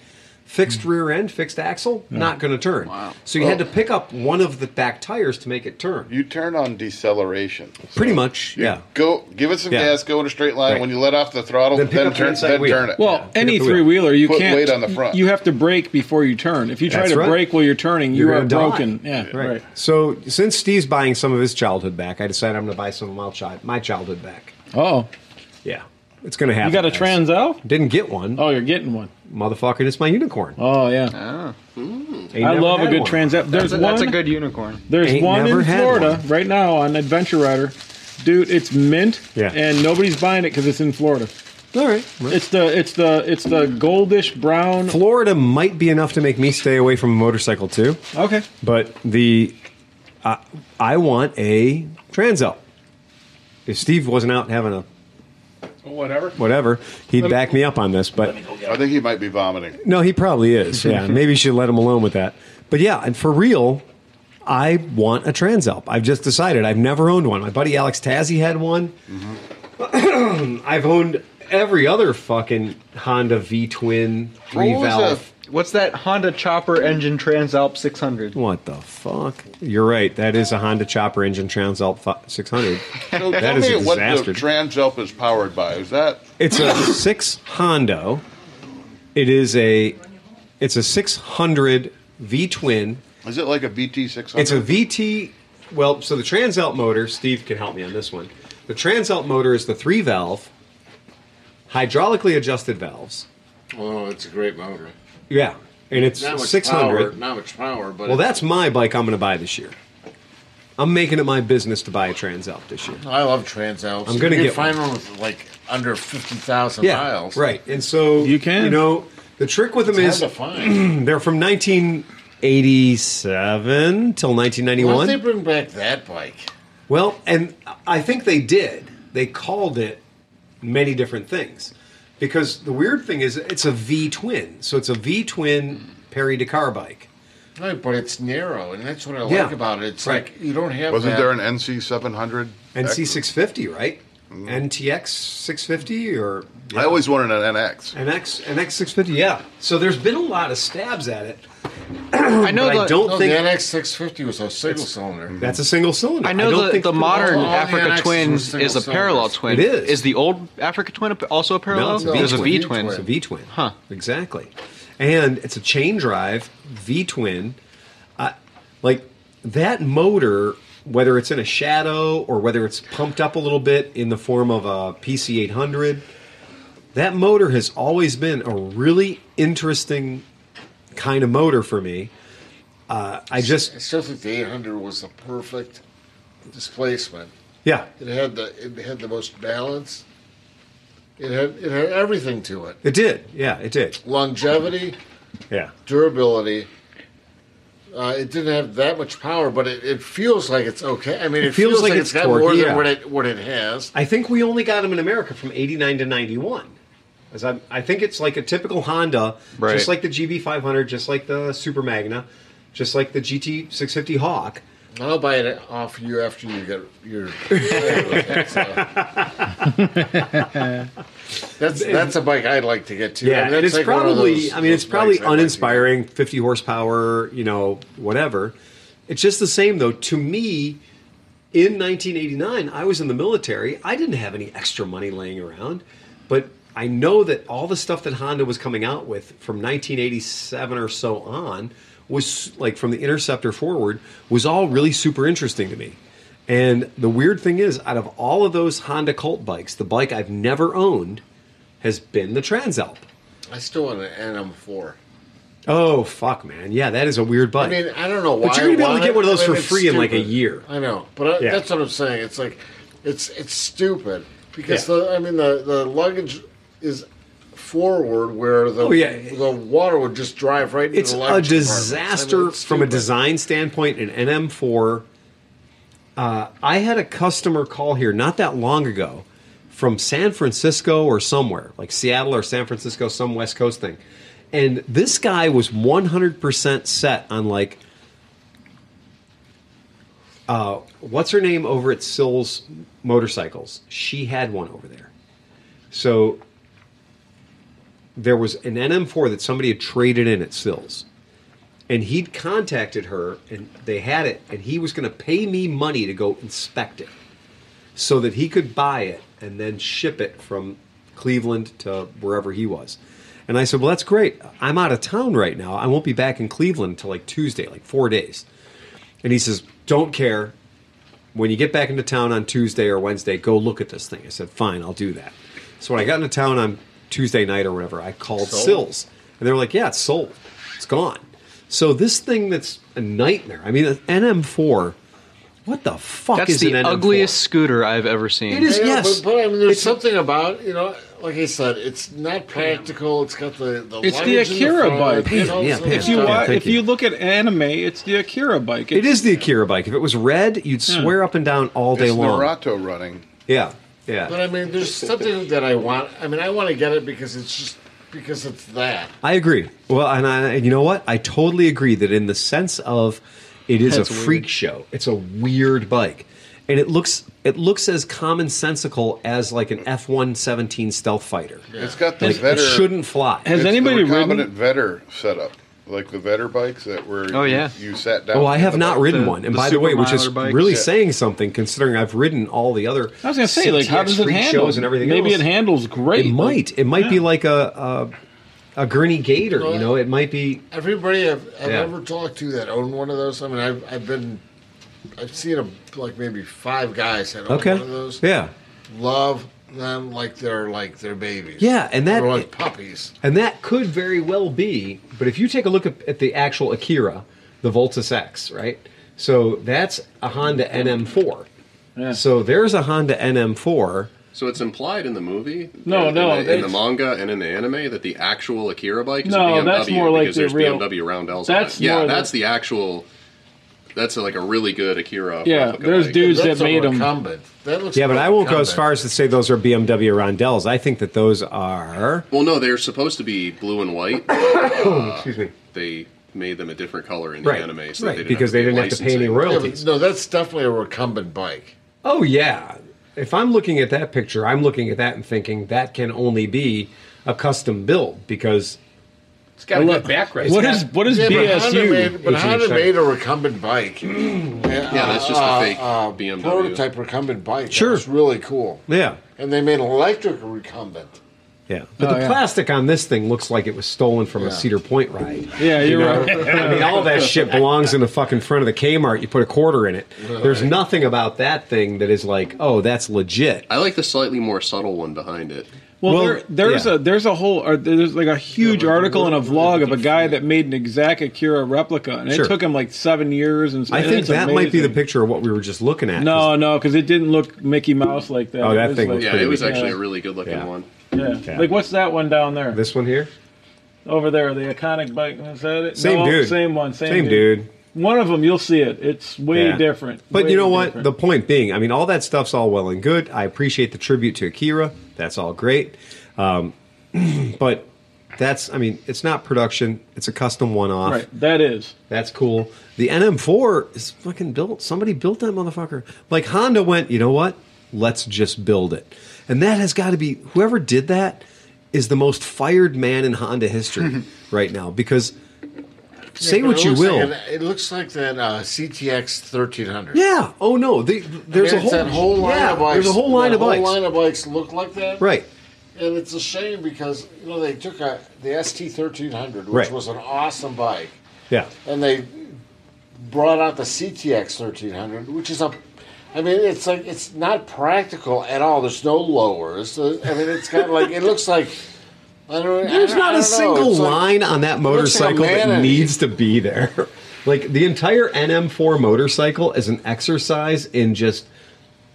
Speaker 1: fixed
Speaker 2: Hmm.
Speaker 1: rear end, fixed axle,
Speaker 2: Yeah.
Speaker 1: not going to turn. So you had to pick up one of the back tires to make it turn.
Speaker 2: Oh. You turn on deceleration.
Speaker 1: Pretty much, yeah.
Speaker 2: Go, give it some
Speaker 1: Yeah.
Speaker 2: gas. Go in a straight line.
Speaker 1: Right.
Speaker 2: When you let off the throttle,
Speaker 1: Then
Speaker 2: then,
Speaker 1: pick up the
Speaker 2: turn,
Speaker 1: inside
Speaker 2: then
Speaker 1: wheel.
Speaker 2: turn it.
Speaker 16: Well, any three wheeler, you
Speaker 2: Put
Speaker 16: can't
Speaker 2: weight on the front.
Speaker 16: You have to brake before you turn. If you try
Speaker 1: That's
Speaker 16: to
Speaker 1: right.
Speaker 16: brake while you're turning, you
Speaker 1: You're
Speaker 16: are
Speaker 1: gonna die.
Speaker 16: broken. Yeah, right.
Speaker 1: So since Steve's buying some of his childhood back, I decided I'm going to buy some of my, child, my childhood back.
Speaker 16: Oh,
Speaker 1: yeah, it's going to happen.
Speaker 16: You got a
Speaker 1: guys.
Speaker 16: Trans Am?
Speaker 1: Didn't get one.
Speaker 16: Oh, you're getting one,
Speaker 1: motherfucker! It's my unicorn.
Speaker 16: Oh yeah.
Speaker 1: Ain't
Speaker 16: I
Speaker 1: never
Speaker 16: love a
Speaker 1: had
Speaker 16: good
Speaker 1: one.
Speaker 16: Trans Am. There's
Speaker 7: That's a-
Speaker 16: one.
Speaker 7: that's a good unicorn.
Speaker 16: There's
Speaker 7: Ain't
Speaker 16: one
Speaker 7: never
Speaker 16: in
Speaker 7: had
Speaker 16: Florida right now on Adventure Rider, dude. It's mint.
Speaker 1: Yeah.
Speaker 16: And nobody's buying it because it's in Florida.
Speaker 1: All right.
Speaker 16: It's the it's the it's the goldish brown.
Speaker 1: Florida might be enough to make me stay away from a motorcycle too.
Speaker 16: Okay.
Speaker 1: But the I I want a Transel. If Steve wasn't out having a
Speaker 5: Whatever.
Speaker 1: whatever, he'd back me up on this. But
Speaker 2: I think he might be vomiting.
Speaker 1: no, he probably is. Yeah, maybe you should let him alone with that. But yeah, and for real, I want a Transalp. I've just decided. I've never owned one. My buddy Alex Tazzy had one. I've owned every other fucking Honda V twin three valve.
Speaker 7: What's that Honda Chopper engine Transalp 600?
Speaker 1: What the fuck? You're right. That is a Honda chopper engine Transalp fi- 600.
Speaker 2: So
Speaker 1: that
Speaker 2: tell
Speaker 1: is a
Speaker 2: me what the
Speaker 1: disaster.
Speaker 2: Transalp is powered by. Is that
Speaker 1: it's a six Hondo. It is a. It's a 600 V twin.
Speaker 2: Is it like a VT 600?
Speaker 1: It's a VT. Well, so the Transalp motor. Steve can help me on this one. The Transalp motor is the three valve, hydraulically adjusted valves.
Speaker 19: Oh, it's a great motor.
Speaker 1: Yeah, and it's
Speaker 19: Not much
Speaker 1: 600.
Speaker 19: Power, not much power, but
Speaker 1: Well,
Speaker 19: it-
Speaker 1: that's my bike I'm going to buy this year. I'm making it my business to buy a Transalp this year.
Speaker 19: I love Transalps.
Speaker 1: I'm gonna
Speaker 19: You can
Speaker 1: get
Speaker 19: find one with like under fifty thousand miles.
Speaker 1: Right. And so you can. You know, the trick with them
Speaker 19: It's
Speaker 1: is
Speaker 19: hard to find.
Speaker 1: they're from 1987 till
Speaker 19: Why don't they
Speaker 1: 1991.
Speaker 19: bring back that bike?
Speaker 1: well, and I think they did. They called it many different things. Because the weird thing is it's a V twin. So it's a V twin Perry Dakar bike.
Speaker 19: Right, but it's narrow, and that's what I like
Speaker 1: Yeah.
Speaker 19: about it. It's
Speaker 1: Right.
Speaker 19: like you don't have.
Speaker 2: Wasn't
Speaker 19: that.
Speaker 2: there an NC 700?
Speaker 1: NC 650, right? NTX 650 or
Speaker 2: I always wanted an NX.
Speaker 1: NX NX 650, yeah. So there's been a lot of stabs at it.
Speaker 7: I know
Speaker 1: But
Speaker 7: the,
Speaker 1: I don't
Speaker 19: No,
Speaker 1: think
Speaker 19: the NX six fifty was a single cylinder.
Speaker 1: That's a single cylinder.
Speaker 7: I know
Speaker 1: don't
Speaker 7: the,
Speaker 1: think
Speaker 7: the
Speaker 1: they're
Speaker 7: modern
Speaker 1: all- all
Speaker 7: Africa
Speaker 1: NX
Speaker 7: twin
Speaker 1: were
Speaker 7: is a
Speaker 1: single
Speaker 7: parallel
Speaker 1: cylinders.
Speaker 7: twin.
Speaker 1: It is.
Speaker 7: Is the old Africa twin a- also a parallel?
Speaker 1: No, it's a V
Speaker 7: There's a
Speaker 1: twin.
Speaker 7: V twin.
Speaker 1: It's a V twin. Huh. Exactly. And it's a chain drive V twin. Uh, like that motor, whether it's in a shadow or whether it's pumped up a little bit in the form of a PC 800, that motor has always been a really interesting kind of motor for me. Uh, I just,
Speaker 19: It's just like the eight hundred was the perfect displacement.
Speaker 1: yeah,
Speaker 19: It had the it had the most balance.
Speaker 8: It had it had everything to it.
Speaker 1: It did. Yeah, it did.
Speaker 8: Longevity,
Speaker 1: Yeah.
Speaker 8: durability. Uh, it didn't have that much power, but it, it feels like it's okay. I mean,
Speaker 1: It
Speaker 8: it,
Speaker 1: feels like
Speaker 8: it's
Speaker 1: it's
Speaker 8: got
Speaker 1: torque,
Speaker 8: more
Speaker 1: yeah.
Speaker 8: than what it what it has.
Speaker 1: I think we only got them in America from 89 to 91. As I, I think it's like a typical Honda,
Speaker 7: Right.
Speaker 1: just like the GB500, just like the Super Magna, just like the GT650 Hawk.
Speaker 8: I'll buy it off you after you get your. That's that's a bike I'd like to get to.
Speaker 1: Yeah,
Speaker 8: I mean,
Speaker 1: and
Speaker 8: that's
Speaker 1: it's
Speaker 8: like one of
Speaker 1: probably
Speaker 8: those-
Speaker 1: I mean it's
Speaker 8: those
Speaker 1: probably
Speaker 8: bikes I'd like to
Speaker 1: uninspiring, 50 horsepower, you know, whatever. It's just the same though. To me, in 1989, I was in the military. I didn't have any extra money laying around, but I know that all the stuff that Honda was coming out with from 1987 or so on was like from the Interceptor forward was all really super interesting to me. And the weird thing is, out of all of those Honda Colt bikes, the bike I've never owned has been the Transalp.
Speaker 8: I still want an NM4.
Speaker 1: Oh fuck, man! Yeah, that is a weird bike.
Speaker 8: I mean, I don't know why.
Speaker 1: But you're gonna be
Speaker 8: I
Speaker 1: able to
Speaker 8: want
Speaker 1: get one of
Speaker 8: it.
Speaker 1: those
Speaker 8: I mean,
Speaker 1: for
Speaker 8: it's
Speaker 1: free in like a
Speaker 8: stupid.
Speaker 1: year.
Speaker 8: I know, but I,
Speaker 1: Yeah.
Speaker 8: that's what I'm saying. It's like, it's it's stupid because
Speaker 1: Yeah.
Speaker 8: the I mean the the luggage is forward where the
Speaker 1: Oh, yeah.
Speaker 8: the water would just drive right into
Speaker 1: It's a
Speaker 8: the luggage compartments. I mean,
Speaker 1: disaster
Speaker 8: it's
Speaker 1: from a
Speaker 8: stupid.
Speaker 1: design standpoint. An NM4. Uh, I had a customer call here not that long ago from San Francisco or somewhere, like Seattle or San Francisco, some West Coast thing. And this guy was 100% set on like uh, what's her name over at Sills Motorcycles? She had one over there. So there was an NM4 that somebody had traded in at Sills. And he'd contacted her and they had it, and he was going to pay me money to go inspect it so that he could buy it and then ship it from Cleveland to wherever he was. And I said, Well, that's great. I'm out of town right now. I won't be back in Cleveland until like Tuesday, like four days. And he says, Don't care. When you get back into town on Tuesday or Wednesday, go look at this thing. I said, Fine, I'll do that. So when I got into town on Tuesday night or whatever, I called
Speaker 20: Sold?
Speaker 1: Sills. And they were like, Yeah, it's sold. It's gone. So this thing that's a nightmare. I mean, an NM4. What the fuck
Speaker 7: That's
Speaker 1: is
Speaker 7: the
Speaker 1: an NM4?
Speaker 7: ugliest scooter I've ever seen.
Speaker 8: I know, but, but I mean, there's something about you know, like I said, it's not practical. It's got the the
Speaker 3: It's the
Speaker 8: luggage in
Speaker 3: Akira
Speaker 8: front,
Speaker 3: bike.
Speaker 8: you know, so
Speaker 3: if you
Speaker 8: it's
Speaker 3: wa-
Speaker 8: got-
Speaker 3: if you look at anime, it's the Akira bike.
Speaker 1: It is the Akira bike. If it was red, you'd
Speaker 3: Hmm.
Speaker 1: swear up and down all day
Speaker 2: it's
Speaker 1: long.
Speaker 2: Naruto running.
Speaker 1: Yeah, yeah.
Speaker 8: But I mean, there's something that I want. I mean, I want to get it because it's just because it's that.
Speaker 1: I agree. Well, and, I, and you know what? I totally agree that in the sense of it is
Speaker 20: That's
Speaker 1: a
Speaker 20: weird.
Speaker 1: freak show. It's a weird bike, and it looks it looks as commonsensical as like an F one seventeen stealth fighter.
Speaker 2: It's got this
Speaker 1: Like,
Speaker 2: Vetter.
Speaker 1: It shouldn't fly.
Speaker 2: it's the recombinant Vetter setup, like the Vetter bikes that were.
Speaker 1: Oh, yeah.
Speaker 2: You, you sat down.
Speaker 1: Oh, I
Speaker 2: in
Speaker 1: have
Speaker 2: the
Speaker 1: not
Speaker 2: bike.
Speaker 1: ridden one, and by the way, which is really saying something considering I've ridden all the other.
Speaker 3: I was gonna say, like, how
Speaker 1: CTX
Speaker 3: does it
Speaker 1: freak
Speaker 3: handle?
Speaker 1: Shows and everything
Speaker 3: Maybe
Speaker 1: else.
Speaker 3: it handles great.
Speaker 1: It might. It might be like a a, a Gurney Gator. You know, it might be.
Speaker 8: Everybody I've, I've
Speaker 1: Yeah.
Speaker 8: ever talked to that owned one of those. I mean, I've I've been, I've seen a, like maybe five guys that own
Speaker 1: Okay.
Speaker 8: one of those.
Speaker 1: Yeah.
Speaker 8: love them like they're like their babies.
Speaker 1: Yeah, and that-
Speaker 8: they're like puppies.
Speaker 1: And that could very well be, but if you take a look at, at the actual Akira, the Voltus X, right? So that's a Honda NM4. So there's a Honda NM4.
Speaker 6: So it's implied in the movie,
Speaker 1: No,
Speaker 6: in,
Speaker 1: no,
Speaker 6: in the, in the
Speaker 1: it's-
Speaker 6: manga and in the anime that the actual Akira bike is
Speaker 3: No,
Speaker 6: a BMW
Speaker 3: that's more like
Speaker 6: because
Speaker 3: the
Speaker 6: there's
Speaker 3: real-
Speaker 6: BMW roundels.
Speaker 3: that's
Speaker 6: on it. yeah,
Speaker 3: more
Speaker 6: that's the actual. That's a, like a really good Akira.
Speaker 3: Yeah,
Speaker 6: replica
Speaker 3: there's
Speaker 6: bike.
Speaker 3: dudes that made them.
Speaker 8: That looks
Speaker 1: Yeah, but I won't go as far as to say those are BMW Rondelles. I think that those are.
Speaker 6: Well, no, they're supposed to be blue and white. uh,
Speaker 1: Excuse me.
Speaker 6: They made them a different color in
Speaker 1: Right,
Speaker 6: the anime, so
Speaker 1: right,
Speaker 6: they didn't
Speaker 1: because
Speaker 6: have
Speaker 1: they
Speaker 6: to
Speaker 1: didn't have to pay any
Speaker 6: licensing.
Speaker 1: royalties.
Speaker 8: No, that's definitely a recumbent bike.
Speaker 1: Oh, yeah. If I'm looking at that picture, I'm looking at that and thinking that can only be a custom build because.
Speaker 8: It's
Speaker 1: got a good back rest. What is- what is
Speaker 8: yeah, But Honda
Speaker 1: BSU?
Speaker 8: made, but
Speaker 1: It's an
Speaker 8: Honda
Speaker 1: exciting-
Speaker 8: made a recumbent bike. yeah,
Speaker 6: that's just a fake BMW.
Speaker 8: prototype recumbent bike. Sure, it's really cool.
Speaker 1: Yeah.
Speaker 8: And they made an electric recumbent.
Speaker 1: Yeah, but
Speaker 8: Oh,
Speaker 1: the
Speaker 8: yeah.
Speaker 1: plastic on this thing looks like it was stolen from a
Speaker 8: Yeah.
Speaker 1: Cedar Point ride.
Speaker 3: Yeah,
Speaker 1: You
Speaker 3: you're
Speaker 1: know?
Speaker 3: right.
Speaker 1: I mean, all that shit belongs in the fucking front of the Kmart. You put a quarter in it. There's nothing about that thing that is like, oh, that's legit.
Speaker 6: I like the slightly more subtle one behind it.
Speaker 3: Well, there, there's
Speaker 6: yeah.
Speaker 3: a there's a whole or there's like a huge article and a vlog of a guy that made an exact Akira replica, and
Speaker 1: Sure.
Speaker 3: it took him like seven years. And
Speaker 1: I
Speaker 3: and
Speaker 1: think
Speaker 3: it's
Speaker 1: that might be the
Speaker 3: amazing.
Speaker 1: picture of what we were just looking at.
Speaker 3: No, no, because it didn't look Mickey Mouse like that.
Speaker 1: Oh, that thing
Speaker 3: like-
Speaker 1: was Yeah, it pretty
Speaker 6: was actually a really good looking one.
Speaker 3: Yeah.
Speaker 16: Yeah.
Speaker 3: Like what's that one down there?
Speaker 1: This one here?
Speaker 3: Over there, the iconic bike. Is that it?
Speaker 1: Same
Speaker 3: No,
Speaker 1: dude.
Speaker 3: Same one. Same,
Speaker 1: Same dude.
Speaker 3: One of them, you'll see it. It's way
Speaker 1: Yeah.
Speaker 3: different.
Speaker 1: But
Speaker 3: Way
Speaker 1: you know what?
Speaker 3: different.
Speaker 1: The point being, I mean, all that stuff's all well and good. I appreciate the tribute to Akira. That's all great. Um, but that's, I mean, it's not production. It's a custom one-off.
Speaker 3: Right. That is.
Speaker 1: That's cool. The NM4 is fucking built. Somebody built that motherfucker. Like Honda went, you know what? Let's just build it. And that has got to be whoever did that is the most fired man in Honda history right now because say
Speaker 19: Yeah, but
Speaker 1: what
Speaker 19: it
Speaker 1: you
Speaker 19: looks
Speaker 1: will.
Speaker 19: Like an- it looks like that uh, CTX 1300.
Speaker 1: Yeah. Oh no. They, there's
Speaker 19: I mean,
Speaker 1: a
Speaker 19: it's
Speaker 1: whole,
Speaker 19: that whole line
Speaker 1: yeah,
Speaker 19: of bikes.
Speaker 1: There's a whole line
Speaker 19: that
Speaker 1: of bikes.
Speaker 19: Whole line of bikes look like that.
Speaker 1: Right.
Speaker 19: And it's a shame because you know they took a the ST 1300, which
Speaker 1: Right.
Speaker 19: was an awesome bike,
Speaker 1: Yeah.
Speaker 19: and they brought out the CTX 1300, which is a I mean, it's like it's not practical at all. There's no lowers. Uh, I mean, it's kind of like it looks like. I don't, I
Speaker 1: There's
Speaker 19: don't- I
Speaker 1: not
Speaker 19: don't know.
Speaker 1: a single
Speaker 19: It's like-
Speaker 1: line on that
Speaker 19: it looks like a
Speaker 1: motorcycle that
Speaker 19: manatee.
Speaker 1: needs to be there. Like the entire NM4 motorcycle is an exercise in just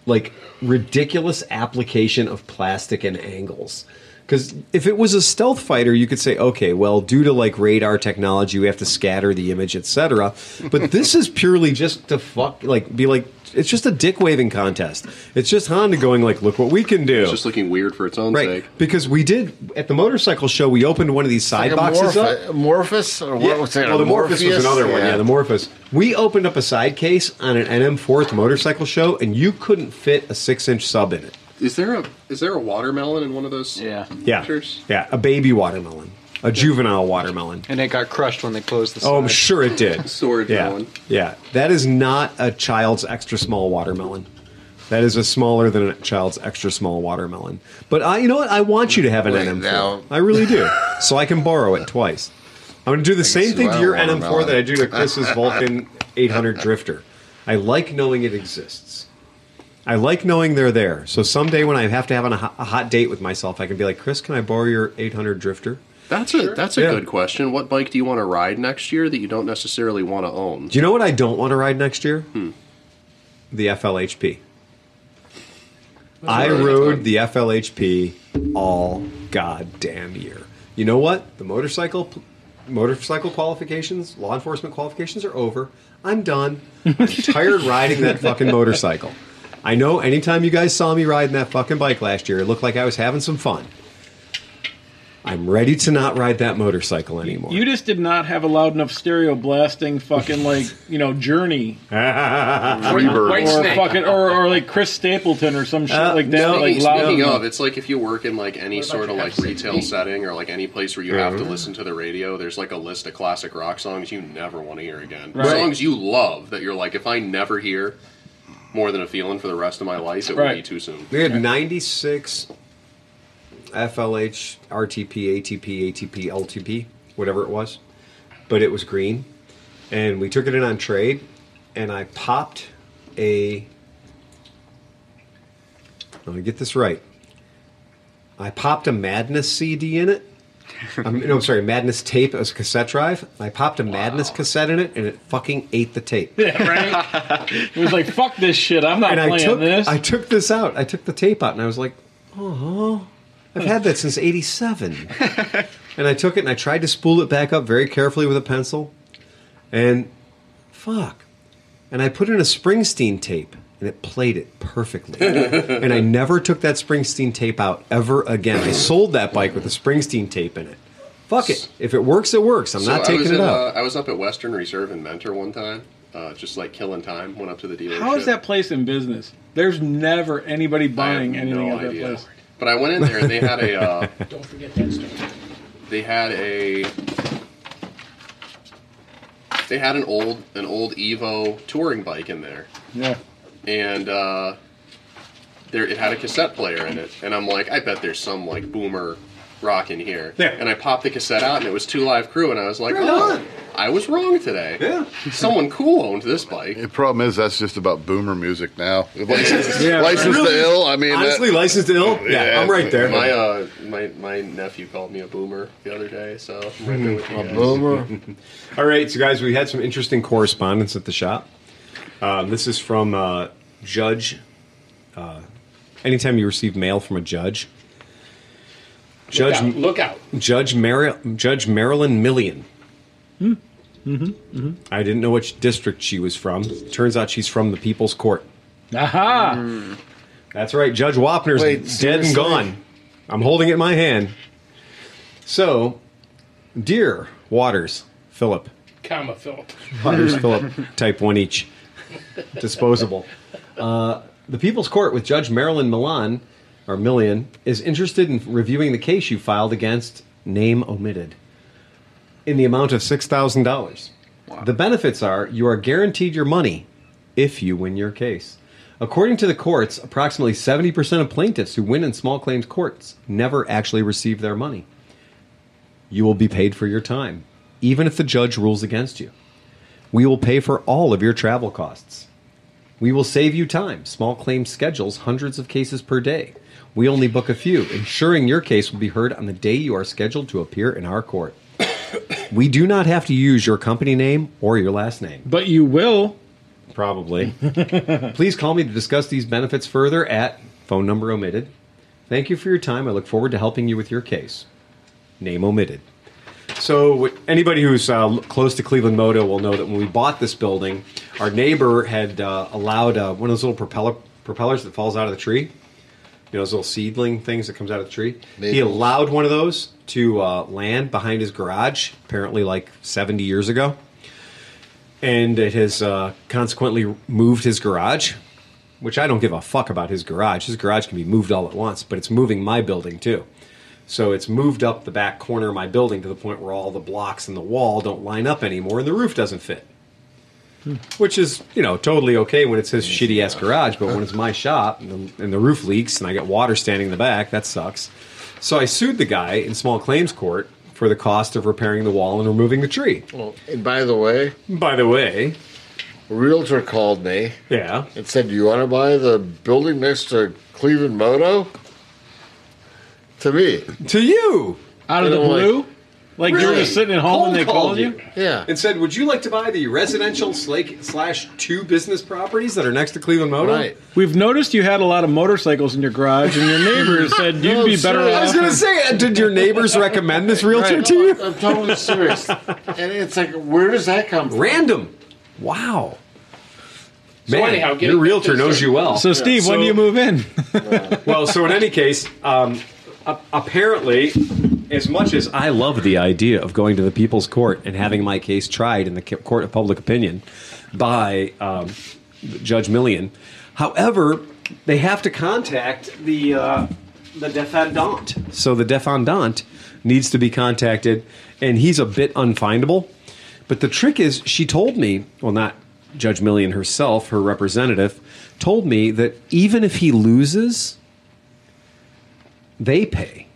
Speaker 1: like ridiculous application of plastic and angles. Because if it was a stealth fighter, you could say, okay, well, due to like radar technology, we have to scatter the image, etc. But this is purely just to fuck, like, be like, it's just a dick waving contest. It's just Honda going like, look what we can do.
Speaker 6: It's just looking weird for its own
Speaker 1: Right,
Speaker 6: sake.
Speaker 1: because we did at the motorcycle show. We opened one of these side
Speaker 19: Like a
Speaker 1: boxes up.
Speaker 19: Morph- Morphus or what was it?
Speaker 1: well, the Morpheus was
Speaker 19: Morpheus?
Speaker 1: another one. Yeah, the Morpheus. We opened up a side case on an NM4 at the motorcycle show, and you couldn't fit a six-inch sub in it.
Speaker 6: Is there a is there a watermelon in one of those? Yeah.
Speaker 1: Yeah,
Speaker 6: Pictures?
Speaker 1: yeah, a baby watermelon, a juvenile watermelon.
Speaker 7: And it got crushed when they closed the.
Speaker 1: Oh, I'm
Speaker 7: side.
Speaker 1: sure it did.
Speaker 6: Sword
Speaker 1: yeah.
Speaker 6: melon.
Speaker 1: Yeah, that is not a child's extra small watermelon. That is a smaller than a child's extra small watermelon. But I, you know what? I want you to have an
Speaker 19: Wait,
Speaker 1: NM4.
Speaker 19: now-
Speaker 1: I really do, so I can borrow it twice. I'm going to do the same
Speaker 19: see
Speaker 1: thing
Speaker 19: why
Speaker 1: to
Speaker 19: I
Speaker 1: your
Speaker 19: want a
Speaker 1: NM4 that I do to
Speaker 19: melon.
Speaker 1: Chris's Vulcan 800 Drifter. I like knowing it exists. I like knowing they're there. So someday when I have to have an- a hot, a hot date with myself, I can be like, Chris, can I borrow your 800 Drifter?
Speaker 6: That's a that's a
Speaker 1: Yeah.
Speaker 6: good question. What bike do you want to ride next year that you don't necessarily want to own?
Speaker 1: Do you know what I don't want to ride next year? The FLHP. I
Speaker 6: really
Speaker 1: rode the FLHP all goddamn year. You know what? The motorcycle motorcycle qualifications, law enforcement qualifications are over. I'm done. I'm tired riding that fucking motorcycle. I know anytime you guys saw me riding that fucking bike last year, it looked like I was having some fun. I'm ready to not ride that motorcycle anymore.
Speaker 3: You just did not have a loud enough stereo blasting fucking like you know Journey,
Speaker 6: Freebird.
Speaker 3: or
Speaker 6: Whitesnake.
Speaker 3: fucking or, or like Chris Stapleton or some shit
Speaker 6: Uh,
Speaker 3: like that.
Speaker 6: no,
Speaker 3: like
Speaker 6: speaking,
Speaker 3: loud
Speaker 6: speaking
Speaker 3: enough.
Speaker 6: of, it's like if you work in like any sort of like retail setting or like any place where you have
Speaker 1: Mm-hmm.
Speaker 6: to listen to the radio, there's like a list of classic rock songs you never want to hear again.
Speaker 3: Right.
Speaker 6: Songs you love that you're like, if I never hear more than a feeling for the rest of my life, it would be
Speaker 1: Right.
Speaker 6: too soon.
Speaker 1: We had 96 FLH, RTP, ATP, ATP, LTP, whatever it was, but it was green. And we took it in on trade, and I popped a. Let me get this right. I popped a Madness CD in it. I'm, no, I'm sorry, Madness tape. It was a cassette drive. I popped a Madness cassette in it, and it fucking ate the tape.
Speaker 3: Yeah, right. it was like fuck this shit. I'm not
Speaker 1: and I
Speaker 3: playing
Speaker 1: took
Speaker 3: this.
Speaker 1: I took this out. I took the tape out, and I was like, oh, I've had that since '87. and I took it and I tried to spool it back up very carefully with a pencil, and fuck. And I put in a Springsteen tape, and it played it perfectly. and I never took that Springsteen tape out ever again. I sold that bike with a Springsteen tape in it. Fuck it. If it works, it works. I'm
Speaker 6: So
Speaker 1: not
Speaker 6: I was
Speaker 1: taking it
Speaker 6: in,
Speaker 1: out.
Speaker 6: Uh, I was up at Western Reserve in Mentor one time, uh, just like killing time. Went up to the dealership.
Speaker 3: How is that place in business? There's never anybody buying anything
Speaker 6: no
Speaker 3: at that
Speaker 6: idea.
Speaker 3: place.
Speaker 6: But I went in there and they had a. Uh, Don't forget that story. They had a. They had an old an old Evo touring bike in there,
Speaker 3: Yeah.
Speaker 6: and uh, there it had a cassette player in it, and I'm like, I bet there's some like boomer rock in here. Yeah. And I popped the cassette out, and it was Two Live Crew, and I was like, oh, I was wrong today. Yeah. Someone cool owned this bike.
Speaker 2: The problem is that's just about boomer music now. License,
Speaker 6: Yeah.
Speaker 2: license
Speaker 6: Really?
Speaker 2: to ill. I mean,
Speaker 6: Honestly,
Speaker 2: that,
Speaker 1: License to Ill? Yeah, I'm right there.
Speaker 6: My uh, my my nephew called me a boomer the other day, so
Speaker 3: Hmm.
Speaker 6: I'm right there with you guys.
Speaker 1: All right, so guys, we had some interesting correspondence at the shop. Um, this is from uh, Judge. Uh, anytime you receive mail from a judge, Judge
Speaker 4: out, look out.
Speaker 1: Judge Mar- Judge Marilyn Millian.
Speaker 16: Hmm. Mm-hmm. Mm-hmm.
Speaker 1: I didn't know which district she was from. Turns out she's from the People's Court.
Speaker 16: Aha!
Speaker 6: Mm.
Speaker 1: That's right. Judge Wapner's
Speaker 16: Wait,
Speaker 1: dead
Speaker 16: seriously?
Speaker 1: and gone. I'm holding it in my hand. So, dear Waters, Philip,
Speaker 4: Comma, Philip.
Speaker 1: Waters, Philip, type one each, disposable. Uh, the People's Court with Judge Marilyn Milan, or Millian, is interested in reviewing the case you filed against name omitted in the amount of $6,000. The benefits are you are guaranteed your money if you win your case. According to the courts, approximately 70% of plaintiffs who win in small claims courts never actually receive their money. You will be paid for your time, even if the judge rules against you. We will pay for all of your travel costs. We will save you time. Small claims schedules hundreds of cases per day. We only book a few, ensuring your case will be heard on the day you are scheduled to appear in our court. we do not have to use your company name or your last name.
Speaker 16: But you will.
Speaker 1: Probably. Please call me to discuss these benefits further at phone number omitted. Thank you for your time. I look forward to helping you with your case. Name omitted. So, what- anybody who's uh, l- close to Cleveland Moto will know that when we bought this building, our neighbor had uh, allowed uh, one of those little propeller, propellers that falls out of the tree. You know, those little seedling things that comes out of the tree. He
Speaker 17: Maples.
Speaker 1: allowed one of those to uh, land behind his garage, apparently like 70 years ago. And it has uh, consequently moved his garage, which I don't give a fuck about his garage. His garage can be moved all at once, but it's moving my building too. So it's moved up the back corner of my building to the point where all the blocks in the wall don't line up anymore and the roof doesn't fit.
Speaker 16: Hmm.
Speaker 1: Which is, you know, totally okay when it's his shitty ass garage, but when it's my shop and the, and the roof leaks and I got water standing in the back, that sucks. So I sued the guy in small claims court for the cost of repairing the wall and removing the tree.
Speaker 19: Well, and by the way,
Speaker 1: by the way,
Speaker 19: a realtor called me.
Speaker 1: Yeah,
Speaker 19: and said, "Do you want to buy the building next to Cleveland Moto?" To me,
Speaker 1: to you,
Speaker 16: Out of the blue? Like you were just sitting at home and they called you?
Speaker 19: Yeah.
Speaker 1: And said, Would you like to buy the residential slake slash two business properties that are next to Cleveland Motor?
Speaker 16: We've noticed you had a lot of motorcycles in your garage, and your neighbors said you'd
Speaker 1: No,
Speaker 16: be better
Speaker 1: seriously.
Speaker 16: off.
Speaker 1: I was gonna say, uh, did your neighbors recommend this realtor to you?
Speaker 19: I'm totally serious. and it's like, where does that come from?
Speaker 1: Random. Wow. Man,
Speaker 19: anyhow, getting
Speaker 1: your realtor
Speaker 19: back to the
Speaker 1: knows you well.
Speaker 16: So, Steve, when do you move in?
Speaker 1: well, so in any case, um, a- apparently, as much as I love the idea of going to the people's court and having my case tried in the ca- court of public opinion by um, Judge Millian, however, they have to contact the uh, the defendant. So the defendant needs to be contacted, and he's a bit unfindable. But the trick is, she told me, well, not Judge Millian herself, her representative, told me that even if he loses, they pay.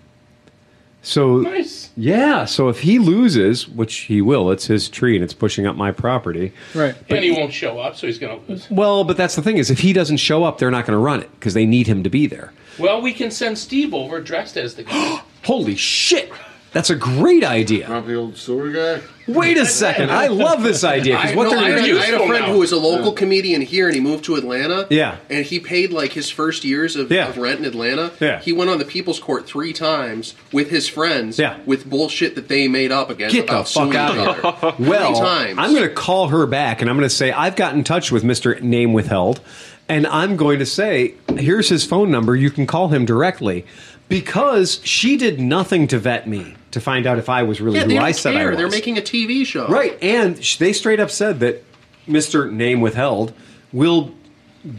Speaker 1: So yeah, so if he loses, which he will, it's his tree and it's pushing up my property.
Speaker 16: Right.
Speaker 4: and he won't show up, so he's going to lose.
Speaker 1: Well, but that's the thing is, if he doesn't show up, they're not going to run it because they need him to be there.
Speaker 4: Well, we can send Steve over dressed as the guy.
Speaker 1: Holy shit! That's a great idea.
Speaker 19: Grumpy old sewer guy.
Speaker 1: Wait a second! I love this idea because
Speaker 6: I-
Speaker 1: what
Speaker 6: no, I
Speaker 1: they're going
Speaker 6: had,
Speaker 1: to
Speaker 6: a-
Speaker 1: do.
Speaker 6: I had a friend who was a local comedian here, and he moved to Atlanta.
Speaker 1: Yeah.
Speaker 6: and he paid like his first years of,
Speaker 1: Yeah.
Speaker 6: of rent in Atlanta.
Speaker 1: Yeah.
Speaker 6: he went on the People's Court three times with his friends.
Speaker 1: Yeah.
Speaker 6: with bullshit that they made up against
Speaker 1: Get the
Speaker 6: about
Speaker 1: fuck
Speaker 6: suing
Speaker 1: out
Speaker 6: each
Speaker 1: of
Speaker 6: other.
Speaker 1: here. Well,
Speaker 6: three times.
Speaker 1: I'm going to call her back and I'm going to say, I've got in touch with Mr. Name Withheld. And I'm going to say, here's his phone number. You can call him directly because she did nothing to vet me to find out if I was really
Speaker 6: yeah,
Speaker 1: who
Speaker 6: they
Speaker 1: I
Speaker 6: don't
Speaker 1: said
Speaker 6: care.
Speaker 1: I
Speaker 6: They're
Speaker 1: was.
Speaker 6: making a TV show,
Speaker 1: right. And sh- they straight up said that Mr. Name Withheld will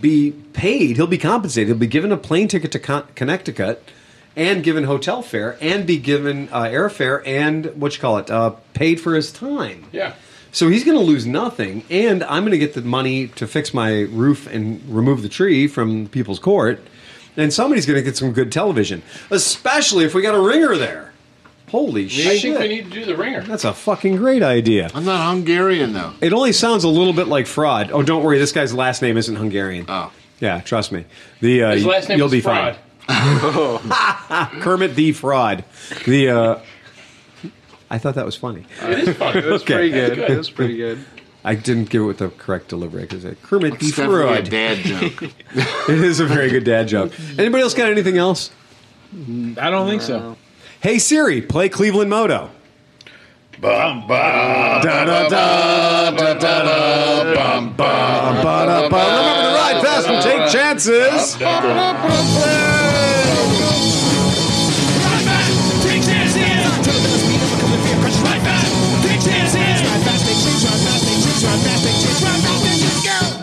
Speaker 1: be paid. He'll be compensated. He'll be given a plane ticket to Con- Connecticut and given hotel fare and be given uh, airfare and what you call it, uh, paid for his time.
Speaker 4: Yeah.
Speaker 1: So he's going to lose nothing, and I'm going to get the money to fix my roof and remove the tree from People's Court, and somebody's going to get some good television, especially if we got a ringer there. Holy
Speaker 4: I
Speaker 1: shit!
Speaker 4: think we need to do the ringer.
Speaker 1: That's a fucking great idea.
Speaker 19: I'm not Hungarian though.
Speaker 1: It only sounds a little bit like fraud. Oh, don't worry, this guy's last name isn't Hungarian. Oh, yeah, trust me. The uh,
Speaker 4: His last name
Speaker 1: you'll
Speaker 4: is
Speaker 1: be
Speaker 4: Fraud.
Speaker 1: fine. Kermit the Fraud. The uh, I thought that was funny.
Speaker 7: It is funny. It was pretty good. It was pretty good.
Speaker 1: I didn't give it with the correct delivery because I Kermit the
Speaker 7: It's definitely
Speaker 1: Fraud.
Speaker 7: a dad joke.
Speaker 1: it is a very good dad joke. Anybody else got anything else?
Speaker 16: I don't think so.
Speaker 1: Hey Siri, play Cleveland Moto.
Speaker 21: Bum, bum,
Speaker 1: Remember to ride fast and take chances.